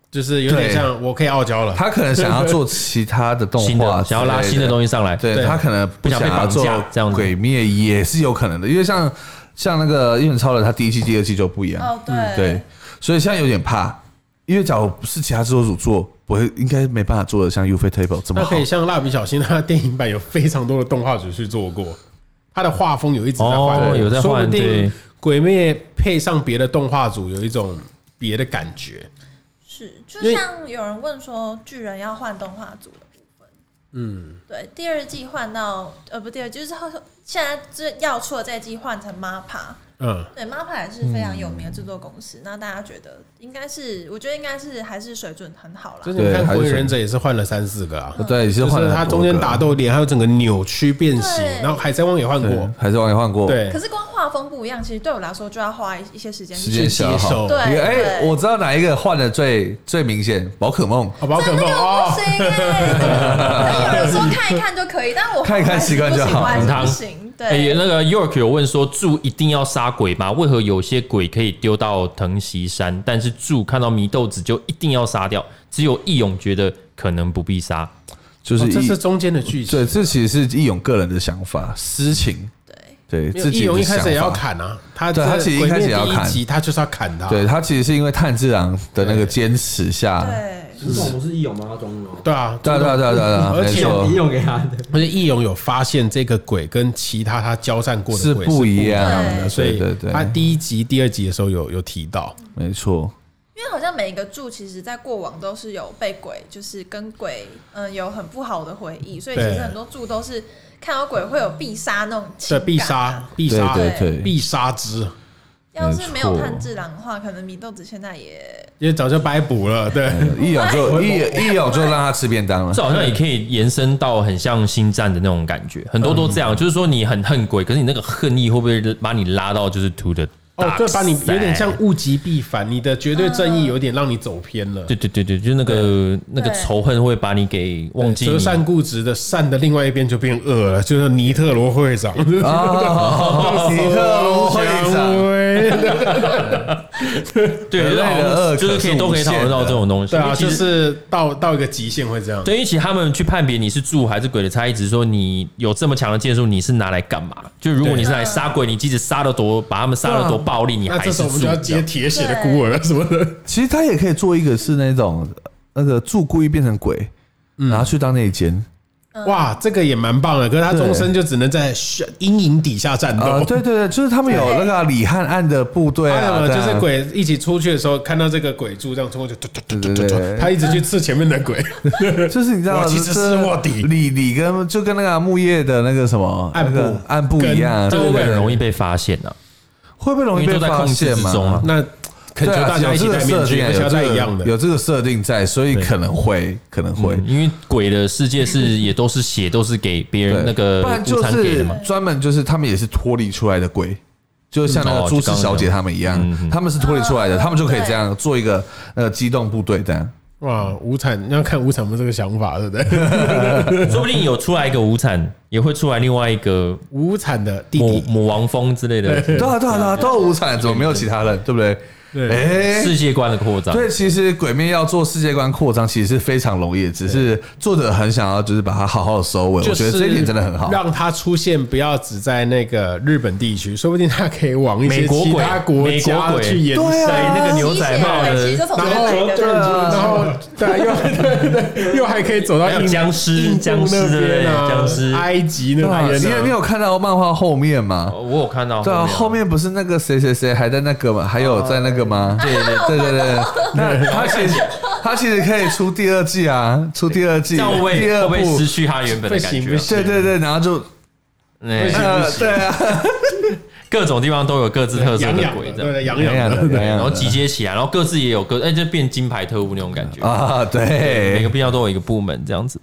B: 就是有点
C: 对
B: 像我可以傲娇了。
C: 他可能想要做其他的动
A: 新
C: 画，
A: 的想要拉新的
C: 西。
A: 东西上来，
C: 对
B: 对
C: 他可能不
A: 不想被
C: 要
A: 绑
C: 做
A: 架这样子
C: 鬼灭也是有可能的，因为像像那个日本超人，他第一季、第二季就不一样。
D: 哦，对
C: 嗯对，所以现在有点怕，因为假如不是其他制作组做，不会应该没办法做的像 UFO Table 这么
B: 那
C: 好
B: 可以。像蜡笔小新，它的电影版有非常多的动画组去做过，它的画风有一直在换、
A: 哦有在换
B: 说不定
A: 对
B: 《鬼灭》配上别的动画组，有一种别的感觉。
D: 是，
B: 因
D: 就
B: 为
D: 像有人问说，巨人要换动画组的部分，嗯，对，第二季换到呃，不，第二季就是后现在这要出的这一季换成 MAPA，
B: 嗯，
D: 对，MAPA 也是非常有名的制作公
C: 嗯
D: 司。那大家觉得应该是，我觉得应该是还是水准很好啦
B: 就是。你看
C: 对还
B: 《
C: 是
B: 火影忍者》也是换了三四个啊，
C: 对，也是
B: 就
C: 换
B: 是
C: 了
B: 它
C: 很多
B: 中间
C: 个
B: 打斗脸还有整个扭曲变形
D: 对，
B: 然后《海贼王》也换
C: 对
B: 过，，
C: 还是王也换过。
B: 对
D: 可，是光画风不一样，其实对我来说就要花一一些时间
C: 时
D: 去
C: 间
B: 接
C: 消耗
B: 受。
D: 对
C: 你哎、
D: 对
C: 我知道哪一个换的最最明显，宝可梦。
B: 哦， 宝可梦
D: 那
B: 哦
D: 个不，行哎、有人说看一看就可以，但我
C: 看一看习惯就好
D: 我还是
A: 很
D: 不
A: 烫
D: 行，对，
A: 哎、那个 York 有问说，柱一定要杀鬼吗？为何有些鬼可以丢到藤席山，但是柱看到祢豆子就一定要杀掉？只有义勇觉得可能不必杀。
C: 就是
B: 哦这
C: 义
B: 是中间的剧情。
C: 对，这其实是义勇个人的想法、私情，对
D: 对，
B: 没有
C: 自己
B: 义勇
C: 的
B: 一开
C: 想
B: 始也要
C: 法。
B: 砍啊，他
C: 对
B: 在
C: 他其实一
B: 鬼
C: 开始
B: 灭
C: 也要
B: 第一
C: 砍
B: 集他就是要砍他，
C: 对他其实是因为炭治郎的那个坚持下，
D: 对，
E: 这种不是义勇吗？装吗？
B: 对啊，
C: 对啊对啊对啊对 啊，
B: 而
C: 没
B: 且
E: 义
C: 错，
E: 勇给他的，
B: 而且义勇有发现这个鬼跟其他他交战过
C: 是
B: 的鬼
C: 不一样
D: 样
B: 的，
C: 的，
B: 所
C: 对
B: 以
C: 对对，
B: 他第一集、第二集的时候有有提到，
C: 没错，
D: 因为好像每一个柱，其实在过往都是有被鬼，就是跟鬼，嗯、有很不好的回忆，所以其
B: 对
D: 实很多柱都是看到鬼会有必杀那种
B: 对，
D: 情感。啊
B: 必杀、必
C: 对
B: 杀、
C: 对对
B: 必杀之，
D: 要是没有
C: 没错
D: 炭治郎的话，可能米豆子现在也
B: 因为早就白补了，对，
C: 义勇就义义勇就让他吃便当了
A: 这，好像也可以延伸到很像星战的那种感觉，很多都
B: 嗯
A: 这样，就是说你很恨鬼，可是你那个恨意会不会把你拉到就是 to the
B: 哦，
A: dark
B: 对，把你有点
A: side
B: 像物极必反，你的绝对正义有点让你走偏了，
A: 对对对对，就是那个那个
D: 对
A: 仇恨会把你给忘记
B: 折
A: 你。
B: 善固执的善的另外一边就变恶了， 就是尼特罗会长，
C: 啊，尼特罗会长，
B: 长，
A: 对，
C: 人类的恶
A: 就是可以都可以讨论到这种东西。
B: 对啊，
A: 因为其
B: 就
A: 实
B: 是到到一个极限会这样，
A: 对，因为其实他们去判别你是柱还是鬼的差异，只是说你有这么强的剑术，你是拿来干嘛？就如果你是拿来杀鬼，你即使杀的多，把他们杀的多暴力，你
B: 啊那
A: 还
B: 这
A: 是
B: 时候我
A: 柱
B: 们就要
A: 这
B: 接
A: 样。
B: 铁血的孤儿什么的。
C: 其实他也可以做一个是那种那个助故意变成鬼，
B: 嗯
C: 然后去当内奸。
B: 哇，这个也蛮棒的，可是他终身就只能在血阴影底下战斗。
C: 啊，对对对，就是他们有那个啊李汉案的部队
B: 他
C: 啊，
B: 有
C: 对啊
B: 就是鬼一起出去的时候，看到这个鬼柱这样冲过去，突突突突突
C: 对
B: 突
C: 对对
B: 他一直去刺前面的鬼，
C: 就是你知道，
B: 我其实
C: 就是
B: 卧底
C: 李李跟就跟那个木叶的那个什么
B: 暗部
C: 那个暗部一样，
A: 这
B: 跟
A: 个
B: 对
A: 会
B: 对
A: 很容易被发现啊，
C: 会不会容易
A: 因为
C: 被
A: 都在
C: 发
A: 控制
C: 现
A: 之
C: 嘛？
A: 中啊。
B: 那恳求
C: 对啊
B: 大家一起
C: 有
B: 戴
C: 这个
B: 面具，
C: 设
B: 而
C: 定
B: 且要
C: 有这
B: 戴
C: 个
B: 一样
C: 有
B: 的。嗯
C: 这个设定在，所以可能会可能会。
A: 因为鬼的世界是也都是血，都是给别
C: 对
A: 人那个
C: 不然
A: 无
C: 就
A: 偿呃给的
C: 是
A: 嘛。
C: 专门就是他们也是脱离出来的鬼，就像那
A: 嗯
C: 个
A: 哦
C: 朱氏小姐他们一样
A: 就刚嗯刚，
C: 他们是脱离出来的，
D: 嗯
C: 他们就可以这样做一个呃机动部队这样。
B: 哇，无产要看无产有没有这个想法，对不对？
A: 说不定有出来一个无惨，也会出来另外一个
B: 无产的弟
A: 母
B: 弟，
A: 母王峰之类的。
C: 对啊对啊对啊，都有无产，怎么没有其他人？对不对？
B: 对，
C: 哎，
A: 世界观的扩张
C: 所，以其实《鬼灭》要做世界观扩张，其实是非常容易的，只是作者很想要就是把它好好的收尾。我觉得这一点真的很好。
B: 让它出现不要只在那个日本地区，说不定它可以往一些
A: 美国
B: 其
A: 鬼
B: 他国
A: 美国
B: 家
A: 鬼
B: 去延伸。
C: 对啊
A: 那个牛仔帽
D: 吸血鬼其实
A: 的
D: 就从
B: 然
D: 这
B: 后
D: 来的
B: 对，然后对，又对对，又还可以走到
A: 还有
B: 印
A: 僵尸
B: 印度
A: 僵尸
B: 那边啊，
A: 对僵尸
B: 埃及那
C: 对啊
B: 边
C: 你有没
B: 啊。
C: 有看到漫画后面嘛？
A: 哦我有看到，
C: 对啊，后面不是那个谁谁谁还在那个吗？还有在那个吗？ 对对对对对，那他其 实他其实可以出第二季啊，出第二季，
A: 这样会不会
C: 第二
A: 会不会
C: 部
A: 失，去它原本的感觉
B: 不行
A: 啊
B: 不？行
C: 对对对，然后就
A: 哎
C: 呃对啊，
A: 各种地方都有各自特色
B: 痒
A: 的
B: 痒
A: 鬼，
B: 的，
A: 这
B: 对
A: 样，
B: 对，痒痒
C: 痒
B: 的
C: 痒，的
B: 对
A: 然后集结起来，然后各自也有各，哎，就变金牌特务那种感觉。
C: 啊
A: 每
C: 对
A: 个，必要都有一个部门这样子。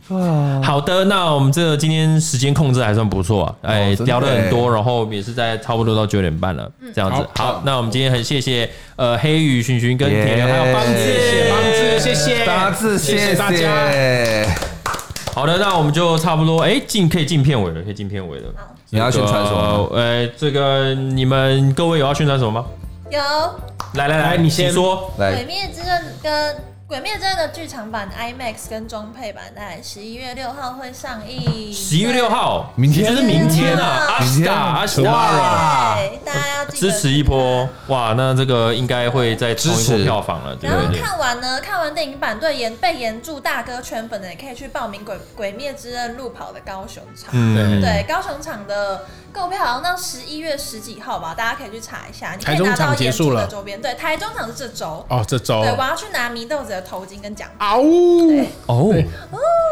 A: 好的，那我们这个今天时间控制还算不错啊，哎、
C: 哦真的
A: 聊了
C: 耶
A: 很多，然后也是在差不多到九点半了，
B: 嗯
A: 这样子。好，那我们今天很谢谢呃黑鱼、寻寻跟铁牛还有棒子，
C: 耶
B: 棒子谢谢
C: 八字
B: 谢谢
C: 谢
B: 大家
C: 谢。
A: 好的，那我们就差不多，哎、进可以进片尾了，可以进片尾了。
C: 你要宣传什么？
A: 呃，哎这个你们各位有要宣传什么吗？
D: 有
A: 来来来，
B: 来你先
A: 请说。
D: 《鬼
C: 来，
D: 灭之刃》跟《鬼灭之刃》的剧场版 IMAX 跟中配版在十一月六号会上映，
A: 十一月六号，
C: 明天
A: 就是明天啊，阿
C: 明
A: 斯
C: 天
A: 达阿斯达
D: 对，大家要记
A: 支
D: 得
A: 持一波。哇！那这个应该会再冲一
C: 支
A: 波
C: 持
A: 票房了，对
D: 然后
A: 不对？
D: 看完呢，看完电影版对原被原著大哥圈粉的，也可以去报名鬼《鬼灭之刃》路跑的高雄场。
A: 嗯，
D: 对，高雄场的购票好像到十一月十几号吧，大家可以去查一下。你可
B: 台
D: 以
B: 中
D: 拿
B: 场
D: 到
B: 结
D: 原
B: 束
D: 著的
B: 了
D: 周边，对，台中场是这周。
B: 哦，这周
D: 对，我要去拿祢豆子的头巾跟奖杯。
B: 啊呜，
A: 哦，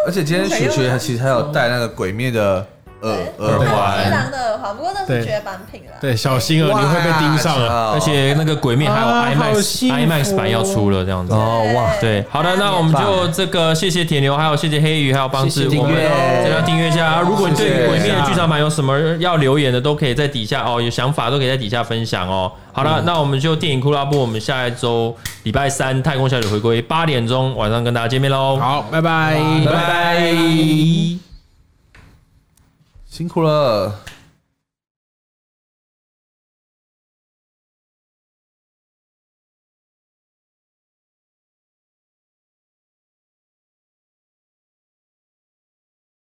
C: 而且今天雪雪还其实还有带那个鬼灭的耳耳
A: 对
C: 环
D: 非，常的好，不过那是绝版品了。
B: 对，小心哦，你会被盯上啊。
A: 而且那个《鬼灭》还有
B: 啊好幸
A: IMAX
B: 福
A: IMAX 版要出了，这样子。
C: 哦哇，
A: 对，好的，那我们就这个谢谢铁牛，还有谢谢黑鱼，还有帮
E: 谢
A: 志，
E: 谢订
A: 我们
E: 阅
A: 大家订阅一下。啊如果你对于《鬼灭》的剧场版有什么要留言的，都可以在底下哦，有想法都可以在底下分享哦。好了，那我们就电影库拉布，我们下一周礼拜三太空小姐回归八点钟晚上跟大家见面喽，
B: 好，拜拜，
A: 拜拜
C: 辛苦了。